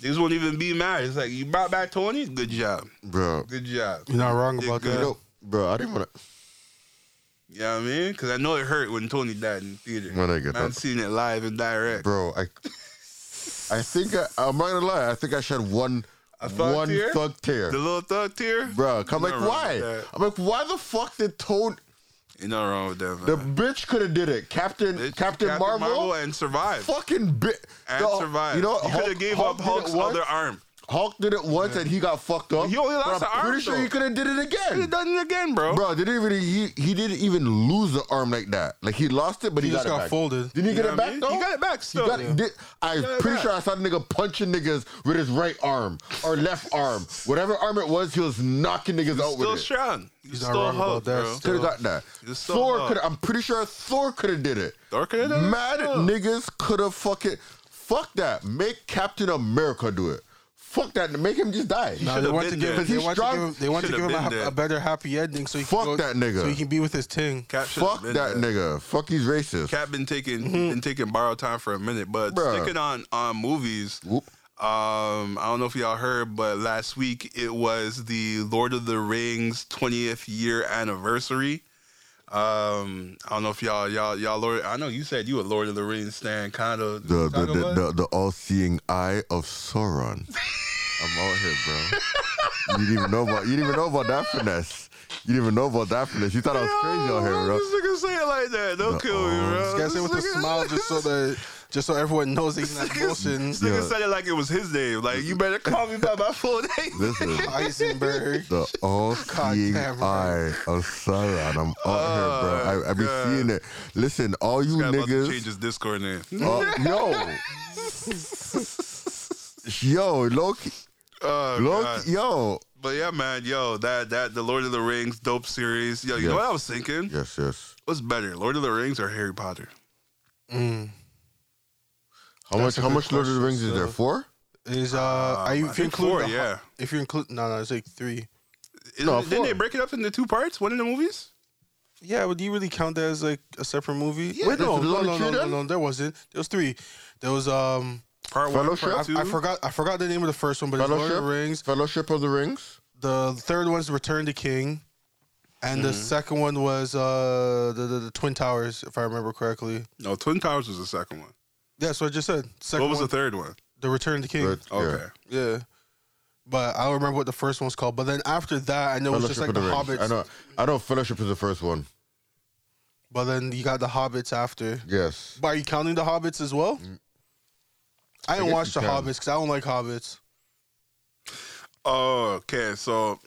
Speaker 1: Niggas won't even be mad. It's like you brought back Tony. Good job.
Speaker 2: bro.
Speaker 1: Good job.
Speaker 3: You're not wrong about
Speaker 1: You
Speaker 2: You
Speaker 3: that.
Speaker 2: know, bro. I didn't want to.
Speaker 1: You know what I mean? Because I know it hurt when Tony died in the theater.
Speaker 2: When I get
Speaker 1: Man
Speaker 2: that.
Speaker 1: seen it live and direct.
Speaker 2: bro. I I think I, I'm not gonna lie. I think I shed one
Speaker 1: thug
Speaker 2: one
Speaker 1: tear?
Speaker 2: thug tear,
Speaker 1: The little thug tear?
Speaker 2: bro. I'm
Speaker 1: Nothing
Speaker 2: like,
Speaker 1: wrong
Speaker 2: why?
Speaker 1: with that.
Speaker 2: I'm like, why the fuck did Tony?
Speaker 1: Ain't nothing wrong with that, man.
Speaker 2: The bitch could have did it. Captain
Speaker 1: Uh, Bitch,
Speaker 2: Captain, Marvel,
Speaker 1: and survived.
Speaker 2: fucking bit.
Speaker 1: and survived.
Speaker 2: You know,
Speaker 1: you could have gave up
Speaker 2: did it
Speaker 1: Hulk's
Speaker 2: once.
Speaker 1: other arm.
Speaker 2: Hulk did it once and he got fucked up.
Speaker 1: He only
Speaker 2: but
Speaker 1: lost
Speaker 2: I'm
Speaker 1: an arm,
Speaker 2: pretty sure he
Speaker 1: though.
Speaker 2: could have did it
Speaker 1: Could have
Speaker 2: again.
Speaker 1: done it again, bro.
Speaker 2: Bro, they didn't even he he didn't even lose the arm like that. Like he lost it, but he,
Speaker 3: He just
Speaker 2: got, it
Speaker 3: got
Speaker 2: back.
Speaker 3: folded.
Speaker 2: Didn't he
Speaker 1: You
Speaker 2: get
Speaker 1: know
Speaker 2: it
Speaker 1: what I
Speaker 2: back
Speaker 1: mean?
Speaker 2: though?
Speaker 1: He got it back
Speaker 2: You
Speaker 1: still.
Speaker 2: got, did, I'm
Speaker 1: got it
Speaker 2: pretty
Speaker 1: back.
Speaker 2: sure I saw the nigga punching niggas with his right arm or left arm, whatever arm it was. He was knocking niggas out with
Speaker 1: still
Speaker 2: it.
Speaker 1: strong. He's
Speaker 3: not
Speaker 1: still
Speaker 3: wrong about
Speaker 1: Hulk,
Speaker 3: that
Speaker 1: bro.
Speaker 2: Could
Speaker 3: still.
Speaker 2: have got that.
Speaker 1: It's still
Speaker 2: Thor
Speaker 1: up.
Speaker 2: could. I'm pretty sure Thor could have did it.
Speaker 1: Thor coulda done it?
Speaker 2: Mad
Speaker 1: Yeah.
Speaker 2: niggas could have fucking. Fuck that. Make Captain America do it. Fuck that. Make him just die.
Speaker 3: No,
Speaker 1: should've
Speaker 3: they want to
Speaker 1: been
Speaker 3: give
Speaker 1: there.
Speaker 3: him. They
Speaker 2: He's
Speaker 3: want to give
Speaker 2: strong.
Speaker 3: him. They want to
Speaker 1: Should've
Speaker 3: give him a,
Speaker 1: been
Speaker 3: hap-
Speaker 1: there.
Speaker 3: a better happy ending so he
Speaker 2: Fuck
Speaker 3: can go,
Speaker 2: that nigga.
Speaker 3: So he can be with his ting.
Speaker 1: Cap should've
Speaker 2: Fuck
Speaker 1: been
Speaker 2: that
Speaker 1: there.
Speaker 2: nigga. Fuck he's racist.
Speaker 1: Cap been taking been taking borrowed time for a minute, but
Speaker 2: Bruh.
Speaker 1: sticking on on movies.
Speaker 2: Whoop.
Speaker 1: Um, I don't know if y'all heard, but last week it was the Lord of the Rings 20th year anniversary. Um, I don't know if y'all y'all y'all Lord. I know you said you a Lord of the Rings stan, kind of.
Speaker 2: The the, the, the, the all seeing eye of Sauron. I'm out here, bro. You didn't even know about you didn't even know about that finesse. You didn't even know about that finesse. You thought I was crazy out here, bro.
Speaker 1: This nigga say it like that. Don't kill me,
Speaker 2: Uh-oh.
Speaker 1: bro.
Speaker 3: This guy said with a
Speaker 1: nigga-
Speaker 3: smile just so that just so everyone knows he's not
Speaker 1: This
Speaker 3: bullshitting.
Speaker 1: nigga
Speaker 2: Yeah.
Speaker 1: said it like it was his name. Like you better call me by my full name.
Speaker 2: Listen,
Speaker 3: Heisenberg.
Speaker 2: the all-seeing
Speaker 3: Goddamn right.
Speaker 2: eye of Sauron. I'm on
Speaker 1: Oh,
Speaker 2: her, bro. I, I be
Speaker 1: God.
Speaker 2: seeing it. Listen, all you
Speaker 1: Guy about to change
Speaker 2: niggas,
Speaker 1: his Discord name.
Speaker 2: uh, yo, yo, low, key-
Speaker 1: Oh,
Speaker 2: low,
Speaker 1: God.
Speaker 2: key- yo.
Speaker 1: But yeah, man, yo, that that the Lord of the Rings dope series. Yo, you know
Speaker 2: Yes.
Speaker 1: what I was thinking?
Speaker 2: Yes, yes.
Speaker 1: What's better, Lord of the Rings or Harry Potter?
Speaker 3: Mm.
Speaker 2: How
Speaker 3: That's
Speaker 2: much?
Speaker 3: a
Speaker 2: How
Speaker 3: good
Speaker 2: much Lord of the
Speaker 3: question,
Speaker 2: Rings is there?
Speaker 3: so-
Speaker 2: Four?
Speaker 3: Is uh, are you
Speaker 1: I
Speaker 3: if you
Speaker 1: think four,
Speaker 3: include the-
Speaker 1: yeah.
Speaker 3: if you include no no it's like three.
Speaker 1: Isn't
Speaker 2: No,
Speaker 1: it- didn't they
Speaker 2: four.
Speaker 1: break it up into two parts? One of the movies?
Speaker 3: Yeah, would you really count that as like a separate movie?
Speaker 1: Yeah,
Speaker 3: Wait,
Speaker 2: that's
Speaker 3: no,
Speaker 2: the
Speaker 3: no,
Speaker 2: Lord
Speaker 3: no,
Speaker 2: of
Speaker 3: no, no,
Speaker 2: Children?
Speaker 3: no, there wasn't. There was three. There was um,
Speaker 1: Part one,
Speaker 2: Fellowship?
Speaker 1: part
Speaker 3: I,
Speaker 1: two.
Speaker 3: I forgot, I forgot the name of the first one, but it's Lord of
Speaker 2: Fellowship?
Speaker 3: the Rings.
Speaker 2: Fellowship of the Rings.
Speaker 3: The third one's Return to King, and
Speaker 2: Mm-hmm.
Speaker 3: the second one was uh the, the, the Twin Towers, if I remember correctly.
Speaker 1: No, Twin Towers was the second one.
Speaker 3: Yeah, so I just said second.
Speaker 1: What was
Speaker 3: one,
Speaker 1: the third one?
Speaker 3: the Return to King?
Speaker 2: Right, yeah.
Speaker 1: Okay.
Speaker 3: Yeah, but I don't remember what the first one was called. But then after that, I know it was just like
Speaker 2: of
Speaker 3: the,
Speaker 2: Rings. I
Speaker 3: Hobbits.
Speaker 2: know. I know. Fellowship is the first one.
Speaker 3: But then you got the Hobbits after.
Speaker 2: Yes.
Speaker 3: But are you counting the Hobbits as well? I
Speaker 2: Mm.
Speaker 3: didn't
Speaker 2: guess
Speaker 3: watch
Speaker 2: you
Speaker 3: the
Speaker 2: can.
Speaker 3: Hobbits because I don't like Hobbits.
Speaker 1: Oh, okay. So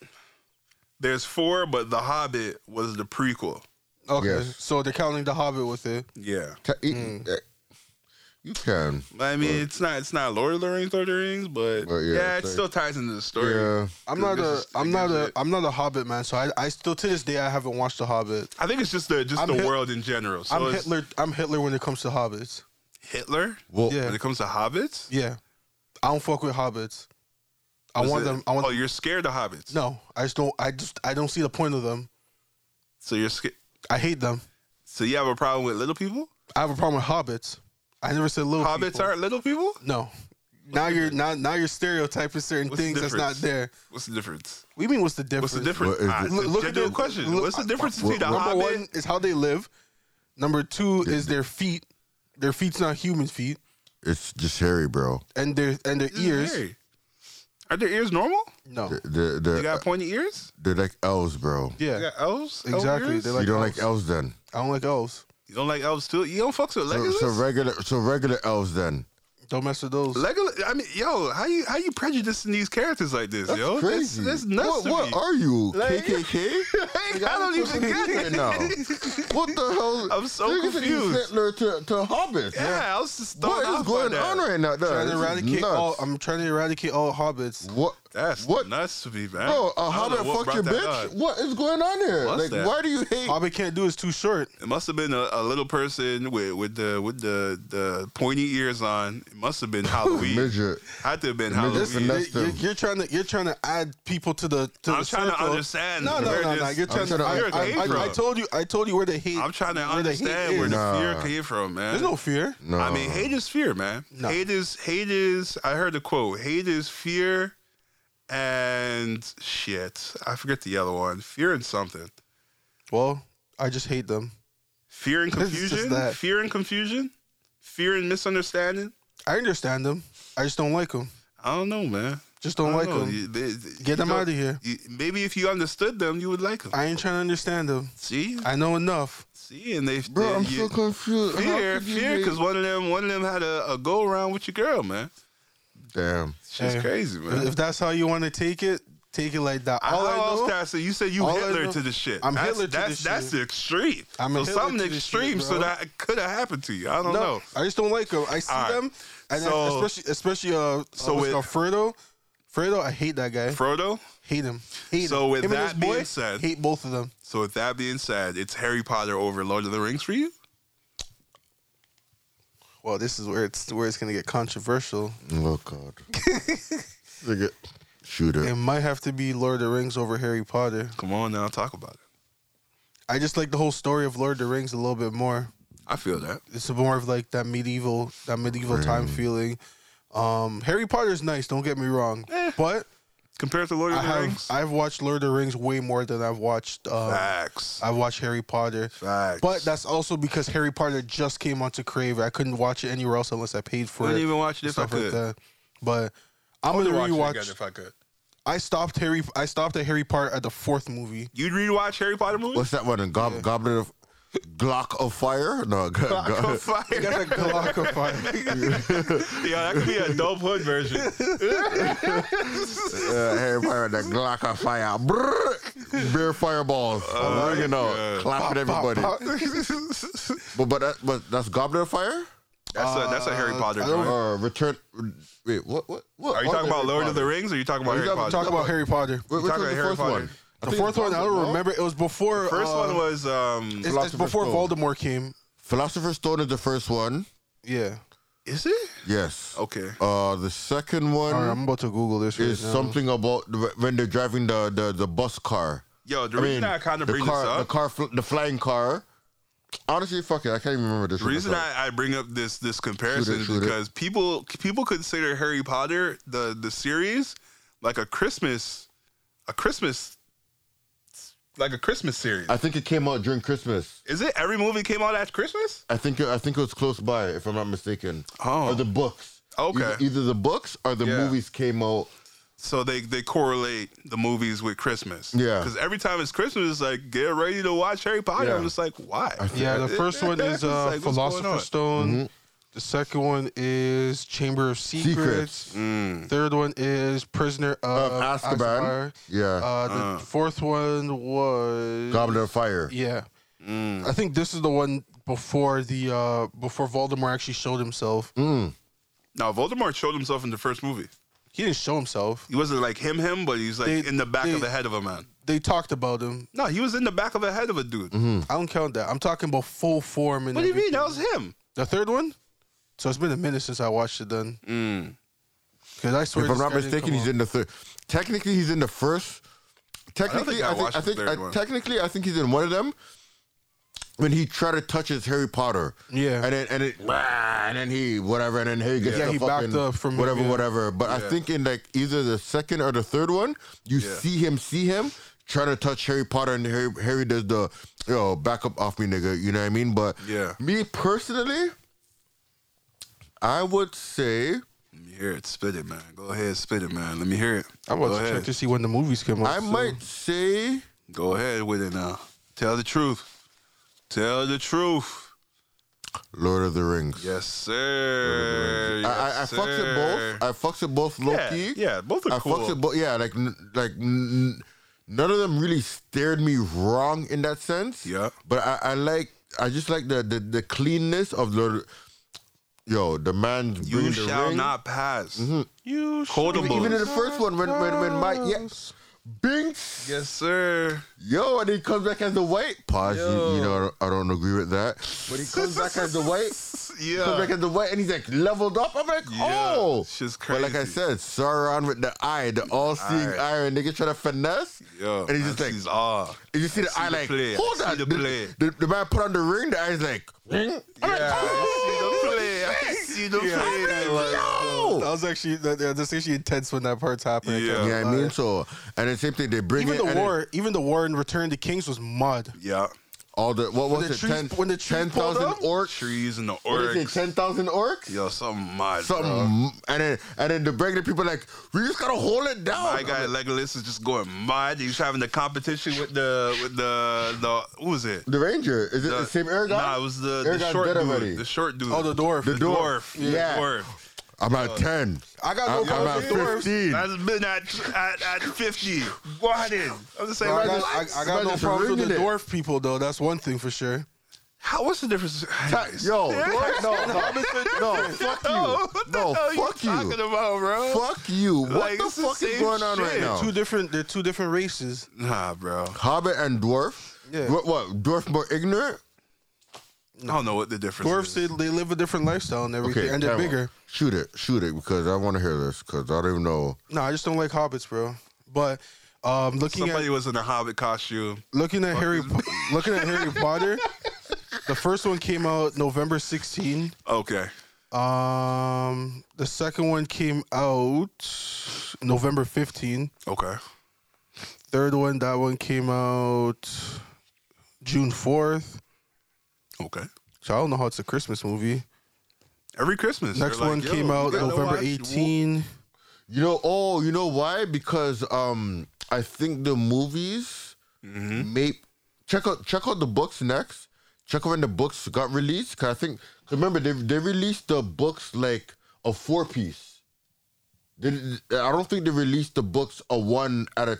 Speaker 1: there's four, but The Hobbit was the prequel.
Speaker 3: Okay,
Speaker 2: Yes.
Speaker 3: so they're counting the Hobbit with it.
Speaker 1: Yeah.
Speaker 2: Ca- it-
Speaker 1: Hmm.
Speaker 2: eh, You can.
Speaker 1: I mean, it's not it's not Lord of the Rings, Lord of the Rings, but,
Speaker 2: But
Speaker 1: yeah,
Speaker 2: yeah,
Speaker 1: it
Speaker 2: it's like-
Speaker 1: still ties into the story.
Speaker 2: Yeah.
Speaker 3: I'm
Speaker 1: Dude,
Speaker 3: not
Speaker 1: this
Speaker 3: a,
Speaker 1: is-
Speaker 3: I'm
Speaker 1: I
Speaker 3: not
Speaker 1: get
Speaker 3: a,
Speaker 1: it.
Speaker 3: I'm not a Hobbit man. So I, I still to this day I haven't watched the Hobbit.
Speaker 1: I think it's just the just
Speaker 3: I'm
Speaker 1: the
Speaker 3: Hit-
Speaker 1: world in general. So
Speaker 3: I'm
Speaker 1: it's
Speaker 3: Hitler. I'm Hitler when it comes to Hobbits.
Speaker 1: Hitler?
Speaker 2: Well,
Speaker 3: Yeah.
Speaker 1: When it comes to hobbits?
Speaker 3: Yeah, I don't fuck with Hobbits. I
Speaker 1: Was
Speaker 3: want
Speaker 1: it-
Speaker 3: them. I want.
Speaker 1: oh, you're scared of hobbits.
Speaker 3: no, I just don't. I just I don't see the point of them.
Speaker 1: So you're scared.
Speaker 3: I hate them.
Speaker 1: So you have a problem with little people?
Speaker 3: I have a problem with Hobbits. I never said little
Speaker 1: Hobbits
Speaker 3: people.
Speaker 1: aren't little people.
Speaker 3: no. Now you're now now you're stereotyping certain
Speaker 1: What's the
Speaker 3: things that's not
Speaker 1: difference?
Speaker 3: there.
Speaker 1: What's the difference?
Speaker 3: We mean what's the
Speaker 1: What's
Speaker 3: difference?
Speaker 1: the difference?
Speaker 2: What is
Speaker 1: Ah,
Speaker 2: it?
Speaker 1: it's a
Speaker 3: Look- look at
Speaker 1: general
Speaker 3: the-
Speaker 1: question.
Speaker 3: look-
Speaker 1: What's the difference
Speaker 2: Well,
Speaker 1: between the
Speaker 3: Number
Speaker 1: hobbit?
Speaker 3: one is how they live. Number two is their feet. Their feet's not human feet,
Speaker 2: It's just hairy, bro.
Speaker 3: and their and their
Speaker 1: This is
Speaker 3: ears.
Speaker 1: hairy. Are their ears normal?
Speaker 3: No.
Speaker 2: They're
Speaker 1: They
Speaker 2: they're,
Speaker 1: got pointy ears.
Speaker 2: they're like elves, bro.
Speaker 1: They
Speaker 3: Yeah.
Speaker 1: got elves. elf
Speaker 3: Exactly.
Speaker 1: ears?
Speaker 3: They're like-
Speaker 2: you don't
Speaker 3: elves.
Speaker 2: like elves then.
Speaker 3: I don't like elves.
Speaker 1: you don't like elves too. You don't fucks with
Speaker 2: So,
Speaker 1: Legolas.
Speaker 2: so regular, so regular elves then.
Speaker 3: Don't mess with those.
Speaker 1: Legolas. I mean, yo, how you how you prejudicing these characters like this, yo? That's-
Speaker 2: Crazy.
Speaker 1: That's, nuts
Speaker 2: What,
Speaker 1: to
Speaker 2: what
Speaker 1: me.
Speaker 2: are you?
Speaker 1: Like-
Speaker 2: KKK?
Speaker 1: Like, I don't even get it.
Speaker 2: now. What the hell?
Speaker 1: I'm so
Speaker 2: Niggas is
Speaker 1: confused.
Speaker 2: Hitler to, to hobbits.
Speaker 1: Yeah, I was just thrown
Speaker 2: What
Speaker 1: off
Speaker 2: is
Speaker 1: by
Speaker 2: going
Speaker 1: that.
Speaker 2: on right now? Nah,
Speaker 3: trying
Speaker 2: this
Speaker 3: to
Speaker 2: is
Speaker 3: eradicate
Speaker 2: nuts.
Speaker 3: all. I'm trying to eradicate all hobbits.
Speaker 2: What?
Speaker 1: That's
Speaker 2: What?
Speaker 1: nuts to me, man.
Speaker 2: Bro,
Speaker 1: I
Speaker 2: a
Speaker 1: don't
Speaker 2: hobbit
Speaker 1: know what
Speaker 2: fuck
Speaker 1: brought
Speaker 2: your
Speaker 1: that
Speaker 2: bitch?
Speaker 1: up.
Speaker 2: What is going on here?
Speaker 1: What's
Speaker 2: like,
Speaker 1: that?
Speaker 2: why do you hate?
Speaker 3: Hobbit can't do is too short.
Speaker 1: It must have been a, a little person with with the with the the pointy ears on. It must have been Halloween.
Speaker 2: Midget.
Speaker 1: Had to have been
Speaker 2: Midget
Speaker 1: Halloween.
Speaker 2: finesse.
Speaker 3: You're,
Speaker 2: That's
Speaker 3: you're,
Speaker 2: the-
Speaker 3: you're trying to you're trying to add people to the. To
Speaker 1: I'm
Speaker 3: the
Speaker 1: trying to
Speaker 3: circle.
Speaker 1: understand.
Speaker 3: No, no,
Speaker 1: where
Speaker 3: no, no.
Speaker 1: this-
Speaker 3: You're trying
Speaker 2: trying to-
Speaker 3: to. I,
Speaker 1: where it
Speaker 3: I,
Speaker 1: came
Speaker 3: I, I
Speaker 1: from.
Speaker 3: told you. I told you where the hate.
Speaker 1: I'm trying to
Speaker 3: where the hate
Speaker 1: understand where
Speaker 3: is.
Speaker 1: the
Speaker 2: Nah.
Speaker 1: fear came from, man.
Speaker 3: There's no fear.
Speaker 2: No.
Speaker 1: I mean, hate is fear, man.
Speaker 3: Oh. No.
Speaker 1: Hate is hate is. I heard the quote. Hate is fear, and shit. I forget the other one. Fear and something.
Speaker 3: Well, I just hate them.
Speaker 1: Fear and
Speaker 3: It's just
Speaker 1: confusion.
Speaker 3: that.
Speaker 1: Fear and confusion. Fear and misunderstanding.
Speaker 3: I understand them. I just don't like them.
Speaker 1: I don't know, man.
Speaker 3: Just don't,
Speaker 1: I
Speaker 3: like 'em.
Speaker 1: know.
Speaker 3: like them.
Speaker 1: You- they- they-
Speaker 3: Get
Speaker 1: you
Speaker 3: them
Speaker 1: don't-
Speaker 3: out of here.
Speaker 1: you- Maybe if you understood them, you would like them.
Speaker 3: I ain't trying to understand them.
Speaker 1: see,
Speaker 3: I know enough.
Speaker 1: see, and they.
Speaker 2: Bro,
Speaker 1: they-
Speaker 2: I'm
Speaker 1: you-
Speaker 2: so confused. How
Speaker 1: fear,
Speaker 2: could you
Speaker 1: fear,
Speaker 2: hate-
Speaker 1: because one of them, one of them had a, a go around with your girl, man.
Speaker 2: Damn.
Speaker 1: She's
Speaker 3: Hey,
Speaker 1: crazy, man.
Speaker 3: If if that's how you want to take it, take it like that. All I
Speaker 1: How else
Speaker 3: know,
Speaker 1: did I say? You said you
Speaker 3: all I
Speaker 1: Hitler
Speaker 3: know-
Speaker 1: to the shit.
Speaker 3: I'm
Speaker 1: that's,
Speaker 3: Hitler to
Speaker 1: that's,
Speaker 3: this
Speaker 1: That's
Speaker 3: shit.
Speaker 1: the extreme.
Speaker 3: I'm
Speaker 1: so
Speaker 3: Hitler to
Speaker 1: something
Speaker 3: this
Speaker 1: extreme,
Speaker 3: shit,
Speaker 1: so
Speaker 3: bro.
Speaker 1: that could have happened to you. I don't
Speaker 3: no,
Speaker 1: know.
Speaker 3: I just don't like them. I see
Speaker 1: All right.
Speaker 3: them, and then
Speaker 1: So-
Speaker 3: especially especially uh,
Speaker 1: So
Speaker 3: so with
Speaker 1: with-
Speaker 3: Fredo, Fredo, I hate that guy.
Speaker 1: Frodo.
Speaker 3: Hate him. Hate
Speaker 1: So
Speaker 3: him.
Speaker 1: with
Speaker 3: him and
Speaker 1: that
Speaker 3: his boy,
Speaker 1: being said-
Speaker 3: hate both of them.
Speaker 1: So with that being said, it's Harry Potter over Lord of the Rings for you.
Speaker 3: Well, this is where it's where it's gonna get controversial.
Speaker 2: Oh, God. Nigga. Shoot
Speaker 3: It
Speaker 2: it.
Speaker 3: might have to be Lord of the Rings over Harry Potter.
Speaker 1: Come on now, talk about it.
Speaker 3: I just like the whole story of Lord of the Rings a little bit more.
Speaker 1: I feel that.
Speaker 3: it's more of like that medieval that medieval time feeling. Um, Harry Potter's nice, don't get me wrong,
Speaker 1: Eh.
Speaker 3: but
Speaker 1: Compared to Lord of
Speaker 3: I
Speaker 1: the
Speaker 3: have
Speaker 1: Rings,
Speaker 3: I've watched Lord of the Rings way more than I've watched uh,
Speaker 1: facts,
Speaker 3: I've watched Harry Potter.
Speaker 1: facts.
Speaker 3: But that's also because Harry Potter just came onto Crave. I couldn't watch it anywhere else unless I paid for
Speaker 1: I
Speaker 3: it.
Speaker 1: wouldn't even watch it if I
Speaker 3: stuff like
Speaker 1: could.
Speaker 3: that. But I'm
Speaker 1: would
Speaker 3: gonna
Speaker 1: watch it
Speaker 3: rewatch.
Speaker 1: again if I could.
Speaker 3: I stopped Harry. I stopped at Harry Potter at the fourth movie.
Speaker 1: You'd rewatch Harry Potter movies?
Speaker 2: What's that one? Gob- Goblet of. Glock of fire. No, g-
Speaker 1: Glock
Speaker 2: g-
Speaker 1: of fire.
Speaker 3: That's a Glock of fire.
Speaker 1: Yeah, that could be a dope hood version.
Speaker 2: uh, Harry Potter, the Glock of fire. Brrr. Beer fireballs.
Speaker 1: Oh
Speaker 2: I'm ringing out, clapping everybody. But but that, but that's Goblet of Fire.
Speaker 1: That's a that's a Harry Potter.
Speaker 3: Uh, I don't-
Speaker 1: joint.
Speaker 2: Or Return. Wait, what? What? what
Speaker 1: Are you
Speaker 2: what
Speaker 1: talking about
Speaker 2: Harry
Speaker 1: Lord
Speaker 2: Potter?
Speaker 1: of the Rings? Or are you talking about
Speaker 2: Are you
Speaker 1: Harry
Speaker 2: talking-
Speaker 1: Potter?
Speaker 3: Talk about Harry Potter.
Speaker 2: Wait, which
Speaker 1: talking about
Speaker 2: was the
Speaker 1: Harry
Speaker 2: first
Speaker 1: Potter.
Speaker 2: one? I
Speaker 3: The
Speaker 2: think
Speaker 3: fourth
Speaker 2: it's
Speaker 3: one, I don't
Speaker 2: Goblet, no?
Speaker 3: remember. It was before.
Speaker 1: First
Speaker 3: uh,
Speaker 1: one was um.
Speaker 3: It's, it's
Speaker 2: Philosopher's
Speaker 3: before
Speaker 2: Stone.
Speaker 3: Voldemort came.
Speaker 2: Philosopher's Stone is the first one.
Speaker 3: Yeah.
Speaker 1: Is it?
Speaker 2: Yes.
Speaker 1: Okay.
Speaker 2: Uh, the second one
Speaker 3: All right, I'm about to Google this. Right
Speaker 2: is
Speaker 3: now.
Speaker 2: something about the- when they're driving the the, the bus car.
Speaker 1: Yo, the
Speaker 2: I
Speaker 1: reason
Speaker 2: mean,
Speaker 1: I kind of
Speaker 2: the
Speaker 1: bring
Speaker 2: car,
Speaker 1: this
Speaker 2: the
Speaker 1: up.
Speaker 2: car, fl- the flying car. Honestly, fuck it, I can't even remember this.
Speaker 1: The reason
Speaker 2: one. I'm
Speaker 1: I, I bring up this this comparison is
Speaker 2: shoot it.
Speaker 1: because people people consider Harry Potter the the series like a Christmas a Christmas like a Christmas series.
Speaker 2: sorry. I think it came out during Christmas.
Speaker 1: is it every movie came out at Christmas?
Speaker 2: I think I think it was close by, if I'm not mistaken.
Speaker 1: Oh.
Speaker 2: or the books.
Speaker 1: Okay.
Speaker 2: Either, either the books or the
Speaker 1: Yeah.
Speaker 2: movies came out.
Speaker 1: So they they correlate the movies with Christmas.
Speaker 2: Yeah.
Speaker 1: Because every time it's Christmas, it's like get ready to watch Harry Potter.
Speaker 2: Yeah.
Speaker 1: I'm just like, why?
Speaker 3: Yeah, the first one
Speaker 1: It's
Speaker 3: is uh,
Speaker 1: like, what's going on?
Speaker 3: Philosopher's Stone.
Speaker 2: Mm-hmm.
Speaker 3: The second one is Chamber of Secrets.
Speaker 2: Secrets. Mm.
Speaker 3: Third one is Prisoner of,
Speaker 2: Of Azkaban.
Speaker 3: Azkaban.
Speaker 2: Yeah,
Speaker 3: Uh, the fourth one was
Speaker 2: Goblet of Fire.
Speaker 3: Yeah,
Speaker 1: Mm.
Speaker 3: I think this is the one before the uh, before Voldemort actually showed himself.
Speaker 2: Mm.
Speaker 1: Now Voldemort showed himself in the first movie.
Speaker 3: He didn't show himself.
Speaker 1: He wasn't like him, him, but he's like
Speaker 3: They-
Speaker 1: in the back
Speaker 3: they-
Speaker 1: of the head of a man.
Speaker 3: They talked about him.
Speaker 1: No, he was in the back of the head of a dude.
Speaker 2: Mm.
Speaker 3: I don't count that. I'm talking about full form. And
Speaker 1: What do you mean?
Speaker 3: everything.
Speaker 1: That was him.
Speaker 3: The third one. So it's been a minute since I watched it. Then
Speaker 1: Mm.
Speaker 3: because I swear,
Speaker 2: If I'm
Speaker 3: this
Speaker 2: not
Speaker 3: guy didn't
Speaker 2: mistaken,
Speaker 3: come
Speaker 2: he's
Speaker 3: out.
Speaker 2: in the third. Technically, he's in the first. Technically,
Speaker 1: I
Speaker 2: I think
Speaker 1: watched
Speaker 2: I
Speaker 1: the
Speaker 2: think,
Speaker 1: third
Speaker 2: I
Speaker 1: one.
Speaker 2: technically I think he's in one of them. When he tried to touch his Harry Potter,
Speaker 3: Yeah.
Speaker 2: and then and it, rah, and then he whatever, and then Harry gets
Speaker 3: Yeah,
Speaker 2: the
Speaker 3: he backed
Speaker 2: fucking
Speaker 3: up from him,
Speaker 2: whatever,
Speaker 3: yeah.
Speaker 2: whatever. But I
Speaker 1: Yeah.
Speaker 2: think in like either the second or the third one, you
Speaker 1: Yeah.
Speaker 2: see him, see him trying to touch Harry Potter, and Harry, Harry does the yo back up off me, nigga. You know what I mean? But
Speaker 1: Yeah.
Speaker 2: me personally, I would say.
Speaker 1: Let me hear it. Spit it, man. Go ahead, spit it, man. Let me hear it.
Speaker 3: I'm
Speaker 1: Go
Speaker 3: about to
Speaker 1: ahead.
Speaker 3: check to see when the movies come out.
Speaker 2: I
Speaker 3: so-
Speaker 2: might say
Speaker 1: Go ahead with it now. Tell the truth. Tell the truth.
Speaker 2: Lord of the Rings.
Speaker 1: Yes, sir.
Speaker 2: I, I, I
Speaker 1: Yes,
Speaker 2: fucks with
Speaker 1: sir.
Speaker 2: both. I fucks with both low
Speaker 1: Yeah,
Speaker 2: key.
Speaker 1: yeah, both are
Speaker 2: I
Speaker 1: cool.
Speaker 2: fucks with both. Yeah, like n- like n- none of them really stared me wrong in that sense.
Speaker 1: Yeah.
Speaker 2: but I, I like I just like the the, the cleanness of Lord. Yo, the man.
Speaker 1: You
Speaker 2: bringing the
Speaker 1: shall
Speaker 2: ring. Mm-hmm.
Speaker 1: not pass.
Speaker 3: You
Speaker 1: Quotables.
Speaker 2: Even in the first one, when when when Mike, yeah, Binks.
Speaker 1: yes, sir.
Speaker 2: Yo, and he comes back as the white. Pause. You, you know, I don't agree with that. But he comes back as the white. Comes
Speaker 1: Yeah.
Speaker 2: back as the white, and he's like leveled up. I'm like,
Speaker 1: Yeah,
Speaker 2: oh,
Speaker 1: shit's
Speaker 2: But like I
Speaker 1: crazy.
Speaker 2: said, Sauron with the eye, the all-seeing
Speaker 1: Eye.
Speaker 2: eye, and nigga trying to finesse.
Speaker 1: Yo,
Speaker 2: and he's just like,
Speaker 1: he's ah.
Speaker 2: and you see the
Speaker 1: see
Speaker 2: eye,
Speaker 1: the
Speaker 2: like,
Speaker 1: play. I
Speaker 2: hold
Speaker 1: see
Speaker 2: on.
Speaker 1: the
Speaker 2: The,
Speaker 1: play.
Speaker 2: the, the man put on the ring. The eye's like, ring. I'm like,
Speaker 1: Yeah, I
Speaker 2: oh,
Speaker 1: see the play. I see the play.
Speaker 2: yo.
Speaker 3: That was actually that, that- that's actually intense when that part's happening.
Speaker 1: Yeah.
Speaker 2: You know what I
Speaker 3: Like,
Speaker 2: mean? So, and the same thing they bring
Speaker 3: Even
Speaker 2: it,
Speaker 3: the
Speaker 2: and it-
Speaker 3: war, even the war in Return to Kings was mud.
Speaker 1: Yeah.
Speaker 2: all the what was
Speaker 3: the
Speaker 2: it?
Speaker 3: trees-
Speaker 2: Ten-
Speaker 3: when the trees
Speaker 2: ten
Speaker 3: pulled
Speaker 2: thousand
Speaker 3: up?
Speaker 2: orcs.
Speaker 1: Trees and the
Speaker 2: What is it?
Speaker 1: orcs.
Speaker 2: Ten thousand orcs.
Speaker 1: Yo, something mad.
Speaker 2: Something,
Speaker 1: bro.
Speaker 2: and then and then the regular people like we just gotta hold it down.
Speaker 1: My guy Legolas is just going mad. He's having the competition with the with the the who was it?
Speaker 2: The ranger is it
Speaker 1: The-
Speaker 2: the same Aragorn?
Speaker 1: Nah, it was the, the
Speaker 2: Aragorn
Speaker 1: short
Speaker 2: dead
Speaker 1: dude.
Speaker 2: already.
Speaker 1: The short dude.
Speaker 3: Oh, the dwarf.
Speaker 1: The,
Speaker 3: The
Speaker 1: dwarf.
Speaker 2: dwarf. Yeah.
Speaker 1: The dwarf.
Speaker 2: I'm
Speaker 1: uh,
Speaker 2: at ten.
Speaker 3: I got
Speaker 2: I'm,
Speaker 3: no
Speaker 2: I'm at
Speaker 3: problem with dwarves.
Speaker 2: fifteen.
Speaker 1: That's been at at, at fifty. What is? I'm just
Speaker 3: I
Speaker 1: saying.
Speaker 3: got,
Speaker 1: like,
Speaker 3: I,
Speaker 1: what?
Speaker 3: I got no
Speaker 2: Imagine
Speaker 3: problems with the
Speaker 2: ringing it.
Speaker 3: dwarf people though. That's one thing for sure.
Speaker 1: How? What's the difference?
Speaker 2: Yo, dwarf- no, no, no, fuck
Speaker 1: Yo,
Speaker 2: you,
Speaker 1: what the
Speaker 2: no,
Speaker 1: hell you
Speaker 2: fuck
Speaker 1: talking
Speaker 2: you,
Speaker 1: about, bro?
Speaker 2: fuck you. What
Speaker 1: Like,
Speaker 2: the
Speaker 1: it's the
Speaker 2: fuck is
Speaker 1: same
Speaker 2: going on right
Speaker 1: shit.
Speaker 2: now?
Speaker 3: Two different. They're two different races.
Speaker 1: Nah, bro.
Speaker 2: Hobbit and dwarf.
Speaker 3: Yeah.
Speaker 2: What, what? Dwarf more ignorant?
Speaker 1: I don't know what the difference.
Speaker 3: Dwarfs
Speaker 1: is.
Speaker 3: they, they live a different lifestyle and everything, and they're
Speaker 2: camera.
Speaker 3: bigger.
Speaker 2: Shoot it, shoot it, because I want to hear this. Because I don't even know.
Speaker 3: No, I just don't like hobbits, bro. But um, looking
Speaker 1: Somebody
Speaker 3: at
Speaker 1: was in a Hobbit costume.
Speaker 3: looking at Harry Po- looking at Harry Potter, the first one came out November 16.
Speaker 1: Okay.
Speaker 3: Um, the second one came out November 15.
Speaker 1: Okay.
Speaker 3: Third one, that one came out June 4th.
Speaker 1: Okay.
Speaker 3: So I don't know how it's a Christmas movie.
Speaker 1: Every Christmas.
Speaker 3: Next
Speaker 1: they're
Speaker 3: one
Speaker 1: like,
Speaker 3: came
Speaker 1: yo,
Speaker 3: out
Speaker 1: you gotta
Speaker 3: November
Speaker 1: watch-
Speaker 3: 18.
Speaker 2: You know, oh, you know why? Because um,
Speaker 1: Mm-hmm.
Speaker 2: I think the movies may check out check out the books next. check when the books got released. Cause I think 'cause remember they they released the books like a four piece. They, I don't think they released the books a one at a.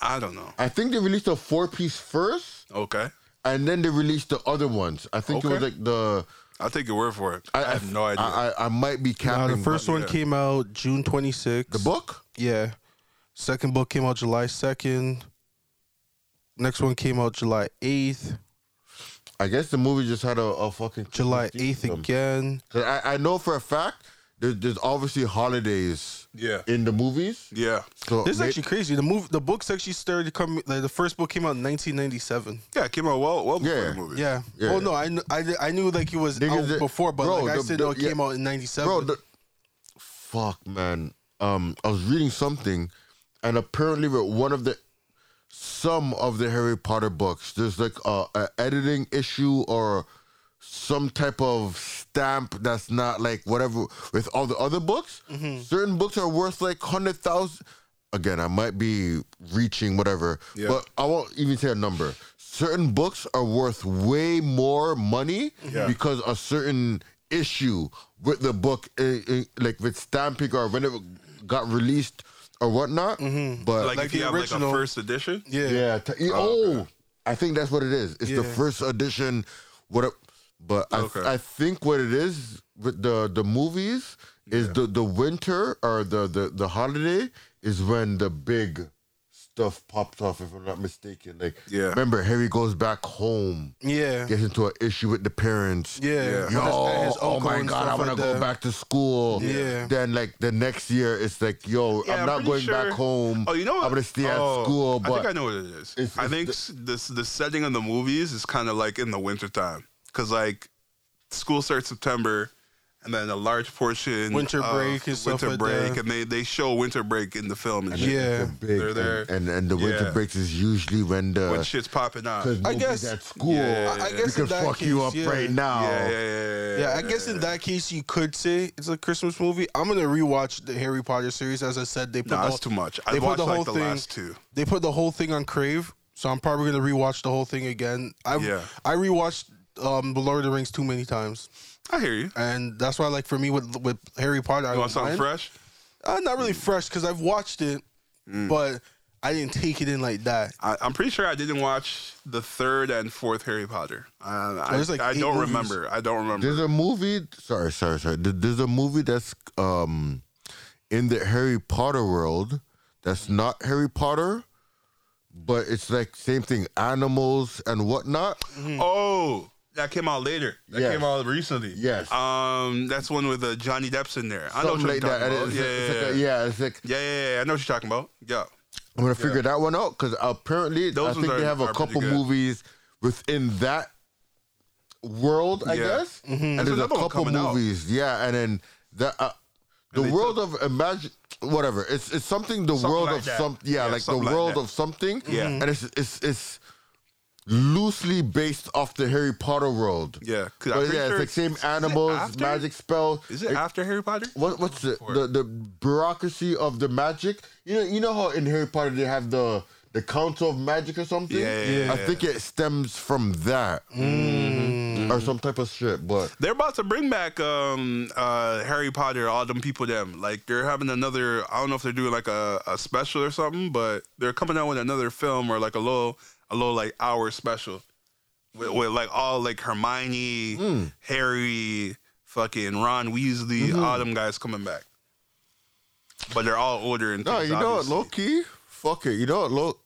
Speaker 1: I don't know.
Speaker 2: I think they released a four piece first,
Speaker 1: Okay.
Speaker 2: and then they released the other ones. I think it was
Speaker 1: Okay.
Speaker 2: like the.
Speaker 1: I'll take your word for it. I, have no idea.
Speaker 2: I, I, I might be
Speaker 3: Now,
Speaker 2: capping.
Speaker 3: Uh, the first
Speaker 1: but
Speaker 3: one
Speaker 1: yeah.
Speaker 3: came out June 26th.
Speaker 2: the book.
Speaker 3: Yeah. Second book came out July 2nd. Next one came out July 8th.
Speaker 2: I guess the movie just had a, a fucking
Speaker 3: July
Speaker 1: Um,
Speaker 3: 8th again.
Speaker 2: 'Cause I, I know for a fact there's, there's obviously holidays
Speaker 1: yeah.
Speaker 2: in the movies.
Speaker 1: yeah.
Speaker 2: So
Speaker 3: This is
Speaker 2: may-
Speaker 3: actually crazy. The move, the books actually started coming. Like the first book came out in 1997.
Speaker 1: Yeah, it came out well, well before
Speaker 2: Yeah.
Speaker 1: the movie.
Speaker 3: Yeah.
Speaker 2: Yeah.
Speaker 3: Oh no, I, kn- I di- I knew like it was
Speaker 2: Niggas
Speaker 3: out
Speaker 2: that-
Speaker 3: before, but
Speaker 2: bro,
Speaker 3: like I
Speaker 2: the-
Speaker 3: said,
Speaker 2: the-
Speaker 3: no, it came
Speaker 2: yeah.
Speaker 3: out in 97.
Speaker 2: bro, the, fuck man. Um, I was reading something, and apparently with one of the some of the Harry Potter books, there's like a, a editing issue or some type of stamp that's not like whatever with all the other books.
Speaker 1: Mm-hmm.
Speaker 2: Certain books are worth like hundred thousand. Again, I might be reaching whatever,
Speaker 1: Yeah.
Speaker 2: but I won't even say a number. Certain books are worth way more money
Speaker 1: Yeah.
Speaker 2: because a certain issue with the book, eh, eh, like with stamping or when it got released or whatnot. But
Speaker 1: Like,
Speaker 3: Like
Speaker 1: if you
Speaker 3: the
Speaker 1: have
Speaker 3: original.
Speaker 1: like a first edition.
Speaker 3: yeah.
Speaker 2: yeah. t- yeah, oh, I think that's what it is. It's the
Speaker 3: Yeah.
Speaker 2: first edition. What? a- but I,
Speaker 1: Okay.
Speaker 2: I think what it is with the the movies is the the winter or the the the holiday is when the big stuff pops off. If I'm not mistaken, like
Speaker 1: Yeah.
Speaker 2: remember Harry goes back home,
Speaker 3: Yeah.
Speaker 2: gets into an issue with the parents.
Speaker 3: Yeah.
Speaker 2: Yo,
Speaker 3: And his
Speaker 2: oh
Speaker 3: uncle
Speaker 2: my
Speaker 3: and
Speaker 2: god, I
Speaker 3: stuff
Speaker 2: want
Speaker 3: like
Speaker 2: to go
Speaker 3: that.
Speaker 2: back to school.
Speaker 3: Yeah.
Speaker 2: Then like the next year, it's like, yo,
Speaker 1: Yeah,
Speaker 2: I'm not
Speaker 1: pretty
Speaker 2: going
Speaker 1: sure-
Speaker 2: back home.
Speaker 1: Oh, you know what?
Speaker 2: I'm gonna stay
Speaker 1: Oh,
Speaker 2: at school.
Speaker 1: I
Speaker 2: But
Speaker 1: think I know what it is.
Speaker 2: It's-
Speaker 1: I
Speaker 2: it's
Speaker 1: think
Speaker 2: the-
Speaker 1: s this the setting of the movies is kind of like in the wintertime. Because, like, school starts September, and then a large portion
Speaker 3: Winter
Speaker 1: of
Speaker 3: break and stuff
Speaker 1: winter
Speaker 3: like
Speaker 1: break,
Speaker 3: that.
Speaker 1: and they, they show winter break in the film and shit.
Speaker 3: Yeah.
Speaker 2: The big
Speaker 1: They're there.
Speaker 2: And, and and the winter
Speaker 1: Yeah.
Speaker 2: breaks is usually when the
Speaker 1: When shit's popping out.
Speaker 2: 'cause
Speaker 3: I
Speaker 2: nobody's
Speaker 3: guess-
Speaker 2: at school.
Speaker 1: Yeah.
Speaker 3: I, I
Speaker 1: You
Speaker 2: We
Speaker 3: guess
Speaker 2: can
Speaker 3: in that
Speaker 2: fuck you
Speaker 3: case,
Speaker 2: up
Speaker 3: yeah.
Speaker 2: right now.
Speaker 1: Yeah, yeah, yeah,
Speaker 3: Yeah, I guess in that case you could say it's a Christmas movie. I'm gonna rewatch the Harry Potter series. As I said, they put
Speaker 1: No,
Speaker 3: the
Speaker 1: that's too
Speaker 3: whole-
Speaker 1: much. I
Speaker 3: they put
Speaker 1: watched
Speaker 3: the
Speaker 1: like
Speaker 3: whole
Speaker 1: the
Speaker 3: thing-
Speaker 1: last two.
Speaker 3: they put the whole thing on Crave, so I'm probably gonna rewatch the whole thing again. I
Speaker 1: Yeah.
Speaker 3: I rewatched um, the Lord of the Rings too many times,
Speaker 1: I hear you.
Speaker 3: and that's why like for me with with Harry Potter, I
Speaker 1: You want something
Speaker 3: mine-
Speaker 1: fresh?
Speaker 3: Uh, not
Speaker 1: Mm.
Speaker 3: really fresh because I've watched it, but I didn't take it in like that.
Speaker 1: I, I'm pretty sure I didn't watch the third and fourth Harry Potter. I, I,
Speaker 3: there's, like,
Speaker 1: I
Speaker 3: eight
Speaker 1: don't
Speaker 3: movies.
Speaker 1: remember. I don't remember.
Speaker 2: There's a movie. Sorry, sorry, sorry. There- There's a movie that's um in the Harry Potter world that's not Harry Potter, but it's like same thing, animals and whatnot.
Speaker 1: Oh, that came out later. That
Speaker 2: Yes.
Speaker 1: came out recently.
Speaker 2: Yes.
Speaker 1: Um, that's one with uh, Johnny Depp's in there. I know what
Speaker 2: Something
Speaker 1: you're
Speaker 2: like
Speaker 1: talking
Speaker 2: that. And
Speaker 1: about.
Speaker 2: it's
Speaker 1: Yeah,
Speaker 2: like- it's like
Speaker 1: yeah,
Speaker 2: a-
Speaker 1: yeah.
Speaker 2: yeah, it's like
Speaker 1: Yeah, yeah, yeah. I know what you're talking about. Yeah.
Speaker 2: I'm gonna figure that one out because apparently
Speaker 1: Those
Speaker 2: I
Speaker 1: ones
Speaker 2: think they
Speaker 1: are-
Speaker 2: have
Speaker 1: are
Speaker 2: a
Speaker 1: pretty
Speaker 2: couple
Speaker 1: good.
Speaker 2: movies within that world, I
Speaker 1: Yeah. Mm-hmm.
Speaker 2: guess. And
Speaker 1: There's
Speaker 2: there's a
Speaker 1: another one
Speaker 2: couple
Speaker 1: coming out.
Speaker 2: movies, yeah. And then the uh, the world of imagine whatever. It's it's something the world
Speaker 1: like
Speaker 2: of
Speaker 1: that.
Speaker 2: something, yeah,
Speaker 1: Yeah,
Speaker 2: like
Speaker 1: something
Speaker 2: the
Speaker 1: like
Speaker 2: world
Speaker 1: that.
Speaker 2: of something,
Speaker 1: Yeah. Mm-hmm.
Speaker 2: And it's it's it's loosely based off the Harry Potter world,
Speaker 1: Yeah. 'Cause I'm
Speaker 2: But
Speaker 1: pretty
Speaker 2: yeah,
Speaker 1: sure
Speaker 2: it's like same
Speaker 1: is it
Speaker 2: animals,
Speaker 1: after-
Speaker 2: magic spell.
Speaker 1: Is it after Harry Potter?
Speaker 2: What, what's it? The the bureaucracy of the magic. You know, you know how in Harry Potter they have the the Council of Magic or something.
Speaker 1: Yeah, yeah,
Speaker 2: I
Speaker 1: yeah.
Speaker 2: think it stems from that
Speaker 1: Mm. Mm-hmm.
Speaker 2: or some type of shit. But
Speaker 1: They're about to bring back um, uh, Harry Potter, all them people, them. Like, they're having another, I don't know if they're doing like a, a special or something, but they're coming out with another film or like a little, a little like hour special with, with like all like Hermione,
Speaker 2: Hmm.
Speaker 1: Harry, fucking Ron Weasley,
Speaker 2: Mm-hmm.
Speaker 1: all them guys coming back. But they're all older and
Speaker 2: no,
Speaker 1: things,
Speaker 2: you know what,
Speaker 1: obviously.
Speaker 2: low key, fuck it. You know what, low,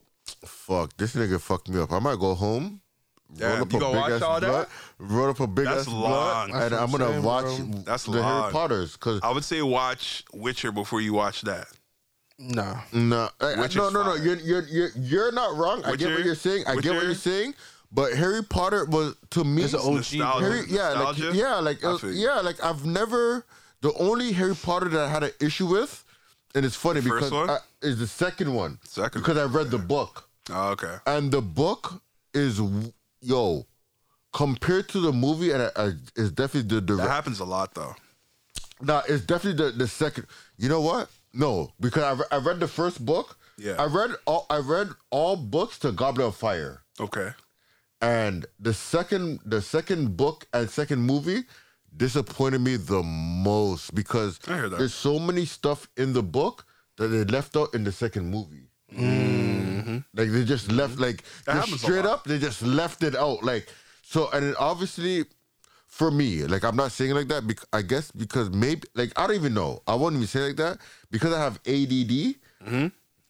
Speaker 2: fuck this nigga fucked me up. I might go home.
Speaker 1: Damn, you gonna watch
Speaker 2: ass
Speaker 1: all that?
Speaker 2: blunt, roll up a big
Speaker 1: That's
Speaker 2: ass blunt,
Speaker 1: long.
Speaker 2: and
Speaker 3: That's what
Speaker 2: I'm
Speaker 3: I'm
Speaker 2: gonna
Speaker 3: saying,
Speaker 2: watch
Speaker 3: bro.
Speaker 1: That's
Speaker 2: the Harry
Speaker 1: long.
Speaker 2: Potters because
Speaker 1: I would say watch Witcher before you watch that.
Speaker 3: Nah,
Speaker 2: No, I- I-
Speaker 1: Which
Speaker 2: no,
Speaker 1: is
Speaker 2: no, no.
Speaker 1: fire.
Speaker 2: You're, you're, you're, you're not wrong. I get what
Speaker 1: Witcher-
Speaker 2: you're saying. I get
Speaker 1: Witcher-
Speaker 2: what you're saying. But Harry Potter was to me.
Speaker 3: It's an OG.
Speaker 1: Nostalgia.
Speaker 2: Harry, yeah, like,
Speaker 1: Nostalgia?
Speaker 2: yeah, like
Speaker 1: I
Speaker 2: uh,
Speaker 1: feel you.
Speaker 2: yeah, like I've never. The only Harry Potter that I had an issue with, and it's funny
Speaker 1: First
Speaker 2: because
Speaker 1: one?
Speaker 2: I, is the second one.
Speaker 1: Second
Speaker 2: because I read the book,
Speaker 1: Oh, okay.
Speaker 2: and the book is w- yo compared to the movie, and I, I, it's definitely the
Speaker 1: That
Speaker 2: direct.
Speaker 1: happens a lot though.
Speaker 2: Nah, it's definitely the, the second. You know what? No, because I, re- I read the first book.
Speaker 1: Yeah.
Speaker 2: I read all I read all books to Goblet of Fire,
Speaker 1: Okay.
Speaker 2: And the second the second book and second movie disappointed me the most because
Speaker 1: I hear that.
Speaker 2: there's so many stuff in the book that they left out in the second movie. Like they just left like
Speaker 1: Mm-hmm. That
Speaker 2: just
Speaker 1: happens a
Speaker 2: straight
Speaker 1: lot.
Speaker 2: up they just left it out like so and it obviously for me like I'm not saying it like that because I guess because maybe like I don't even know I won't even say it like that because I have ADD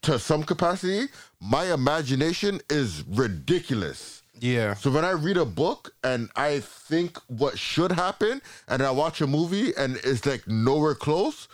Speaker 2: to some capacity my imagination is ridiculous.
Speaker 3: Yeah.
Speaker 2: So when I read a book and I think what should happen, and I watch a movie and it's like nowhere close,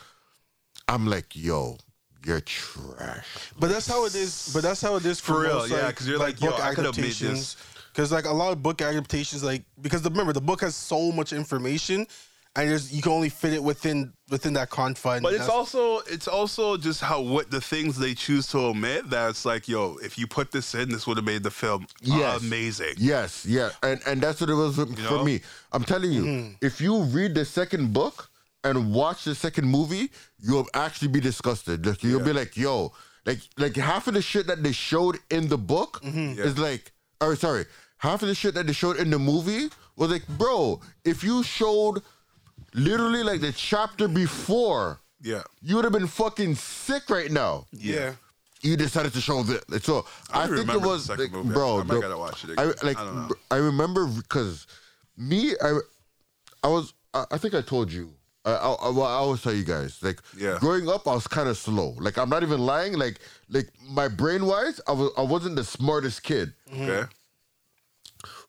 Speaker 2: I'm like, yo, you're trash.
Speaker 3: But that's how it is. But that's how it is for,
Speaker 1: For real,
Speaker 3: most,
Speaker 1: yeah, 'cause you're like, yo, I could've made this.
Speaker 3: Because like a lot of book adaptations, like because the, remember the book has so much information, and there's, you can only fit it within within that confine.
Speaker 1: But it's
Speaker 3: That's-
Speaker 1: also it's also just how what the things they choose to omit. That's like, yo, if you put this in, this would have made the film
Speaker 2: Yes.
Speaker 1: amazing.
Speaker 2: Yes, yeah, and and that's what it was for
Speaker 1: know?
Speaker 2: me. I'm telling you, if you read the second book and watch the second movie, you'll actually be disgusted. Like, you'll be like, yo, like like half of the shit that they showed in the book
Speaker 1: Yeah.
Speaker 2: is like, or sorry, half of the shit that they showed in the movie was like, bro, if you showed literally like the chapter before,
Speaker 1: Yeah.
Speaker 2: you would have been fucking sick right now
Speaker 3: yeah.
Speaker 2: you decided to show this. Like, so
Speaker 1: I
Speaker 2: I, think
Speaker 1: remember
Speaker 2: it
Speaker 1: the
Speaker 2: was
Speaker 1: second
Speaker 2: like,
Speaker 1: movie.
Speaker 2: bro.
Speaker 1: I might
Speaker 2: the-
Speaker 1: gotta watch it
Speaker 2: I
Speaker 1: again.
Speaker 2: like.
Speaker 1: I don't know.
Speaker 2: br- I remember because me, I, I was. I, I think I told you. I, I, I- well, I always tell you guys. Like,
Speaker 1: Yeah.
Speaker 2: growing up, I was kind of slow. Like, I'm not even lying. Like, like my brain wise, I was. I wasn't the smartest kid.
Speaker 1: Okay.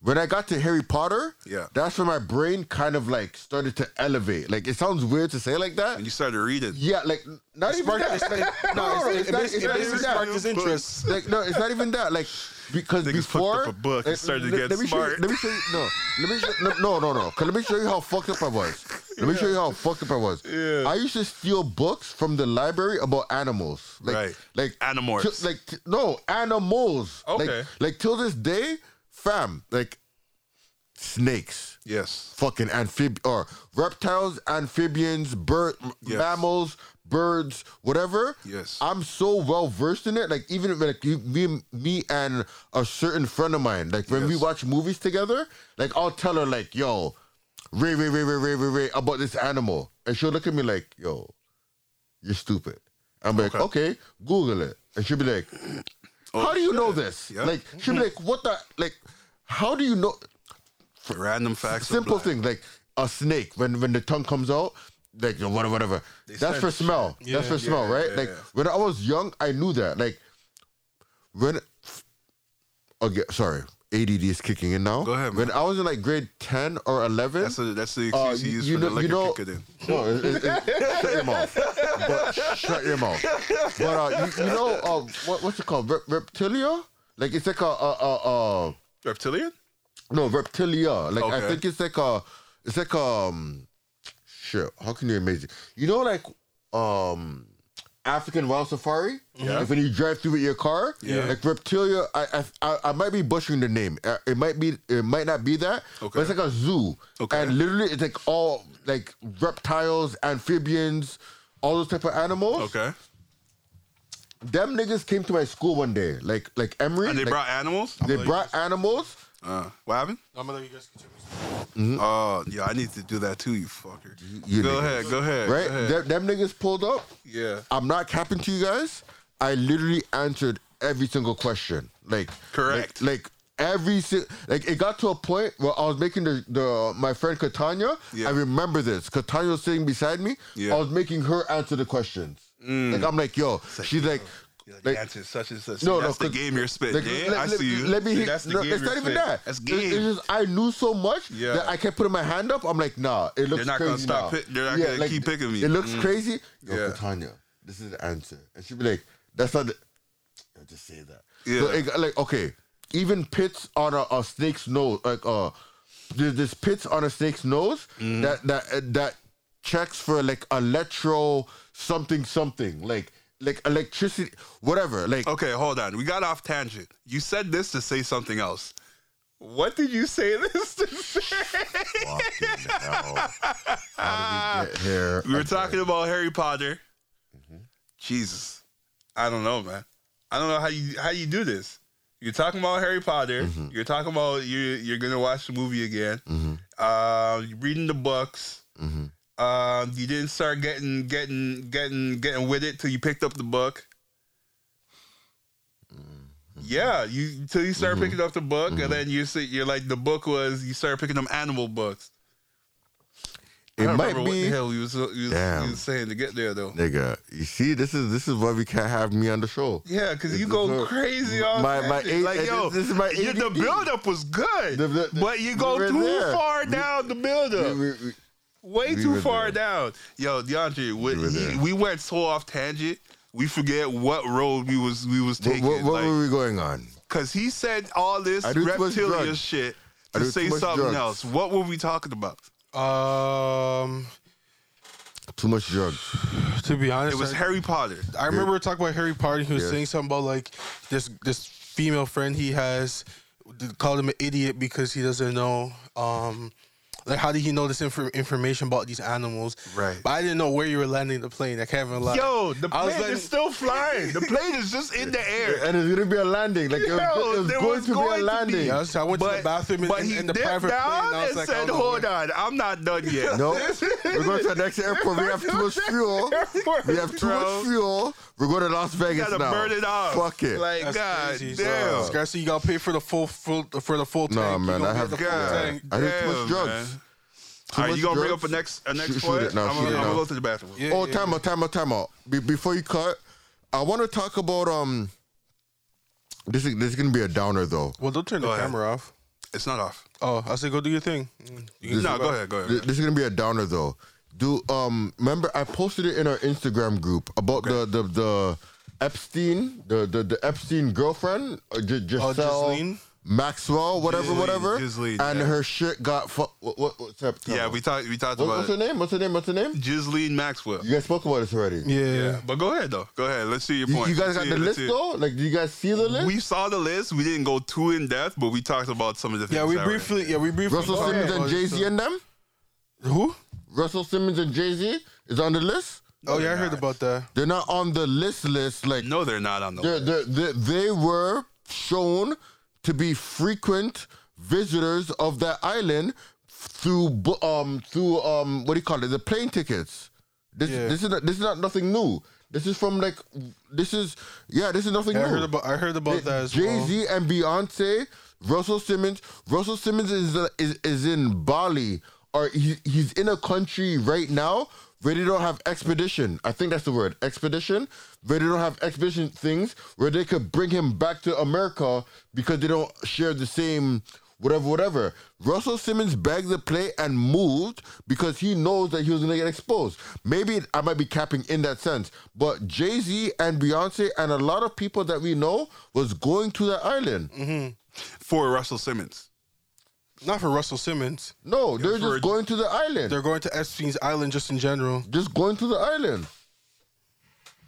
Speaker 2: When I got to Harry Potter,
Speaker 1: Yeah.
Speaker 2: that's when my brain kind of like started to elevate. Like, it sounds weird to say it like that.
Speaker 1: And you started reading.
Speaker 2: yeah, like not even
Speaker 3: Sparked-
Speaker 2: that.
Speaker 3: it's like-
Speaker 2: No,
Speaker 3: no,
Speaker 2: no,
Speaker 3: it's-
Speaker 2: it's
Speaker 3: it
Speaker 2: not-
Speaker 3: basically
Speaker 2: it's not
Speaker 3: it
Speaker 2: even
Speaker 3: basically
Speaker 2: that.
Speaker 3: sparked his interest.
Speaker 2: like no, it's not even that. Like because
Speaker 1: Niggas fucked
Speaker 2: before
Speaker 1: up a book and
Speaker 2: like,
Speaker 1: started to
Speaker 2: let-
Speaker 1: get
Speaker 2: let me show you-
Speaker 1: smart.
Speaker 2: let me show you. No, let me show, no, no, no, no. 'Cause let me show you how fucked up I was. Let me show you how fucked up I was.
Speaker 1: Yeah.
Speaker 2: I used to steal books from the library about animals. Like,
Speaker 1: Right.
Speaker 2: Like
Speaker 1: Animorphs.
Speaker 2: ti- like ti- no animals.
Speaker 1: Okay.
Speaker 2: Like, like till this day, fam. Like snakes
Speaker 1: Yes.
Speaker 2: fucking amphib or reptiles, amphibians, bird,
Speaker 1: Yes.
Speaker 2: mammals, birds, whatever.
Speaker 1: Yes.
Speaker 2: I'm so well versed in it. Like even if, like you- me, me and a certain friend of mine. Like when we
Speaker 1: Yes.
Speaker 2: watch movies together, like I'll tell her like, yo, Ray, Ray, Ray, Ray, Ray, Ray, Ray, about this animal, and she'll look at me like, yo, you're stupid. I'm like, okay, Google it, and she'll be like, how do you know this?
Speaker 1: Oh, Yeah.
Speaker 2: Like she'll be like, what the like. How do you know?
Speaker 1: Random facts. of
Speaker 2: simple
Speaker 1: black.
Speaker 2: thing like a snake when when the tongue comes out like you know, whatever whatever that's
Speaker 1: said
Speaker 2: for smell that's for
Speaker 3: Yeah.
Speaker 2: smell right
Speaker 1: yeah,
Speaker 2: like
Speaker 1: yeah.
Speaker 2: when i was young i knew that like when again sorry add is kicking in now
Speaker 1: Go ahead,
Speaker 2: when i was in like grade 10 or 11
Speaker 1: That's a, that's the
Speaker 2: uh,
Speaker 1: excuse you,
Speaker 2: you,
Speaker 1: use
Speaker 2: you
Speaker 1: for
Speaker 2: know,
Speaker 1: the
Speaker 2: you
Speaker 1: liquor
Speaker 2: know,
Speaker 1: kick it in.
Speaker 2: no, it- it- it- shut your mouth. But shut your mouth. But uh, you, you know, uh, what, what's it called? Rep- reptilia? Like it's like a, a, a, a
Speaker 1: Reptilian?
Speaker 2: no, reptilia. Like I
Speaker 1: Okay.
Speaker 2: think it's like a, it's like um, shit. How can you imagine? You know, like um, African wild safari.
Speaker 1: Yeah.
Speaker 2: Like when you drive through with your car.
Speaker 1: Yeah.
Speaker 2: Like reptilia. I I, I, I might be butchering the name. Uh, It might be. It might not be that.
Speaker 1: Okay.
Speaker 2: But it's like a zoo.
Speaker 1: Okay.
Speaker 2: And literally, it's like all like reptiles, amphibians, all those type of animals.
Speaker 1: Okay.
Speaker 2: Them niggas came to my school one day. Like like Emory.
Speaker 1: And they
Speaker 2: like,
Speaker 1: brought animals?
Speaker 2: They brought animals.
Speaker 1: Uh, what happened?
Speaker 3: I'm gonna let you guys continue.
Speaker 1: Oh, yeah, I need to do that too, you fucker.
Speaker 2: Mm-hmm. you
Speaker 1: go
Speaker 2: niggas.
Speaker 1: ahead, go ahead. go
Speaker 2: Right?
Speaker 1: ahead.
Speaker 2: Them, them niggas pulled up.
Speaker 1: Yeah.
Speaker 2: I'm not capping to you guys. I literally answered every single question. Like
Speaker 1: Correct.
Speaker 2: Like, like every si- like it got to a point where I was making the, the my friend Catania.
Speaker 1: Yeah.
Speaker 2: I remember this. Catania was sitting beside me.
Speaker 1: Yeah. Mm.
Speaker 2: I was making her answer the questions. Like I'm like, yo. she's like.
Speaker 1: You're like,
Speaker 2: like-
Speaker 1: answer such and such.
Speaker 2: No,
Speaker 1: No,
Speaker 2: no,
Speaker 1: that's the
Speaker 2: 'cause-
Speaker 1: game you're spitting.
Speaker 2: like,
Speaker 1: yeah,
Speaker 2: let,
Speaker 1: I
Speaker 2: let-
Speaker 1: see you.
Speaker 2: let me hit.
Speaker 1: That's the
Speaker 2: no,
Speaker 1: game
Speaker 2: it's
Speaker 1: you're
Speaker 2: not even
Speaker 1: spitting.
Speaker 2: that.
Speaker 1: That's
Speaker 2: It-
Speaker 1: game.
Speaker 2: it's just I knew so much
Speaker 1: Yeah.
Speaker 2: that I kept putting my hand up. I'm like, nah, it looks.
Speaker 1: not gonna
Speaker 2: crazy
Speaker 1: stop
Speaker 2: now.
Speaker 1: pick- they're not gonna keep picking me. Mm.
Speaker 2: It looks crazy. Yo,
Speaker 1: Yeah.
Speaker 2: Tanya, this is the answer, and she'd be like, "That's not." The... Yo, just say that.
Speaker 1: Yeah.
Speaker 2: So it got like okay, even pits on a, a snake's nose, like uh, there's this pits on a snake's nose
Speaker 1: Mm-hmm.
Speaker 2: that that uh, that checks for like electro something something like like electricity whatever like
Speaker 1: okay, hold on. We got off tangent. You said this to say something else. What did you say this to say?
Speaker 2: Fucking hell. How did we get here?
Speaker 1: We were talking about Harry Potter.
Speaker 2: Mm-hmm.
Speaker 1: Jesus, I don't know, man. I don't know how you how you do this. You're talking about Harry Potter.
Speaker 2: Mm-hmm.
Speaker 1: You're talking about you. You're gonna watch the movie again.
Speaker 2: Mhm.
Speaker 1: Uh, you're reading the books.
Speaker 2: Mhm.
Speaker 1: Um, you didn't start getting getting getting getting with it till you picked up the book.
Speaker 2: Mm-hmm.
Speaker 1: Yeah, you till you start picking up the book, and then you see you're like the book was you started picking them animal books. I
Speaker 2: It
Speaker 1: don't
Speaker 2: might
Speaker 1: remember what
Speaker 2: be
Speaker 1: the hell you was, you was, you
Speaker 2: Damn.
Speaker 1: was saying to get there though.
Speaker 2: nigga. You see, this is this is why we can't have me on the show.
Speaker 1: Yeah, because you
Speaker 2: It's
Speaker 1: go
Speaker 2: not-
Speaker 1: crazy on
Speaker 2: my-
Speaker 1: that
Speaker 2: my
Speaker 1: shit.
Speaker 2: eight-
Speaker 1: like
Speaker 2: and
Speaker 1: yo.
Speaker 2: this is my
Speaker 1: you- the
Speaker 2: ADD.
Speaker 1: buildup was good,
Speaker 2: The- the- the-
Speaker 1: but you
Speaker 2: we
Speaker 1: go
Speaker 2: were
Speaker 1: too
Speaker 2: there.
Speaker 1: far down the buildup.
Speaker 2: We- we- we-
Speaker 1: Way
Speaker 2: We
Speaker 1: too
Speaker 2: were
Speaker 1: far
Speaker 2: there.
Speaker 1: down. Yo, DeAndre, we,
Speaker 2: We were
Speaker 1: he-
Speaker 2: there.
Speaker 1: we went so off tangent. We forget what road we was we was
Speaker 2: What,
Speaker 1: taking.
Speaker 2: what, what
Speaker 1: like,
Speaker 2: were we going on?
Speaker 1: Cause he said all this
Speaker 2: I do too much
Speaker 1: reptilian
Speaker 2: drugs.
Speaker 1: shit
Speaker 2: I
Speaker 1: to
Speaker 2: do
Speaker 1: say
Speaker 2: too much
Speaker 1: something
Speaker 2: drugs.
Speaker 1: else. What were we talking about?
Speaker 3: Um,
Speaker 2: Too much drugs.
Speaker 3: to be honest,
Speaker 1: It was
Speaker 3: I-
Speaker 1: Harry Potter.
Speaker 3: I remember talking about Harry Potter. He was
Speaker 2: Yes.
Speaker 3: saying something about like this this female friend he has th- called him an idiot because he doesn't know. Um, like how did he know this infor- information about these animals?
Speaker 1: Right.
Speaker 3: But I didn't know where you were landing the plane. I can't even lie.
Speaker 1: Yo, the
Speaker 3: I was
Speaker 1: plane
Speaker 3: letting-
Speaker 1: is still flying. The plane is just in the air.
Speaker 2: And it's gonna be a landing. Like it
Speaker 1: Yo,
Speaker 2: was, it was
Speaker 1: there
Speaker 2: going
Speaker 1: was
Speaker 2: to
Speaker 1: going
Speaker 2: be
Speaker 1: to
Speaker 2: a landing.
Speaker 1: be-
Speaker 3: Yeah, I, was- I went to the bathroom
Speaker 1: but
Speaker 3: in,
Speaker 1: he
Speaker 3: in the
Speaker 1: dipped
Speaker 3: private plane.
Speaker 1: down
Speaker 3: And I was
Speaker 1: and
Speaker 3: like, "Oh,
Speaker 1: said, "Hold on, I'm not done yet."
Speaker 2: No, we're going to the next airport. We have too much fuel. We have too
Speaker 1: Bro.
Speaker 2: much fuel. We're going to Las
Speaker 1: You
Speaker 2: Vegas
Speaker 1: gotta
Speaker 2: now.
Speaker 1: burn it off.
Speaker 2: Fuck it.
Speaker 1: Like, god damn.
Speaker 3: So, Scarcity, you gotta pay for the full, full for the full tank.
Speaker 2: Nah,
Speaker 3: You
Speaker 2: man,
Speaker 3: gonna
Speaker 2: I
Speaker 3: pay
Speaker 2: have-
Speaker 3: the full
Speaker 1: God
Speaker 3: tank.
Speaker 2: I heard too much
Speaker 1: damn,
Speaker 2: drugs.
Speaker 1: man.
Speaker 2: Too
Speaker 1: All right,
Speaker 2: much
Speaker 1: you gonna bring up
Speaker 2: drugs.
Speaker 1: a next a next
Speaker 2: Shoot- shoot
Speaker 1: point?
Speaker 2: it now,
Speaker 1: I'm,
Speaker 2: shoot
Speaker 1: gonna,
Speaker 2: it
Speaker 1: I'm gonna
Speaker 2: now.
Speaker 1: go to the bathroom.
Speaker 3: Yeah,
Speaker 2: Oh,
Speaker 3: yeah.
Speaker 2: time out, time out, time out. Be- before you cut, I want to talk about um. This is this is gonna be a downer though.
Speaker 3: Well, don't turn the
Speaker 1: Go ahead.
Speaker 3: camera off.
Speaker 1: It's not off.
Speaker 3: Oh, I said go do your thing. Mm, you can
Speaker 1: No,
Speaker 3: do
Speaker 1: go
Speaker 3: it.
Speaker 1: ahead, go
Speaker 2: Th-
Speaker 1: ahead.
Speaker 2: This is gonna be a downer though. Do um remember I posted it in our Instagram group about the the the Epstein the the, the Epstein girlfriend uh, Gi- Giselle
Speaker 3: Ghislaine?
Speaker 2: Maxwell whatever
Speaker 1: Oh, Ghislaine,
Speaker 2: whatever
Speaker 1: Ghislaine,
Speaker 2: and
Speaker 1: yeah.
Speaker 2: her shit got fu- what, what what's up?
Speaker 1: Yeah, we talked we talked
Speaker 2: What-
Speaker 1: about
Speaker 2: what's her name? What's her name? What's her name?
Speaker 1: Jisleen Maxwell.
Speaker 2: You guys spoke about this already.
Speaker 3: Yeah.
Speaker 1: Yeah, but go ahead though. Go ahead. Let's see your
Speaker 2: You,
Speaker 1: point.
Speaker 2: you guys
Speaker 1: Let's
Speaker 2: got
Speaker 1: see-
Speaker 2: the
Speaker 1: let's
Speaker 2: list
Speaker 1: see-
Speaker 2: though. Like, do you guys see the list?
Speaker 1: We saw the list. We didn't go too in depth, but we talked about some of the things.
Speaker 3: Yeah, we
Speaker 1: that were-
Speaker 3: briefly. Yeah, we briefly.
Speaker 2: Russell
Speaker 3: talked
Speaker 2: Simmons
Speaker 3: about
Speaker 2: and
Speaker 3: it,
Speaker 2: Jay Z
Speaker 3: so-
Speaker 2: and them.
Speaker 3: Who?
Speaker 2: Russell Simmons and Jay Z is on the list.
Speaker 3: Oh yeah, I heard about that.
Speaker 2: They're not on the list list. Like
Speaker 1: No, they're not on the
Speaker 2: they're,
Speaker 1: list.
Speaker 2: they're, they they were shown to be frequent visitors of that island through bu- um through um what do you call it? The plane tickets. This
Speaker 3: Yeah.
Speaker 2: this is not, this is not nothing new. This is from like this is yeah. This is nothing
Speaker 3: Yeah, I
Speaker 2: new.
Speaker 3: heard about. I heard about that as well.
Speaker 2: Jay Z and Beyonce, Russell Simmons. Russell Simmons is is, is in Bali or he, he's in a country right now where they don't have expedition. I think that's the word expedition. Where they don't have expedition things where they could bring him back to America because they don't share the same whatever whatever. Russell Simmons bagged the play and moved because he knows that he was gonna get exposed. Maybe I might be capping in that sense, but Jay Z and Beyonce and a lot of people that we know was going to that island.
Speaker 1: Mm-hmm. For Russell Simmons.
Speaker 3: Not for Russell Simmons.
Speaker 2: No, they're
Speaker 1: for-
Speaker 2: just going to the island.
Speaker 3: They're going to Epstein's Island just in general.
Speaker 2: just going to the island.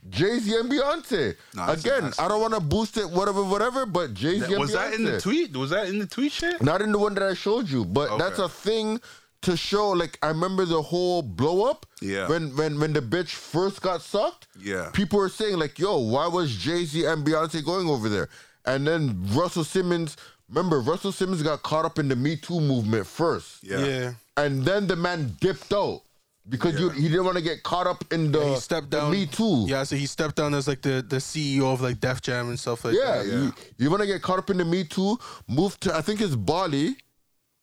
Speaker 2: Jay Z and Beyonce.
Speaker 1: Nah, that's-
Speaker 2: Again,
Speaker 1: that's-
Speaker 2: I don't want to boost it, whatever, whatever. But Jay Z and
Speaker 1: was that in the
Speaker 2: Beyonce.
Speaker 1: tweet? Was that in the tweet shit?
Speaker 2: Not in the one that I showed you, but
Speaker 1: Okay.
Speaker 2: that's a thing to show. Like I remember the whole blow up.
Speaker 1: Yeah.
Speaker 2: When when when the bitch first got sucked.
Speaker 1: Yeah.
Speaker 2: People were saying like, "Yo, why was Jay Z and Beyonce going over there?" And then Russell Simmons. Remember, Russell Simmons got caught up in the Me Too movement first.
Speaker 1: Yeah.
Speaker 2: And then the man dipped out because you, he didn't want to get caught up in the,
Speaker 3: he stepped
Speaker 2: Uh, the
Speaker 3: down.
Speaker 2: Me Too.
Speaker 3: Yeah, so he stepped down as like the, the CEO of like Def Jam and stuff like
Speaker 2: Yeah,
Speaker 3: that.
Speaker 2: you, you want to get caught up in the Me Too, move to, I think it's Bali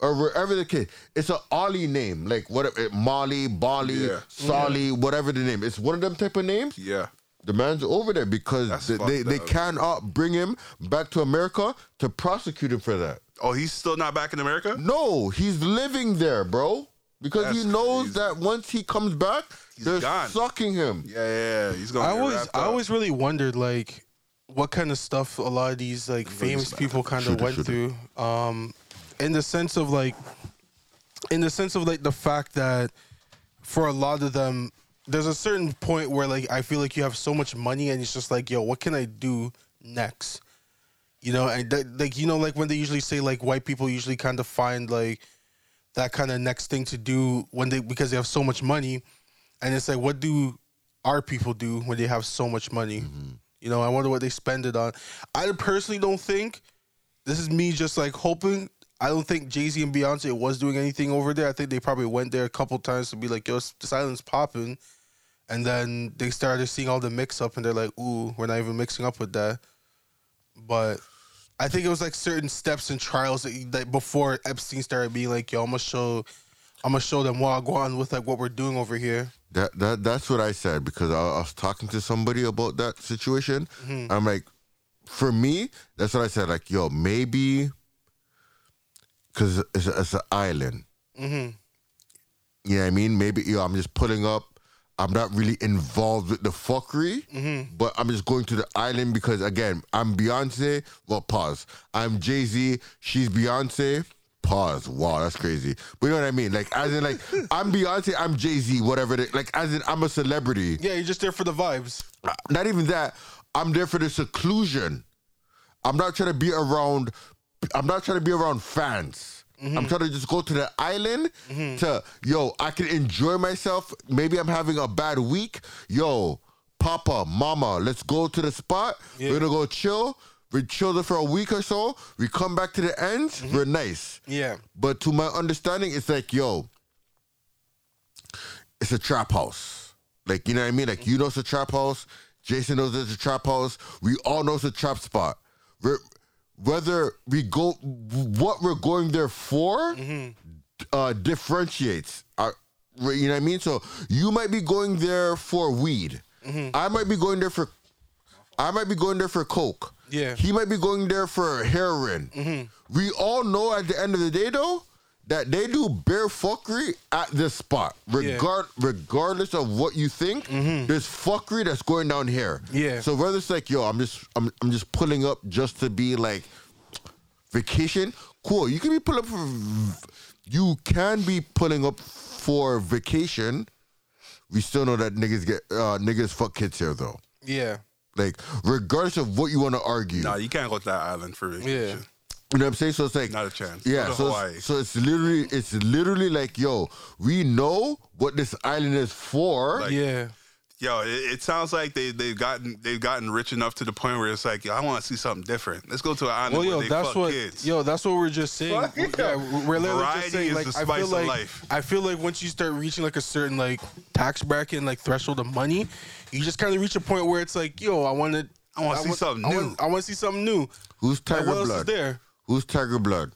Speaker 2: or wherever the kid. It's an Ollie name, like whatever, it, Mali, Bali,
Speaker 1: Yeah.
Speaker 2: Sali, whatever the name. It's one of them type of names.
Speaker 1: Yeah.
Speaker 2: The man's over there because
Speaker 1: That's
Speaker 2: they, they,
Speaker 1: fucked
Speaker 2: they
Speaker 1: up.
Speaker 2: cannot bring him back to America to prosecute him for that.
Speaker 1: Oh, he's still not back in America?
Speaker 2: No, he's living there, bro. Because he
Speaker 1: That's
Speaker 2: knows
Speaker 1: crazy.
Speaker 2: that once he comes back,
Speaker 1: He's
Speaker 2: they're
Speaker 1: gone.
Speaker 2: sucking him.
Speaker 1: Yeah, yeah, yeah. He's gonna
Speaker 3: I
Speaker 1: get
Speaker 3: always
Speaker 1: wrapped
Speaker 3: I
Speaker 1: up.
Speaker 3: always really wondered like what kind of stuff a lot of these like famous people kind
Speaker 2: Shoot
Speaker 3: of
Speaker 2: it,
Speaker 3: went
Speaker 2: shoot
Speaker 3: through. Um, in the sense of like, in the sense of like the fact that for a lot of them, there's a certain point where like I feel like you have so much money and it's just like, yo, what can I do next? You know, and that, like you know, like when they usually say like white people usually kind of find like that kind of next thing to do when they because they have so much money, and it's like, what do our people do
Speaker 2: Mm-hmm.
Speaker 3: when they have so much money? You know, I wonder what they spend it on. I personally don't think This is me just like hoping. I don't think Jay Z and Beyonce was doing anything over there. I think they probably went there a couple times to be like, yo, s- the silence popping. And then they started seeing all the mix up and they're like, ooh, we're not even mixing up with that. But I think it was like certain steps and trials that, that before Epstein started being like, yo, I'm gonna show I'm gonna show them Wagwan with like what we're doing over here.
Speaker 2: That, that that's what I said because I, I was talking to somebody about that situation.
Speaker 1: Mm-hmm.
Speaker 2: I'm like, for me, that's what I said. Like, yo, maybe because it's, a- it's an island. Mm-hmm. You know what I mean? Maybe yo, I'm just pulling up. I'm not really involved with the fuckery, but I'm just going to the island because again, I'm Beyonce. Well, pause. I'm Jay Z. She's Beyonce. Pause. Wow, that's crazy. But you know what I mean? Like, as in, like, I'm Beyonce. I'm Jay Z. Whatever. The, like, as in, I'm a celebrity
Speaker 3: Yeah, you're just there for the vibes.
Speaker 2: not even that. I'm there for the seclusion. I'm not trying to be around. I'm not trying to be around fans. I'm trying to just go to the island to yo. I can enjoy myself. Maybe I'm having a bad week. Yo, Papa, Mama, let's go to the spot. We're gonna go chill. We chill there for a week or so. We come back to the ends. We're nice.
Speaker 3: Yeah.
Speaker 2: But to my understanding, it's like, yo, it's a trap house. Like, you know what I mean? Like, you know it's a trap house. Jason knows it's a trap house. We all know it's a trap spot. We're, whether we go, what we're going there for uh, differentiates. Our, you know what I mean? So you might be going there for weed. I might be going there for, I might be going there for coke.
Speaker 3: Yeah.
Speaker 2: He might be going there for heroin. We all know at the end of the day, though, that they do bare fuckery at this spot. Regard, regardless of what you think, there's fuckery that's going down here.
Speaker 3: Yeah.
Speaker 2: So whether it's like, yo, I'm just, I'm, I'm just pulling up just to be like vacation. Cool. You can be pulling up for, v- you can be pulling up for vacation. We still know that niggas get uh, niggas fuck kids here though.
Speaker 3: Yeah.
Speaker 2: Like regardless of what you want to argue,
Speaker 1: Nah, you can't go to that island for vacation.
Speaker 3: Yeah.
Speaker 2: you know what I'm saying? So it's like
Speaker 1: Not a chance. Go
Speaker 2: Yeah,
Speaker 1: to
Speaker 2: so
Speaker 1: Hawaii.
Speaker 2: it's, so it's literally it's literally like yo, we know what this island is for.
Speaker 1: Like-
Speaker 3: Yeah.
Speaker 1: Yo, it, it sounds like they they've gotten they've gotten rich enough to the point where it's like, yo, I want to see something different. Let's go to an island
Speaker 3: Well,
Speaker 1: where
Speaker 3: yo,
Speaker 1: they
Speaker 3: that's
Speaker 1: fuck
Speaker 3: what,
Speaker 1: kids.
Speaker 3: yo, that's what we're just saying.
Speaker 1: Fuck
Speaker 3: We-
Speaker 1: yeah.
Speaker 3: yeah, we're literally
Speaker 1: Variety
Speaker 3: just saying,
Speaker 1: is
Speaker 3: like,
Speaker 1: the
Speaker 3: I
Speaker 1: spice
Speaker 3: feel
Speaker 1: of
Speaker 3: like,
Speaker 1: life.
Speaker 3: I feel like once you start reaching like a certain like tax bracket and like threshold of money, you just kind of reach a point where it's like, yo, I want to,
Speaker 1: I wanna see
Speaker 3: want-
Speaker 1: something
Speaker 3: I
Speaker 1: new.
Speaker 3: Want, I want to see something new.
Speaker 2: Who's
Speaker 3: Like,
Speaker 2: Tiger
Speaker 3: what else is
Speaker 2: Blood?
Speaker 3: there?
Speaker 2: Who's Tiger Blood?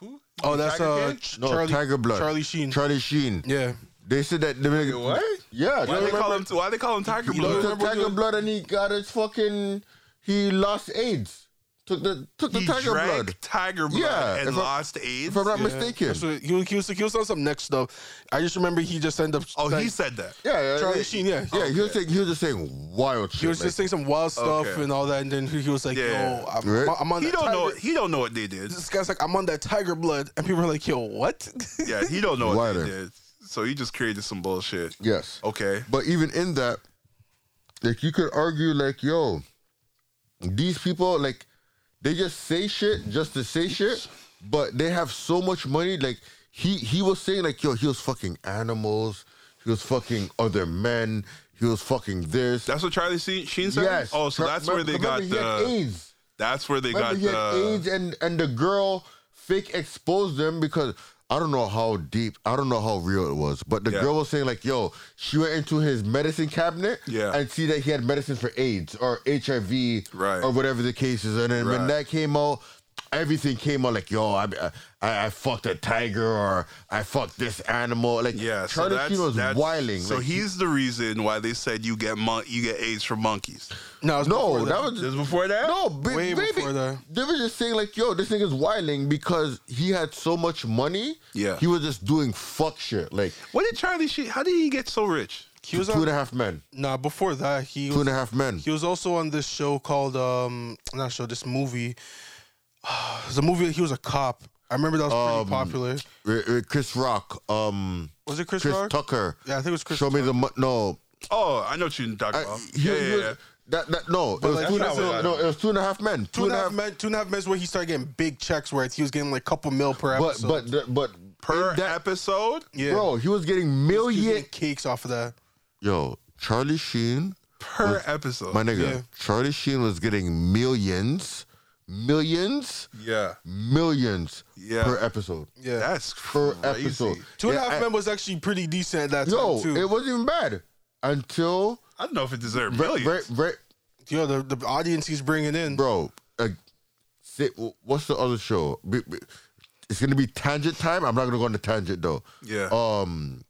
Speaker 1: Who?
Speaker 3: Oh, that's
Speaker 1: Tiger
Speaker 3: uh,
Speaker 1: King?
Speaker 3: Ch-
Speaker 2: No,
Speaker 3: Charlie
Speaker 2: Tiger Blood.
Speaker 3: Charlie Sheen.
Speaker 2: Charlie Sheen.
Speaker 3: yeah,
Speaker 2: They said that the nigga.
Speaker 1: what?
Speaker 2: Yeah.
Speaker 1: Why they call him? Why they call him Tiger
Speaker 3: You
Speaker 2: He
Speaker 1: Blood?
Speaker 3: don't-
Speaker 2: took
Speaker 3: Remember
Speaker 2: Tiger
Speaker 3: doing-
Speaker 2: Blood and he got his fucking. He lost AIDS. Took the took the
Speaker 1: He
Speaker 2: Tiger
Speaker 1: drank
Speaker 2: Blood.
Speaker 1: Tiger Blood
Speaker 2: Yeah, if
Speaker 1: and
Speaker 2: I'm-
Speaker 1: lost AIDS.
Speaker 2: If I'm not
Speaker 3: yeah.
Speaker 2: mistaken.
Speaker 3: That's what- he, was, he was he was on some next stuff. I just remember he just ended up.
Speaker 1: oh,
Speaker 3: like,
Speaker 1: he said that.
Speaker 2: Yeah, yeah,
Speaker 3: Charlie
Speaker 2: yeah.
Speaker 3: Sheen, yeah.
Speaker 2: yeah. He was saying he was just saying wild shit.
Speaker 3: He was
Speaker 2: like-
Speaker 3: just saying some wild stuff
Speaker 1: Okay.
Speaker 3: and all that, and then he he was like,
Speaker 1: Yeah.
Speaker 3: "Yo, I'm,
Speaker 2: Right.
Speaker 3: I'm on."
Speaker 1: He
Speaker 3: that
Speaker 1: don't know.
Speaker 3: Tiger-
Speaker 1: He don't know what they did.
Speaker 3: this guy's like, I'm on that tiger blood. And people are like, yo, what?
Speaker 1: Yeah, he don't know what they
Speaker 2: Wider.
Speaker 1: did. So he just created some bullshit.
Speaker 2: yes.
Speaker 1: Okay.
Speaker 2: But even in that, like you could argue, like, yo, these people, like, they just say shit just to say shit, but they have so much money. Like he he was saying, like, yo, he was fucking animals, he was fucking other men, he was fucking this.
Speaker 1: That's what Charlie Sheen Sheen said.
Speaker 2: Yes.
Speaker 1: Oh, so that's where they
Speaker 2: Remember,
Speaker 1: got
Speaker 2: he had
Speaker 1: the.
Speaker 2: AIDS.
Speaker 1: That's where they
Speaker 2: Remember,
Speaker 1: got
Speaker 2: he had AIDS,
Speaker 1: the.
Speaker 2: and and the girl fake exposed them because I don't know how deep, I don't know how real it was, but the
Speaker 1: Yeah.
Speaker 2: girl was saying like, "Yo, she went into his medicine cabinet,
Speaker 1: Yeah.
Speaker 2: and see that he had medicine for AIDS or HIV,
Speaker 1: Right.
Speaker 2: or whatever the case is." And then when
Speaker 1: Right.
Speaker 2: that came out. Everything came out like, yo, I, I I fucked a tiger or I fucked this animal. Like,
Speaker 1: Yeah, so
Speaker 2: Charlie
Speaker 1: that's,
Speaker 2: Sheen was
Speaker 1: that's
Speaker 2: wilding.
Speaker 1: So
Speaker 2: like,
Speaker 1: he's the reason why they said you get mon- you get AIDS from monkeys.
Speaker 3: no, it's
Speaker 2: no,
Speaker 3: before
Speaker 2: that was
Speaker 1: Just before that.
Speaker 2: Oh, No, b-
Speaker 3: Way
Speaker 2: baby,
Speaker 3: before that.
Speaker 2: they were just saying like, "Yo, this nigga's wilding because he had so much money.
Speaker 1: Yeah.
Speaker 2: he was just doing fuck shit. Like
Speaker 1: What did Charlie Sheen? How did he get so rich?
Speaker 3: he was
Speaker 2: two and
Speaker 3: on,
Speaker 2: a half men,
Speaker 3: nah, before that, he
Speaker 2: two
Speaker 3: was,
Speaker 2: and a half men.
Speaker 3: he was also on this show called, um, not show, this movie. It was a movie, he was a cop. I remember that was pretty
Speaker 2: Um,
Speaker 3: popular.
Speaker 2: R- r- Chris Rock, um,
Speaker 3: Was it Chris,
Speaker 2: Chris
Speaker 3: Rock?
Speaker 2: Tucker.
Speaker 3: yeah, I think it was Chris.
Speaker 2: Show me the mo- no.
Speaker 1: Oh, I know what you're talking
Speaker 2: I,
Speaker 1: about.
Speaker 2: he-
Speaker 1: yeah,
Speaker 2: he
Speaker 1: yeah,
Speaker 2: was-
Speaker 1: yeah.
Speaker 2: That, that no, it
Speaker 3: But
Speaker 2: was,
Speaker 3: like,
Speaker 2: two and a
Speaker 1: that's
Speaker 2: half,
Speaker 1: not what I-
Speaker 2: no, it was two and a half men. Two,
Speaker 3: Two and a half men, two and a half men is where he started getting big checks where he was getting like a couple mil per
Speaker 2: But
Speaker 3: episode.
Speaker 2: but the- but
Speaker 1: Per
Speaker 2: in that,
Speaker 1: episode,
Speaker 3: yeah,
Speaker 2: bro, he was getting
Speaker 3: he was
Speaker 2: million.
Speaker 3: getting cakes off of that.
Speaker 2: Yo, Charlie Sheen
Speaker 1: per episode.
Speaker 2: My nigga,
Speaker 3: Yeah.
Speaker 2: Charlie Sheen was getting millions millions,
Speaker 1: Yeah.
Speaker 2: millions
Speaker 1: Yeah.
Speaker 2: per episode.
Speaker 3: Yeah.
Speaker 1: That's
Speaker 2: Per
Speaker 1: crazy.
Speaker 2: episode.
Speaker 3: Two and a half
Speaker 2: Yeah,
Speaker 3: Men was actually pretty decent at that
Speaker 2: I-
Speaker 3: time
Speaker 2: Yo,
Speaker 3: too.
Speaker 2: it wasn't even bad until
Speaker 1: I don't know if it deserved
Speaker 2: Bre-
Speaker 1: millions.
Speaker 2: Bre- Bre-
Speaker 3: Yo, the, the audience he's bringing in.
Speaker 2: bro. Uh, sit, what's the other show? B- b- It's gonna be tangent time. I'm not gonna go on the tangent though.
Speaker 1: Yeah.
Speaker 2: Um,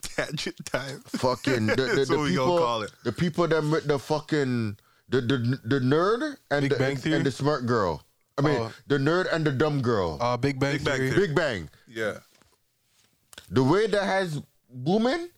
Speaker 1: Tangent time.
Speaker 2: fucking the, the,
Speaker 1: That's
Speaker 2: the
Speaker 1: what we gonna
Speaker 2: people,
Speaker 1: call it.
Speaker 2: the people that met the fucking the the, the nerd and
Speaker 3: Big
Speaker 2: the,
Speaker 3: Bang
Speaker 2: and,
Speaker 3: Theory?
Speaker 2: the smart girl. I mean,
Speaker 3: Oh.
Speaker 2: the nerd and the dumb girl.
Speaker 3: Uh, Big Bang
Speaker 1: Big Bang
Speaker 3: Theory.
Speaker 1: Theory.
Speaker 2: Big Bang.
Speaker 1: Yeah.
Speaker 2: The way that has booming,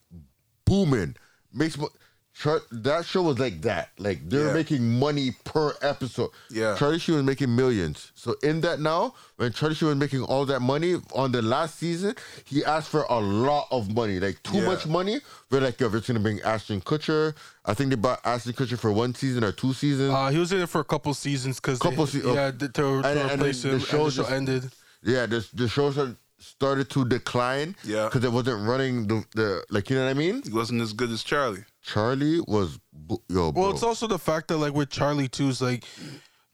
Speaker 2: booming makes mo- Char- that show was like that. Like they're
Speaker 1: Yeah.
Speaker 2: making money per episode.
Speaker 1: Yeah.
Speaker 2: Charlie Sheen was making millions. So in that now, when Charlie Sheen was making all that money on the last season, he asked for a lot of money, like too
Speaker 1: Yeah.
Speaker 2: much money. We're like, yo, we're just gonna bring Ashton Kutcher. I think they bought Ashton Kutcher for one season or two seasons.
Speaker 3: Uh, he was in it for a couple seasons because
Speaker 2: Couple se- oh.
Speaker 3: yeah, to, to
Speaker 2: and the
Speaker 3: replace him. and
Speaker 2: show
Speaker 3: the show
Speaker 2: just-
Speaker 3: ended.
Speaker 2: yeah, the the show started- started to decline.
Speaker 1: Yeah.
Speaker 2: because it wasn't running the, the like you know what I mean.
Speaker 1: He wasn't as good as Charlie.
Speaker 2: Charlie was bu- yo. Bro.
Speaker 3: Well, it's also the fact that like with Charlie too is like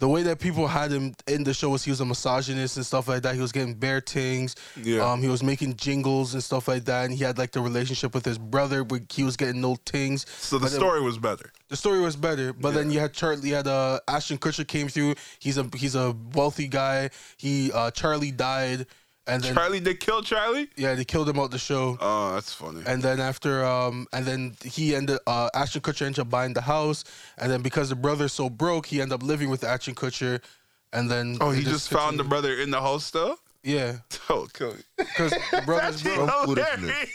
Speaker 3: the way that people had him in the show was he was a misogynist and stuff like that. He was getting bear tings.
Speaker 1: Yeah.
Speaker 3: Um, he was making jingles and stuff like that, and he had like the relationship with his brother, but he was getting no tings.
Speaker 1: So the
Speaker 3: But it-
Speaker 1: story was better.
Speaker 3: the story was better, but then you had Charlie, you had uh, Ashton Kutcher came through. He's a he's a wealthy guy. He uh, Charlie died, and then
Speaker 1: Charlie, they killed Charlie?
Speaker 3: yeah, they killed him out the show.
Speaker 1: Oh, that's funny.
Speaker 3: And then after, um, and then he ended. Uh, Ashton Kutcher ended up buying the house, and then because the brother's so broke, he ended up living with Ashton Kutcher, and then
Speaker 1: Oh,
Speaker 3: it
Speaker 1: he just found the
Speaker 3: continued.
Speaker 1: brother in the house still?
Speaker 3: yeah,
Speaker 1: Oh, kill me.
Speaker 3: because the brother's broke.
Speaker 2: Some
Speaker 1: Hilarious.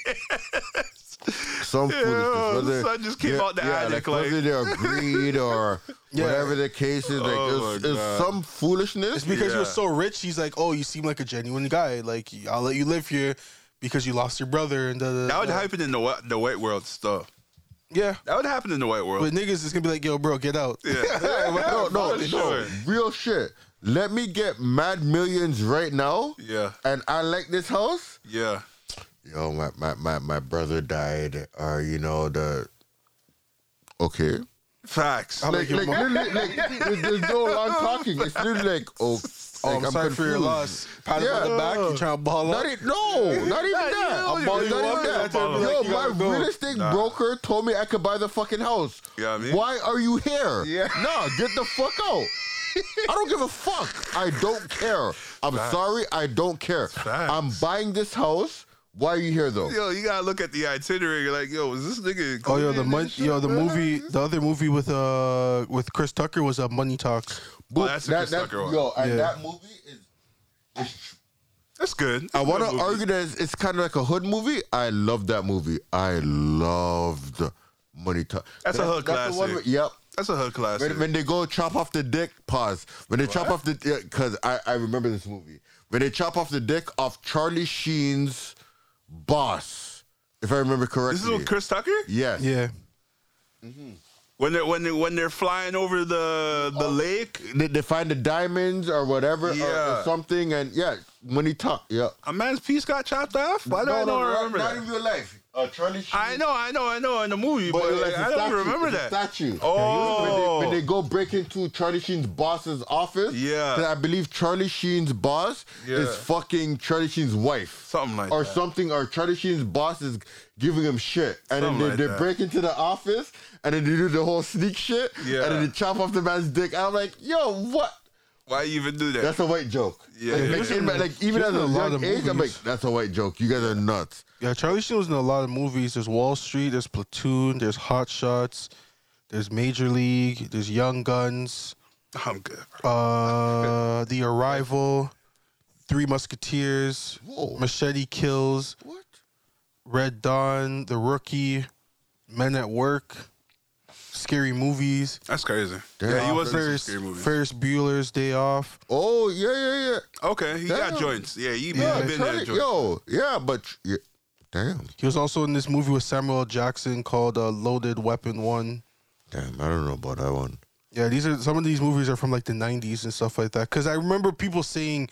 Speaker 2: some
Speaker 1: Yeah,
Speaker 2: foolishness.
Speaker 1: the
Speaker 2: Whether,
Speaker 1: son just came
Speaker 2: yeah,
Speaker 1: out the
Speaker 2: yeah,
Speaker 1: attic,
Speaker 2: like,
Speaker 1: like-
Speaker 2: whether they're greed or
Speaker 3: Yeah.
Speaker 2: whatever the case is. Like,
Speaker 1: Oh
Speaker 2: it's,
Speaker 1: my
Speaker 2: it's
Speaker 1: God.
Speaker 2: some foolishness.
Speaker 3: It's because he was
Speaker 1: Yeah.
Speaker 3: so rich. He's like, oh, you seem like a genuine guy. Like I'll let you live here because you lost your brother and da, da, da,
Speaker 1: That would
Speaker 3: da.
Speaker 1: happen in the wa- the white world stuff.
Speaker 3: yeah.
Speaker 1: That would happen in the white
Speaker 3: But
Speaker 1: world.
Speaker 3: niggas is gonna be like, yo, bro, get out.
Speaker 1: Yeah.
Speaker 2: no,
Speaker 1: for
Speaker 2: no, no,
Speaker 1: sure.
Speaker 2: real shit. Let me get mad millions right now,
Speaker 1: Yeah.
Speaker 2: and I like this house.
Speaker 1: Yeah.
Speaker 2: Yo, my my my, my brother died, or you know the. Okay.
Speaker 1: Facts.
Speaker 3: I'm
Speaker 2: Like, like,
Speaker 3: making mo-
Speaker 2: literally, like there's, there's no long talking. It's literally like, oh,
Speaker 3: Oh,
Speaker 2: like,
Speaker 3: I'm, sorry for your
Speaker 2: confused.
Speaker 3: loss. Pat him on
Speaker 2: Yeah.
Speaker 3: the back. You trying to ball
Speaker 2: Not
Speaker 3: up?
Speaker 2: e- no, not
Speaker 1: Not
Speaker 2: even that.
Speaker 1: even-
Speaker 2: About-
Speaker 1: you
Speaker 2: not
Speaker 1: want
Speaker 2: even
Speaker 1: that
Speaker 2: that.
Speaker 1: to be
Speaker 2: Yo,
Speaker 1: like,
Speaker 3: you
Speaker 2: my
Speaker 3: gotta go.
Speaker 2: real estate
Speaker 1: Nah.
Speaker 2: broker told me I could buy the fucking house.
Speaker 1: You know what I mean?
Speaker 2: Why are you here?
Speaker 1: Yeah.
Speaker 2: Nah, get the fuck out. I don't give a fuck. I don't care. I'm sorry. I don't care.
Speaker 1: Facts.
Speaker 2: I'm buying this house. Why are you here though?
Speaker 1: Yo, you gotta look at the itinerary. You're like, yo, is this nigga?
Speaker 3: Oh yo,
Speaker 1: included
Speaker 3: the
Speaker 1: in
Speaker 3: mon-
Speaker 1: this shit,
Speaker 3: yo, the
Speaker 1: bro?
Speaker 3: movie, the other movie with uh with Chris Tucker was uh, Money Talks.
Speaker 2: Boop,
Speaker 1: Oh, that's a Chris Tucker one.
Speaker 2: Yo, and
Speaker 3: Yeah.
Speaker 2: that movie is. is-
Speaker 1: That's good.
Speaker 2: I want
Speaker 1: Good
Speaker 2: to
Speaker 1: movie.
Speaker 2: argue that it's, it's kind of like a hood movie. I love that movie. I loved Money Talk.
Speaker 1: That's a hood
Speaker 2: the one
Speaker 1: classic.
Speaker 2: where- yep.
Speaker 1: That's a hood classic.
Speaker 2: When, when they go chop off the dick, pause. When they chop off the because I, I remember this movie. When they chop off the dick of Charlie Sheen's boss, if I remember correctly.
Speaker 1: This is with Chris Tucker.
Speaker 2: Yes.
Speaker 3: Yeah,
Speaker 1: When they're when they when they're flying over the
Speaker 2: Oh.
Speaker 1: the lake.
Speaker 2: They, they find the diamonds or whatever or- or,
Speaker 1: Yeah.
Speaker 2: something, and yeah, when he talk, yeah.
Speaker 1: A man's piece got chopped off. Why do I not remember
Speaker 2: not
Speaker 1: that?
Speaker 2: in real life. Uh, Charlie Sheen.
Speaker 1: I know, I know, I know in the movie, but,
Speaker 2: it's
Speaker 1: like,
Speaker 2: a
Speaker 1: I don't
Speaker 2: statue,
Speaker 1: remember
Speaker 2: it's a
Speaker 1: that.
Speaker 2: statue.
Speaker 1: Oh,
Speaker 2: When they go break into Charlie Sheen's boss's office,
Speaker 1: Yeah.
Speaker 2: 'cause I believe Charlie Sheen's boss
Speaker 1: Yeah.
Speaker 2: is fucking Charlie Sheen's wife.
Speaker 1: something like
Speaker 2: or
Speaker 1: that.
Speaker 2: something, or Charlie Sheen's boss is giving him shit, and
Speaker 1: Something
Speaker 2: then
Speaker 1: like
Speaker 2: they, they
Speaker 1: that.
Speaker 2: break into the office, and then they do the whole sneak shit,
Speaker 1: Yeah.
Speaker 2: and then they chop off the man's dick. I'm like, yo, what?
Speaker 1: Why you even do that?
Speaker 2: That's a white joke.
Speaker 1: Yeah.
Speaker 2: like,
Speaker 1: Yeah.
Speaker 2: like, in my- like, even
Speaker 3: There's
Speaker 2: as a
Speaker 3: a lot
Speaker 2: young
Speaker 3: of
Speaker 2: age, I'm like,
Speaker 3: movies.
Speaker 2: that's a white joke. You guys are nuts.
Speaker 3: yeah. Charlie Sheen was in a lot of movies. There's Wall Street. There's Platoon. There's Hot Shots. There's Major League. There's Young Guns.
Speaker 1: I'm good. bro.
Speaker 3: Uh, The Arrival. Three Musketeers.
Speaker 2: Whoa.
Speaker 3: Machete Kills.
Speaker 2: What?
Speaker 3: Red Dawn. The Rookie. Men at Work. Scary movies. Uh,
Speaker 1: That's crazy.
Speaker 2: Damn.
Speaker 1: yeah, he was in some
Speaker 3: Ferris,
Speaker 1: scary movies.
Speaker 3: Ferris Bueller's Day Off.
Speaker 2: Oh yeah, yeah, yeah.
Speaker 1: okay, he
Speaker 2: Damn.
Speaker 1: got joints. Yeah, he
Speaker 3: Yeah,
Speaker 1: been there.
Speaker 2: Charlie,
Speaker 1: Joints.
Speaker 2: yo, yeah, but yeah, damn,
Speaker 3: He was also in this movie with Samuel L. Jackson called uh, Loaded Weapon One.
Speaker 2: damn, I don't know about that one.
Speaker 3: Yeah, these are some of these movies are from like the '90s and stuff like that. Because I remember people saying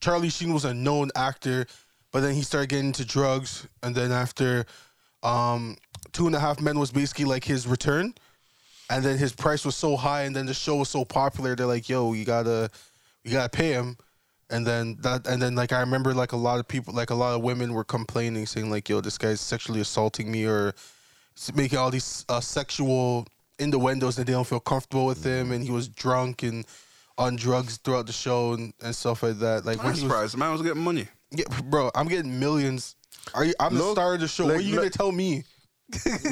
Speaker 3: Charlie Sheen was a known actor, but then he started getting into drugs, and then after um, Two and a Half Men was basically like his return, and then his price was so high, and then the show was so popular. They're like, "Yo, you gotta." you gotta pay him. And then that, and then like I remember like a lot of people, like a lot of women were complaining, saying like, "Yo, this guy's sexually assaulting me," or s- making all these uh, sexual innuendos that they don't feel comfortable with him, and he was drunk and on drugs throughout the show and, and stuff like that. Like,
Speaker 1: I'm not
Speaker 3: when he was,
Speaker 1: surprised. The man was getting money.
Speaker 3: yeah, bro, I'm getting millions. Are you, I'm the
Speaker 2: Look,
Speaker 3: star of the show. what
Speaker 2: like,
Speaker 3: are you gonna
Speaker 2: look-
Speaker 3: tell me?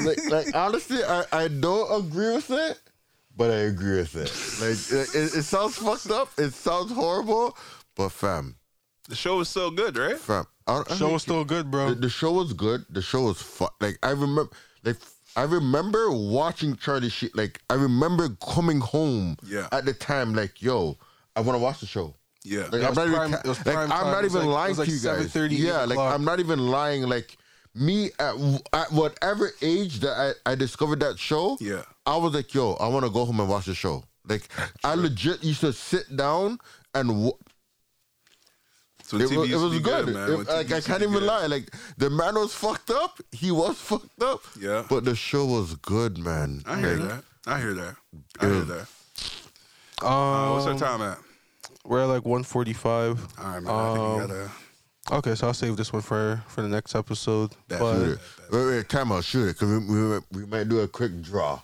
Speaker 2: like, like honestly, I, I don't agree with it, but I agree with it. Like it, it, it sounds fucked up, it sounds horrible, but fam,
Speaker 1: The show was so good, right?
Speaker 2: fam, I, I
Speaker 3: Show
Speaker 2: mean,
Speaker 3: was still good,
Speaker 2: the,
Speaker 3: bro.
Speaker 1: Uh,
Speaker 2: the show was good. The show was fun. Like I remember, like I remember watching Charlie Sheen. Like I remember coming home
Speaker 1: Yeah.
Speaker 2: at the time, like yo, I want to watch the show.
Speaker 1: Yeah.
Speaker 2: Like,
Speaker 3: Yeah,
Speaker 2: I'm not
Speaker 3: it was
Speaker 2: even,
Speaker 3: prime-
Speaker 2: ca-
Speaker 3: it was
Speaker 2: like,
Speaker 3: prime
Speaker 2: I'm
Speaker 3: time.
Speaker 2: not
Speaker 3: It was
Speaker 2: even
Speaker 3: like- it
Speaker 2: lying
Speaker 3: was like
Speaker 2: to you guys.
Speaker 3: 7:30,
Speaker 2: yeah,
Speaker 3: 8
Speaker 2: like
Speaker 3: o'clock.
Speaker 2: I'm not even lying. Like me at, w- at whatever age that I, I discovered that show,
Speaker 1: Yeah.
Speaker 2: I was like, yo, I want to go home and watch the show. Like I legit used to sit down and w-
Speaker 1: So
Speaker 2: it, was,
Speaker 1: TV
Speaker 2: it
Speaker 1: used to
Speaker 2: was
Speaker 1: be
Speaker 2: good.
Speaker 1: man.
Speaker 2: It-
Speaker 1: When
Speaker 2: like
Speaker 1: TV
Speaker 2: I
Speaker 1: used to
Speaker 2: can't
Speaker 1: be
Speaker 2: even
Speaker 1: good.
Speaker 2: lie. Like the man was fucked up. He was fucked up.
Speaker 1: Yeah.
Speaker 2: but the show was good, man.
Speaker 1: I hear
Speaker 2: Like,
Speaker 1: that. I hear that. I hear that. Uh,
Speaker 3: Um,
Speaker 1: what's our time at?
Speaker 3: We're at like 145.
Speaker 1: All right, man. I think we
Speaker 3: Um,
Speaker 1: gotta.
Speaker 3: Okay, so I'll save this one for for the next episode.
Speaker 2: Shoot
Speaker 3: But
Speaker 2: it. Wait, wait, time out. Shoot it, cause we, we, we might do a quick draw.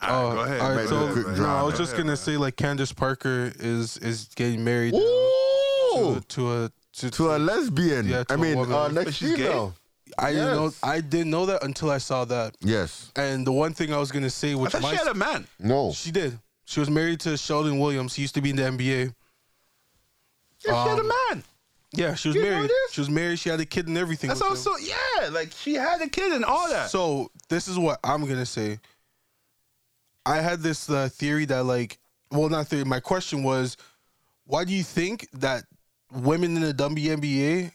Speaker 1: All right,
Speaker 3: uh,
Speaker 1: go ahead.
Speaker 3: all right,
Speaker 1: go
Speaker 3: so
Speaker 1: ahead,
Speaker 2: quick
Speaker 1: man.
Speaker 3: no, I
Speaker 2: draw,
Speaker 3: was
Speaker 1: Go
Speaker 3: just
Speaker 1: ahead,
Speaker 3: gonna
Speaker 1: man.
Speaker 3: say like Candace Parker is is getting married
Speaker 2: Ooh,
Speaker 3: to, to a to,
Speaker 2: to a lesbian.
Speaker 3: Yeah, to
Speaker 2: I
Speaker 3: a
Speaker 2: mean,
Speaker 3: woman.
Speaker 2: uh,
Speaker 1: But
Speaker 2: next
Speaker 1: she's gay?
Speaker 2: female.
Speaker 3: I didn't know
Speaker 2: Yes.
Speaker 3: I didn't know that until I saw that.
Speaker 2: Yes.
Speaker 3: And the one thing I was gonna say,
Speaker 1: I
Speaker 3: which
Speaker 1: thought
Speaker 3: my
Speaker 1: she had a man.
Speaker 2: No.
Speaker 3: she did, she was married to Sheldon Williams. He used to be in the NBA.
Speaker 1: Yeah, she had a
Speaker 3: Um,
Speaker 1: man.
Speaker 3: Yeah, she was
Speaker 1: You know
Speaker 3: married.
Speaker 1: this?
Speaker 3: She was married. She had a kid and everything.
Speaker 1: That's
Speaker 3: with him.
Speaker 1: also yeah. Like she had a kid and all that.
Speaker 3: So this is what I'm gonna say. I had this uh, theory that like, well, not theory. My question was, why do you think that women in the WNBA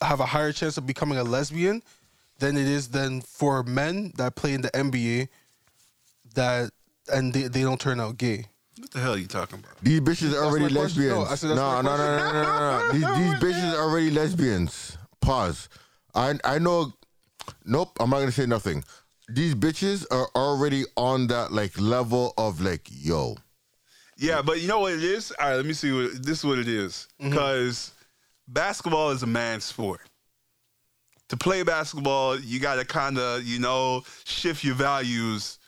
Speaker 3: have a higher chance of becoming a lesbian than it is than for men that play in the NBA that and they, they don't turn out gay?
Speaker 1: what the hell are you talking about?
Speaker 2: These bitches are
Speaker 3: my
Speaker 2: already
Speaker 3: question. No,
Speaker 2: lesbians.
Speaker 3: I said that's
Speaker 2: no,
Speaker 3: my
Speaker 2: no, no, no, no, no, no, no. These, these bitches are already lesbians. Pause. I I know. Nope. I'm not gonna say nothing. These bitches are already on that like level of like yo.
Speaker 1: Yeah, but you know what it is? All right, let me see. What, this is what it is.
Speaker 3: Mm-hmm.
Speaker 1: Because basketball is a man's sport. To play basketball, you got to kind of, you know, shift your values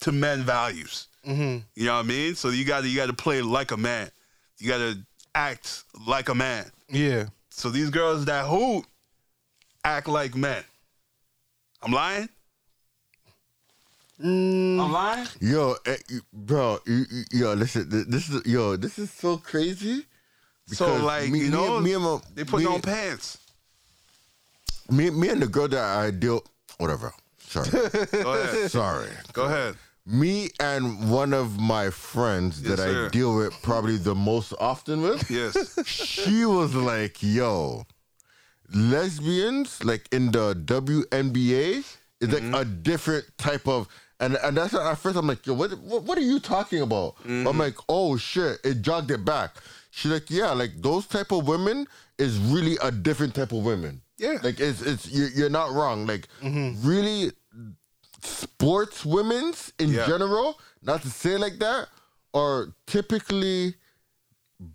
Speaker 1: to men values.
Speaker 3: Mm-hmm.
Speaker 1: You know what I mean? So you got to you got to play like a man. You got to act like a man.
Speaker 3: Yeah.
Speaker 1: So these girls that hoop act like men. I'm lying.
Speaker 2: Mm.
Speaker 1: I'm lying.
Speaker 2: Yo, eh, you- bro, you- you- yo, listen, th- this is yo, this is so crazy.
Speaker 1: So
Speaker 2: Because
Speaker 1: like
Speaker 2: me-
Speaker 1: you
Speaker 2: me-
Speaker 1: know,
Speaker 2: me and my-
Speaker 1: they putting
Speaker 2: me-
Speaker 1: on pants.
Speaker 2: Me, me and the girl that I deal, whatever. Sorry,
Speaker 1: Go ahead.
Speaker 2: sorry.
Speaker 1: Go ahead.
Speaker 2: Me and one of my friends
Speaker 1: Yes,
Speaker 2: that I
Speaker 1: sir.
Speaker 2: deal with probably the most often with,
Speaker 1: Yes.
Speaker 2: she was like, "Yo, lesbians like in the WNBA is
Speaker 1: Mm-hmm.
Speaker 2: like a different type of." And, and that's why at first I'm like, yo, what, what, what are you talking about?
Speaker 1: Mm-hmm.
Speaker 2: I'm like, oh shit, it jogged it back. She's like, yeah, like those type of women is really a different type of women.
Speaker 1: Yeah. Mm-hmm.
Speaker 2: Like it's it's you're, you're not wrong. Like really, sports women's in
Speaker 1: Yeah.
Speaker 2: general, not to say like that, are typically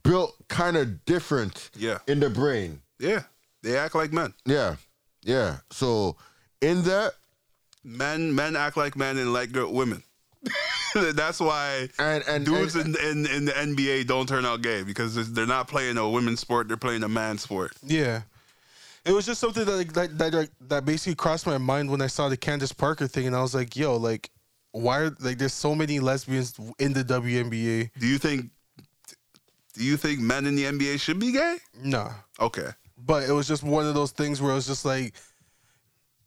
Speaker 2: built kind of different
Speaker 1: Yeah.
Speaker 2: in the brain.
Speaker 1: Yeah, they act like men.
Speaker 2: Yeah. Yeah. So in that
Speaker 1: Men, men act like men and like girl, women. That's why
Speaker 2: and and
Speaker 1: dudes
Speaker 2: and,
Speaker 1: in, in in the NBA don't turn out gay because it's- they're not playing a women's sport; they're playing a man's sport.
Speaker 3: Yeah. It was just something that that that, like, that basically crossed my mind when I saw the Candace Parker thing, and I was like, "Yo, like, why are like there's so many lesbians in the WNBA?
Speaker 1: Do you think? Do you think men in the NBA should be gay?
Speaker 3: Nah."
Speaker 1: Okay,
Speaker 3: But it was just one of those things where it was just like,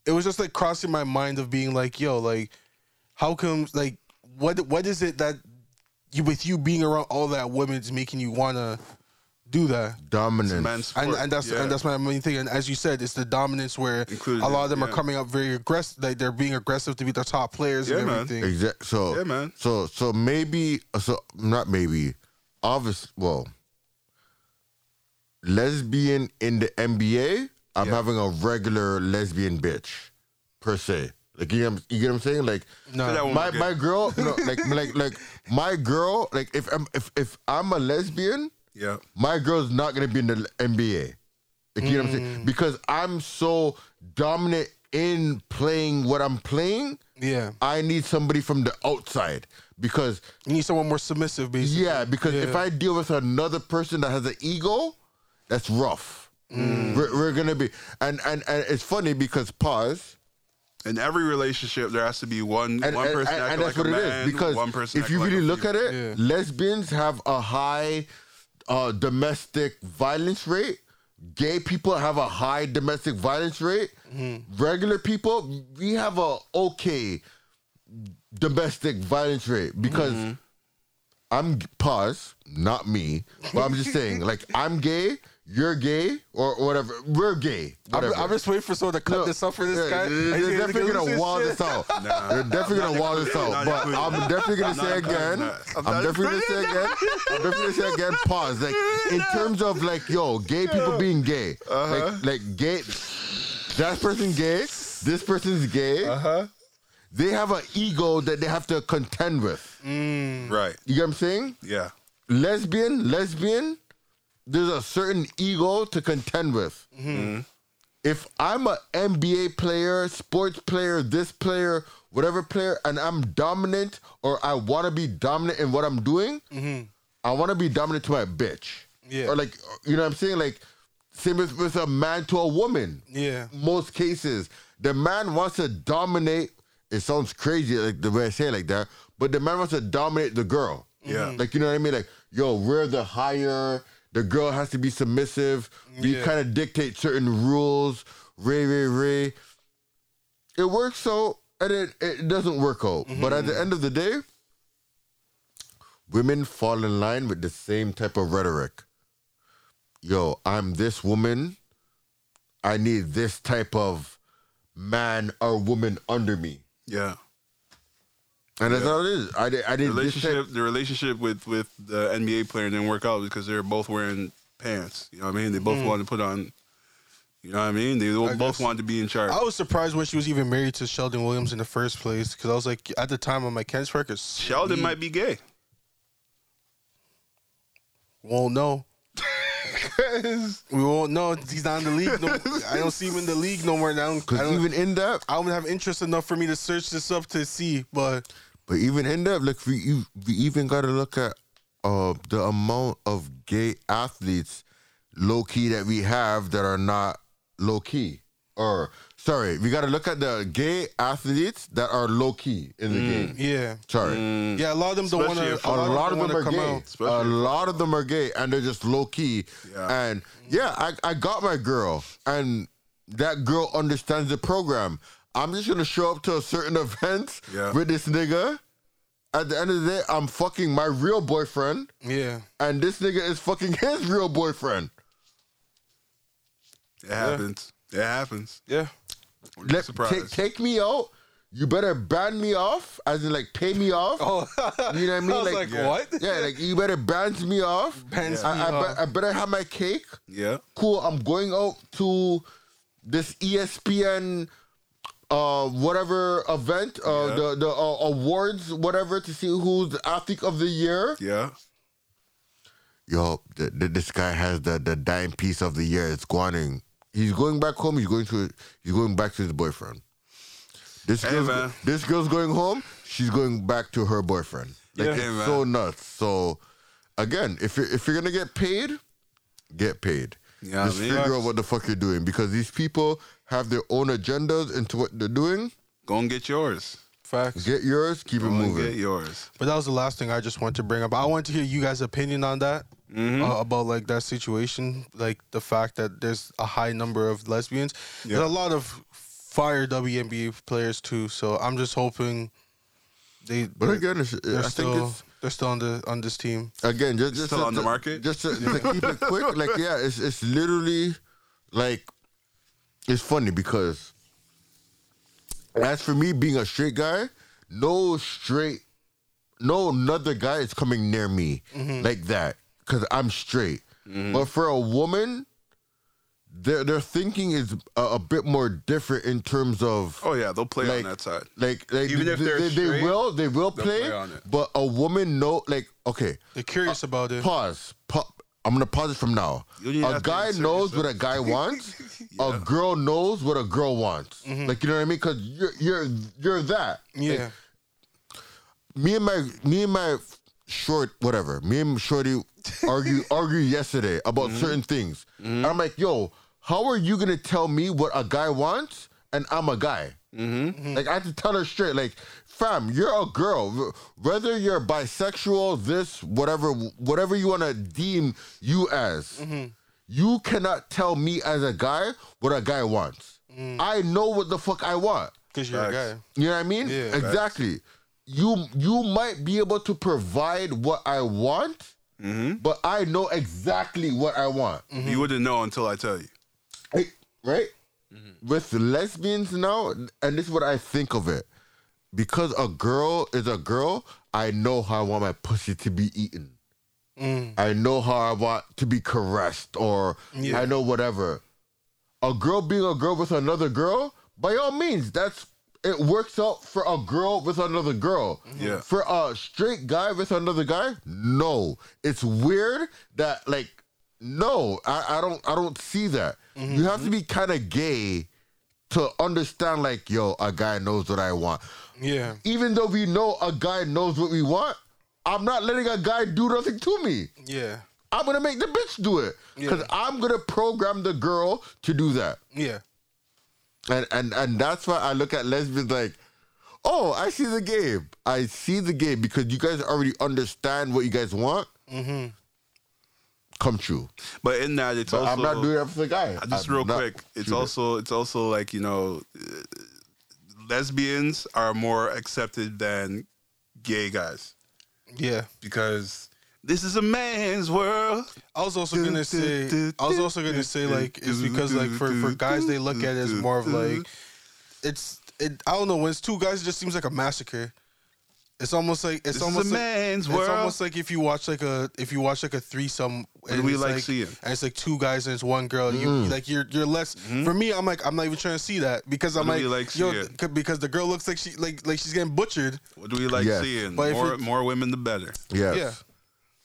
Speaker 3: it was just like crossing my mind of being like, "Yo, like, how come like what what is it that you with you being around all that women's making you wanna do that?"
Speaker 2: dominance.
Speaker 1: men's sport.
Speaker 3: and, and that's
Speaker 1: yeah.
Speaker 3: and that's my main thing. And as you said, it's the dominance where
Speaker 1: Included
Speaker 3: a lot
Speaker 1: it,
Speaker 3: of them
Speaker 1: yeah.
Speaker 3: are coming up very aggressive. Like they're being aggressive to be the top players
Speaker 1: Yeah,
Speaker 3: and
Speaker 1: man.
Speaker 3: everything.
Speaker 2: Exact. So
Speaker 1: Yeah, man.
Speaker 2: So so maybe so not maybe. Obvious. Well, lesbian in the NBA. I'm
Speaker 1: Yeah.
Speaker 2: having a regular lesbian bitch, per se. Like you, get- you get what I'm saying? Like
Speaker 1: So that
Speaker 3: No,
Speaker 1: one
Speaker 2: my
Speaker 1: was gay.
Speaker 2: my girl, no, like like like my girl. Like if I'm if if I'm a lesbian,
Speaker 1: Yeah.
Speaker 2: my girl's not gonna be in the NBA. You get what I'm saying? Because I'm so dominant in playing what I'm playing,
Speaker 3: Yeah.
Speaker 2: I need somebody from the outside. Because
Speaker 3: You need someone more submissive, basically.
Speaker 2: yeah, because if
Speaker 3: Yeah.
Speaker 2: I deal with another person that has an ego, that's rough. We're, we're gonna be and, and and it's funny because pause.
Speaker 1: In every relationship, there has to be one
Speaker 2: and,
Speaker 1: one
Speaker 2: and-
Speaker 1: person
Speaker 2: and-
Speaker 1: acting
Speaker 2: and that's
Speaker 1: like a
Speaker 2: what
Speaker 1: man,
Speaker 2: it is because
Speaker 1: one person.
Speaker 2: if you
Speaker 1: acting
Speaker 2: really
Speaker 1: like
Speaker 2: look
Speaker 1: a
Speaker 2: at it,
Speaker 3: Yeah.
Speaker 2: lesbians have a high uh, domestic violence rate. Gay people have a high domestic violence rate.
Speaker 1: Mm-hmm.
Speaker 2: Regular people, we have a okay domestic violence rate because
Speaker 1: Mm-hmm.
Speaker 2: I'm pause, not me, but I'm just saying like I'm gay, you're gay, or whatever. We're gay.
Speaker 3: I'm,
Speaker 2: Whatever.
Speaker 3: I'm just waiting for someone to cut
Speaker 2: Look,
Speaker 3: this up for this
Speaker 2: yeah,
Speaker 3: guy.
Speaker 2: They're,
Speaker 3: He's
Speaker 2: they're
Speaker 3: gonna
Speaker 2: definitely
Speaker 3: lose
Speaker 2: gonna
Speaker 3: his
Speaker 2: wall
Speaker 3: shit.
Speaker 2: this out.
Speaker 1: Nah.
Speaker 2: they're definitely
Speaker 1: I'm
Speaker 2: gonna
Speaker 1: not
Speaker 2: wall this
Speaker 1: including
Speaker 2: out.
Speaker 1: that.
Speaker 2: But I'm definitely gonna
Speaker 1: not
Speaker 2: say
Speaker 1: including
Speaker 2: again.
Speaker 1: that. I'm
Speaker 2: I'm,
Speaker 1: not
Speaker 2: definitely gonna say
Speaker 1: including
Speaker 2: again. I'm definitely gonna say again. Pause. Like in terms of like yo, gay people being gay.
Speaker 1: Uh-huh.
Speaker 2: Like like gay. That person's gay. This person's gay.
Speaker 1: Uh-huh.
Speaker 2: They have an ego that they have to contend with.
Speaker 1: Right.
Speaker 2: You get what I'm saying?
Speaker 1: Yeah.
Speaker 2: lesbian, lesbian, there's a certain ego to contend with. If I'm a NBA player, sports player, this player, whatever player, and I'm dominant or I want to be dominant in what I'm doing, I want to be dominant to my bitch.
Speaker 3: Yeah.
Speaker 2: Or like, you know what I'm saying? Like, same with, with a man to a woman
Speaker 3: Yeah.
Speaker 2: most cases, the man wants to dominate. It sounds crazy, like the way I say it like that, but the man wants to dominate the girl.
Speaker 3: Mm-hmm.
Speaker 1: Yeah.
Speaker 2: like you know what I mean. Like, yo, we're the higher. The girl has to be submissive. We
Speaker 3: Yeah.
Speaker 2: kind of dictate certain rules. Ray, ray, ray. It works out, and it, it doesn't work out. But at the
Speaker 3: Mm-hmm.
Speaker 2: end of the day, women fall in line with the same type of rhetoric. Yo, I'm this woman. I need this type of man or woman under me.
Speaker 1: Yeah.
Speaker 2: And that's all it is. I did. I did this type,
Speaker 1: Relationship. The relationship with with the NBA player didn't work out because they were both wearing pants. You know what I mean? They
Speaker 2: Mm.
Speaker 1: both wanted to put on. You know what I mean? They both
Speaker 3: guess.
Speaker 1: wanted to be in charge.
Speaker 3: I was surprised when she was even married to Sheldon Williams in the first place because I was like, at the time, I'm like, Ken's record.
Speaker 1: Sheldon might be gay.
Speaker 3: Won't know. We won't know. He's not in the league. No, I don't see him in the league no more. Now. I don't, I
Speaker 2: because
Speaker 3: don't,
Speaker 2: even in that,
Speaker 3: I don't have interest enough for me to search this up to see. But
Speaker 2: but even in that, look, we you- we even got to look at uh the amount of gay athletes, low key that we have that are not low key. Or sorry, we got to look at the gay athletes that are low key in the game.
Speaker 3: yeah,
Speaker 2: Sorry.
Speaker 3: yeah, a lot of them don't want
Speaker 1: Especially
Speaker 3: to.
Speaker 1: if-
Speaker 2: a lot, of
Speaker 3: want
Speaker 2: them are
Speaker 3: to come
Speaker 2: gay.
Speaker 3: out.
Speaker 2: A
Speaker 1: Especially-
Speaker 2: lot of them are gay, and they're just low key.
Speaker 1: Yeah.
Speaker 2: And yeah, I, I got my girl, and that girl understands the program. I'm just gonna show up to a certain event
Speaker 1: Yeah.
Speaker 2: with this nigga. At the end of the day, I'm fucking my real boyfriend,
Speaker 3: Yeah,
Speaker 2: and this nigga is fucking his real boyfriend.
Speaker 1: It happens. It happens.
Speaker 3: yeah.
Speaker 1: Don't be
Speaker 2: Let, ta-
Speaker 1: surprised.
Speaker 2: take me out. You better ban me off, as in like pay me off.
Speaker 3: Oh,
Speaker 2: You know what I mean?
Speaker 3: I was like,
Speaker 2: yeah.
Speaker 3: what?
Speaker 2: Yeah, like you better ban me off.
Speaker 3: Bans
Speaker 2: I,
Speaker 3: me
Speaker 2: I, be-
Speaker 3: off.
Speaker 2: I better have my cake.
Speaker 1: yeah.
Speaker 2: cool, I'm going out to this E ESPN uh whatever event uh
Speaker 1: Yeah.
Speaker 2: the the uh, awards whatever to see who's the athlete of the year
Speaker 1: Yeah.
Speaker 2: yo th- th- this guy has the the dime piece of the year it's guaning he's going back home he's going to he's going back to his boyfriend this
Speaker 1: Hey,
Speaker 2: girl's,
Speaker 1: man.
Speaker 2: this girl's going home she's going back to her boyfriend like
Speaker 1: Yeah.
Speaker 2: it's
Speaker 1: Hey, man.
Speaker 2: so nuts so again if you're if you're gonna get paid get paid
Speaker 1: Yeah,
Speaker 2: just
Speaker 1: I mean-
Speaker 2: figure out what the fuck you're doing because these people have their own agendas into what they're doing
Speaker 1: Go and get yours.
Speaker 3: Facts.
Speaker 2: get yours keep it
Speaker 1: Go and get
Speaker 2: moving
Speaker 1: yours.
Speaker 3: But that was the last thing I just wanted to bring up. I wanted to hear you guys' opinion on that uh, about like that situation, like the fact that there's a high number of lesbians.
Speaker 1: Yeah.
Speaker 3: There's a lot of fire WNBA players too, so I'm just hoping they.
Speaker 2: but again it's,
Speaker 3: they're
Speaker 2: i
Speaker 3: still,
Speaker 2: think it's
Speaker 3: they're still on the on this team.
Speaker 2: again, just, just
Speaker 1: Still
Speaker 2: to-
Speaker 1: on the market?
Speaker 2: Just to, to keep it quick, like yeah, it's it's literally like it's funny because as for me being a straight guy, no straight, no another guy is coming near me
Speaker 1: Mm-hmm.
Speaker 2: like that because I'm straight. But for a woman, their their thinking is a, a bit more different in terms of
Speaker 1: Oh yeah, they'll play
Speaker 2: Like-
Speaker 1: on that side.
Speaker 2: like like
Speaker 1: Even
Speaker 2: they,
Speaker 1: if they're
Speaker 2: they,
Speaker 1: straight,
Speaker 2: they will they will play,
Speaker 1: play on it.
Speaker 2: but a woman no like okay
Speaker 3: They're curious about it.
Speaker 2: pause. Pa- a I'm gonna pause it from now.
Speaker 1: You didn't
Speaker 2: A
Speaker 1: have to
Speaker 2: guy
Speaker 1: insert
Speaker 2: knows
Speaker 1: yourself.
Speaker 2: what a guy wants. A girl knows what a girl wants. Like you know what I mean? Because you're you're you're that.
Speaker 3: Yeah.
Speaker 2: Like, me and my me and my short whatever me and shorty argue argue yesterday about certain things and i'm like yo how are you gonna tell me what a guy wants and i'm a guy like i have to tell her straight like fam you're a girl whether you're bisexual this whatever whatever you want to deem you as you cannot tell me as a guy what a guy wants i know what the fuck i want
Speaker 3: Because you're a
Speaker 1: Facts.
Speaker 3: guy.
Speaker 2: you know what I mean?
Speaker 3: Yeah.
Speaker 2: exactly. You you might be able to provide what I want, but I know exactly what I want.
Speaker 1: You wouldn't know until I tell you.
Speaker 2: Hey, right? With lesbians now, and this is what I think of it. Because a girl is a girl, I know how I want my pussy to be eaten.
Speaker 3: Mm,
Speaker 2: I know how I want to be caressed or I know whatever. A girl being a girl with another girl, by all means, that's it works out for a girl with another girl.
Speaker 1: Yeah.
Speaker 2: For a straight guy with another guy, no. It's weird that like no, I, I don't I don't see that. You have to be kind of gay to understand like yo, a guy knows what I want.
Speaker 3: Yeah.
Speaker 2: Even though we know a guy knows what we want, I'm not letting a guy do nothing to me.
Speaker 3: Yeah.
Speaker 2: I'm gonna make the bitch do it because
Speaker 3: Yeah.
Speaker 2: I'm gonna program the girl to do that,
Speaker 3: Yeah.
Speaker 2: and and and that's why I look at lesbians like, oh, I see the game, I see the game because you guys already understand what you guys want. Mm-hmm. Come true,
Speaker 1: But in that, it's
Speaker 2: but
Speaker 1: also
Speaker 2: I'm not doing that for the guy.
Speaker 1: I- just
Speaker 2: I'm
Speaker 1: real
Speaker 2: not-
Speaker 1: quick. It's
Speaker 2: Shoot it.
Speaker 1: also it's also like you know, uh, lesbians are more accepted than gay guys
Speaker 3: Yeah.
Speaker 1: because this is a man's world.
Speaker 3: I was also gonna say I was also gonna say like it's because like for, for guys they look at it as more of like it's it I don't know when it's two guys it just seems like a massacre. It's almost like it's
Speaker 1: This is
Speaker 3: almost
Speaker 1: a
Speaker 3: like,
Speaker 1: man's
Speaker 3: it's
Speaker 1: world.
Speaker 3: almost like if you watch like a if you watch like a threesome and
Speaker 1: we
Speaker 3: it's
Speaker 1: like seeing.
Speaker 3: and it's like two guys and it's one girl you like you're you're less for me I'm like I'm not even trying to see that because I'm
Speaker 1: What
Speaker 3: like,
Speaker 1: do we like
Speaker 3: yo,
Speaker 1: seeing?
Speaker 3: c- because the girl looks like she like like she's getting butchered
Speaker 1: What do we like
Speaker 2: Yes.
Speaker 1: seeing?
Speaker 3: But if
Speaker 1: More
Speaker 3: it's-
Speaker 1: more women the better.
Speaker 2: Yes.
Speaker 3: Yeah.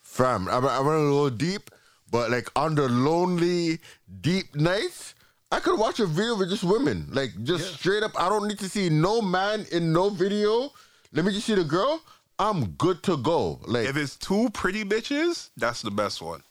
Speaker 2: Fam, I, I went a little deep, but like on the lonely, deep nights, I could watch a video with just women. Like just straight up, I don't need to see no man in no video. Let me just see the girl. I'm good to go. Like
Speaker 1: If it's two pretty bitches, that's the best one.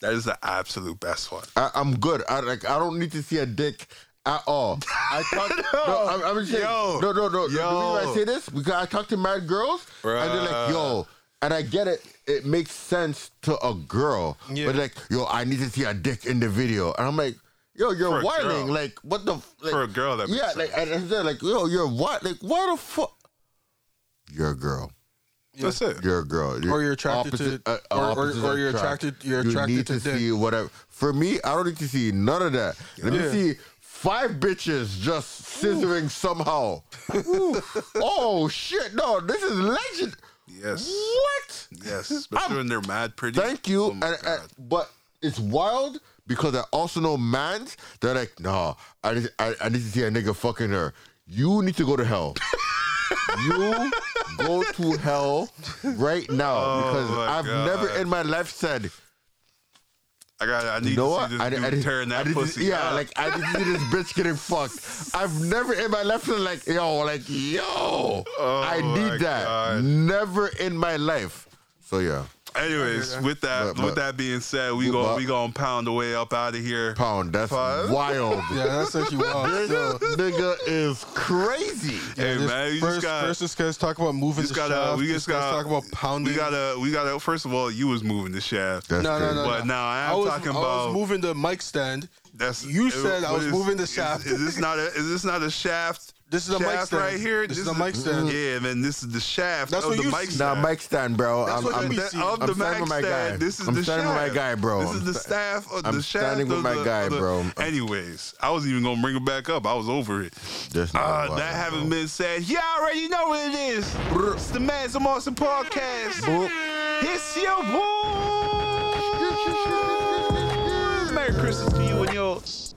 Speaker 1: That is the absolute best one.
Speaker 2: I, I'm good. I like I don't need to see a dick at all. I talk. no, I'm, I'm just saying.
Speaker 1: Yo.
Speaker 2: no, no, no. The reason why I
Speaker 1: Yo.
Speaker 2: say this because I talk to mad girls, and they're like,
Speaker 1: Bruh.
Speaker 2: "Yo," and I get it. It makes sense to a girl,
Speaker 3: Yeah.
Speaker 2: but like, "Yo, I need to see a dick in the video," and I'm like. Yo,
Speaker 1: For
Speaker 2: you're
Speaker 1: a
Speaker 2: whining.
Speaker 1: girl.
Speaker 2: Like, what the? f- Like,
Speaker 1: For a girl, that makes
Speaker 2: yeah. Like, and I'm saying, like, yo, you're what? Like, why the fuck? You're a girl.
Speaker 1: That's it.
Speaker 2: You're a girl.
Speaker 3: Or you're attracted to-
Speaker 2: uh,
Speaker 3: or- or-
Speaker 2: opposites
Speaker 3: or you're
Speaker 2: attract.
Speaker 3: attracted- you're
Speaker 2: You
Speaker 3: attracted
Speaker 2: need
Speaker 3: to dick.
Speaker 2: see whatever. For me, I don't need to see none of that. Let
Speaker 3: Yeah.
Speaker 2: me see five bitches just scissoring somehow. oh shit! No, this is legend.
Speaker 1: Yes.
Speaker 2: What?
Speaker 1: Yes. Especially when they're mad pretty.
Speaker 2: Thank you.
Speaker 1: Oh my
Speaker 2: and,
Speaker 1: God.
Speaker 2: and- but it's wild because I also know mans. They're like, nah, I need, I, I need to see a nigga fucking her. You need to go to hell. you go to hell right now because
Speaker 1: Oh my
Speaker 2: I've
Speaker 1: God.
Speaker 2: never in my life said,
Speaker 1: I got. I need
Speaker 2: you know
Speaker 1: to
Speaker 2: what?
Speaker 1: see this
Speaker 2: I,
Speaker 1: dude
Speaker 2: I, I,
Speaker 1: turn
Speaker 2: I
Speaker 1: that
Speaker 2: need to-
Speaker 1: pussy.
Speaker 2: yeah,
Speaker 1: up.
Speaker 2: like I need to see this bitch getting fucked. I've never in my life said like, yo, like yo, I
Speaker 1: Oh my
Speaker 2: need that.
Speaker 1: God.
Speaker 2: Never in my life. So yeah,
Speaker 1: Anyways, with that,
Speaker 2: But- but-
Speaker 1: with that being said, we
Speaker 2: but-
Speaker 1: go
Speaker 2: but-
Speaker 1: we gonna pound the way up out of here.
Speaker 2: pound. That's
Speaker 1: Pound?
Speaker 2: wild.
Speaker 3: yeah that's actually wild so
Speaker 2: nigga is crazy.
Speaker 1: Hey
Speaker 3: Just
Speaker 1: man, we
Speaker 3: first,
Speaker 1: just got.
Speaker 3: first, just guys talk about moving.
Speaker 1: we just
Speaker 3: the
Speaker 1: gotta.
Speaker 3: shaft.
Speaker 1: we
Speaker 3: This
Speaker 1: just
Speaker 3: guy's
Speaker 1: gotta.
Speaker 3: talk about pounding.
Speaker 1: We gotta. We gotta. First of all, you was moving the shaft.
Speaker 2: That's
Speaker 3: no, no,
Speaker 2: crazy.
Speaker 3: no,
Speaker 1: But
Speaker 3: no.
Speaker 1: now I am
Speaker 3: I was,
Speaker 1: talking
Speaker 3: I
Speaker 1: about-
Speaker 3: was moving the mic stand.
Speaker 1: That's
Speaker 3: You
Speaker 1: it-
Speaker 3: said I
Speaker 1: what
Speaker 3: was
Speaker 1: is-
Speaker 3: moving the
Speaker 1: is-
Speaker 3: shaft.
Speaker 1: Is, this not a? Is this not a shaft?
Speaker 3: This is a mic
Speaker 1: shaft
Speaker 3: stand.
Speaker 1: right here.
Speaker 3: This is a mic stand.
Speaker 1: Yeah, man. This is the shaft.
Speaker 3: That's
Speaker 1: of
Speaker 3: what
Speaker 1: the
Speaker 3: you
Speaker 1: mic
Speaker 3: see.
Speaker 2: Nah,
Speaker 1: stand.
Speaker 2: mic stand, bro.
Speaker 3: That's
Speaker 2: I'm,
Speaker 3: what
Speaker 2: I'm,
Speaker 3: we
Speaker 1: That-
Speaker 3: see.
Speaker 1: of
Speaker 2: I'm
Speaker 1: the
Speaker 2: standing
Speaker 1: mic
Speaker 2: with my
Speaker 1: stand.
Speaker 2: guy.
Speaker 1: This is
Speaker 2: I'm
Speaker 1: the
Speaker 2: standing with my
Speaker 1: shaft.
Speaker 2: guy, bro.
Speaker 1: This is the
Speaker 2: I'm sta-
Speaker 1: staff of
Speaker 2: I'm
Speaker 1: the shaft.
Speaker 2: standing with
Speaker 1: of
Speaker 2: my
Speaker 1: the-
Speaker 2: guy,
Speaker 1: of the-
Speaker 2: bro.
Speaker 1: Anyways, I wasn't even gonna bring it back up. I was over it.
Speaker 2: That's not
Speaker 1: Uh,
Speaker 2: wild,
Speaker 1: that haven't
Speaker 2: bro.
Speaker 1: been said. You already know what it is. It's the Man's Awesome Podcast. It's your boy. Merry Christmas to you and yours.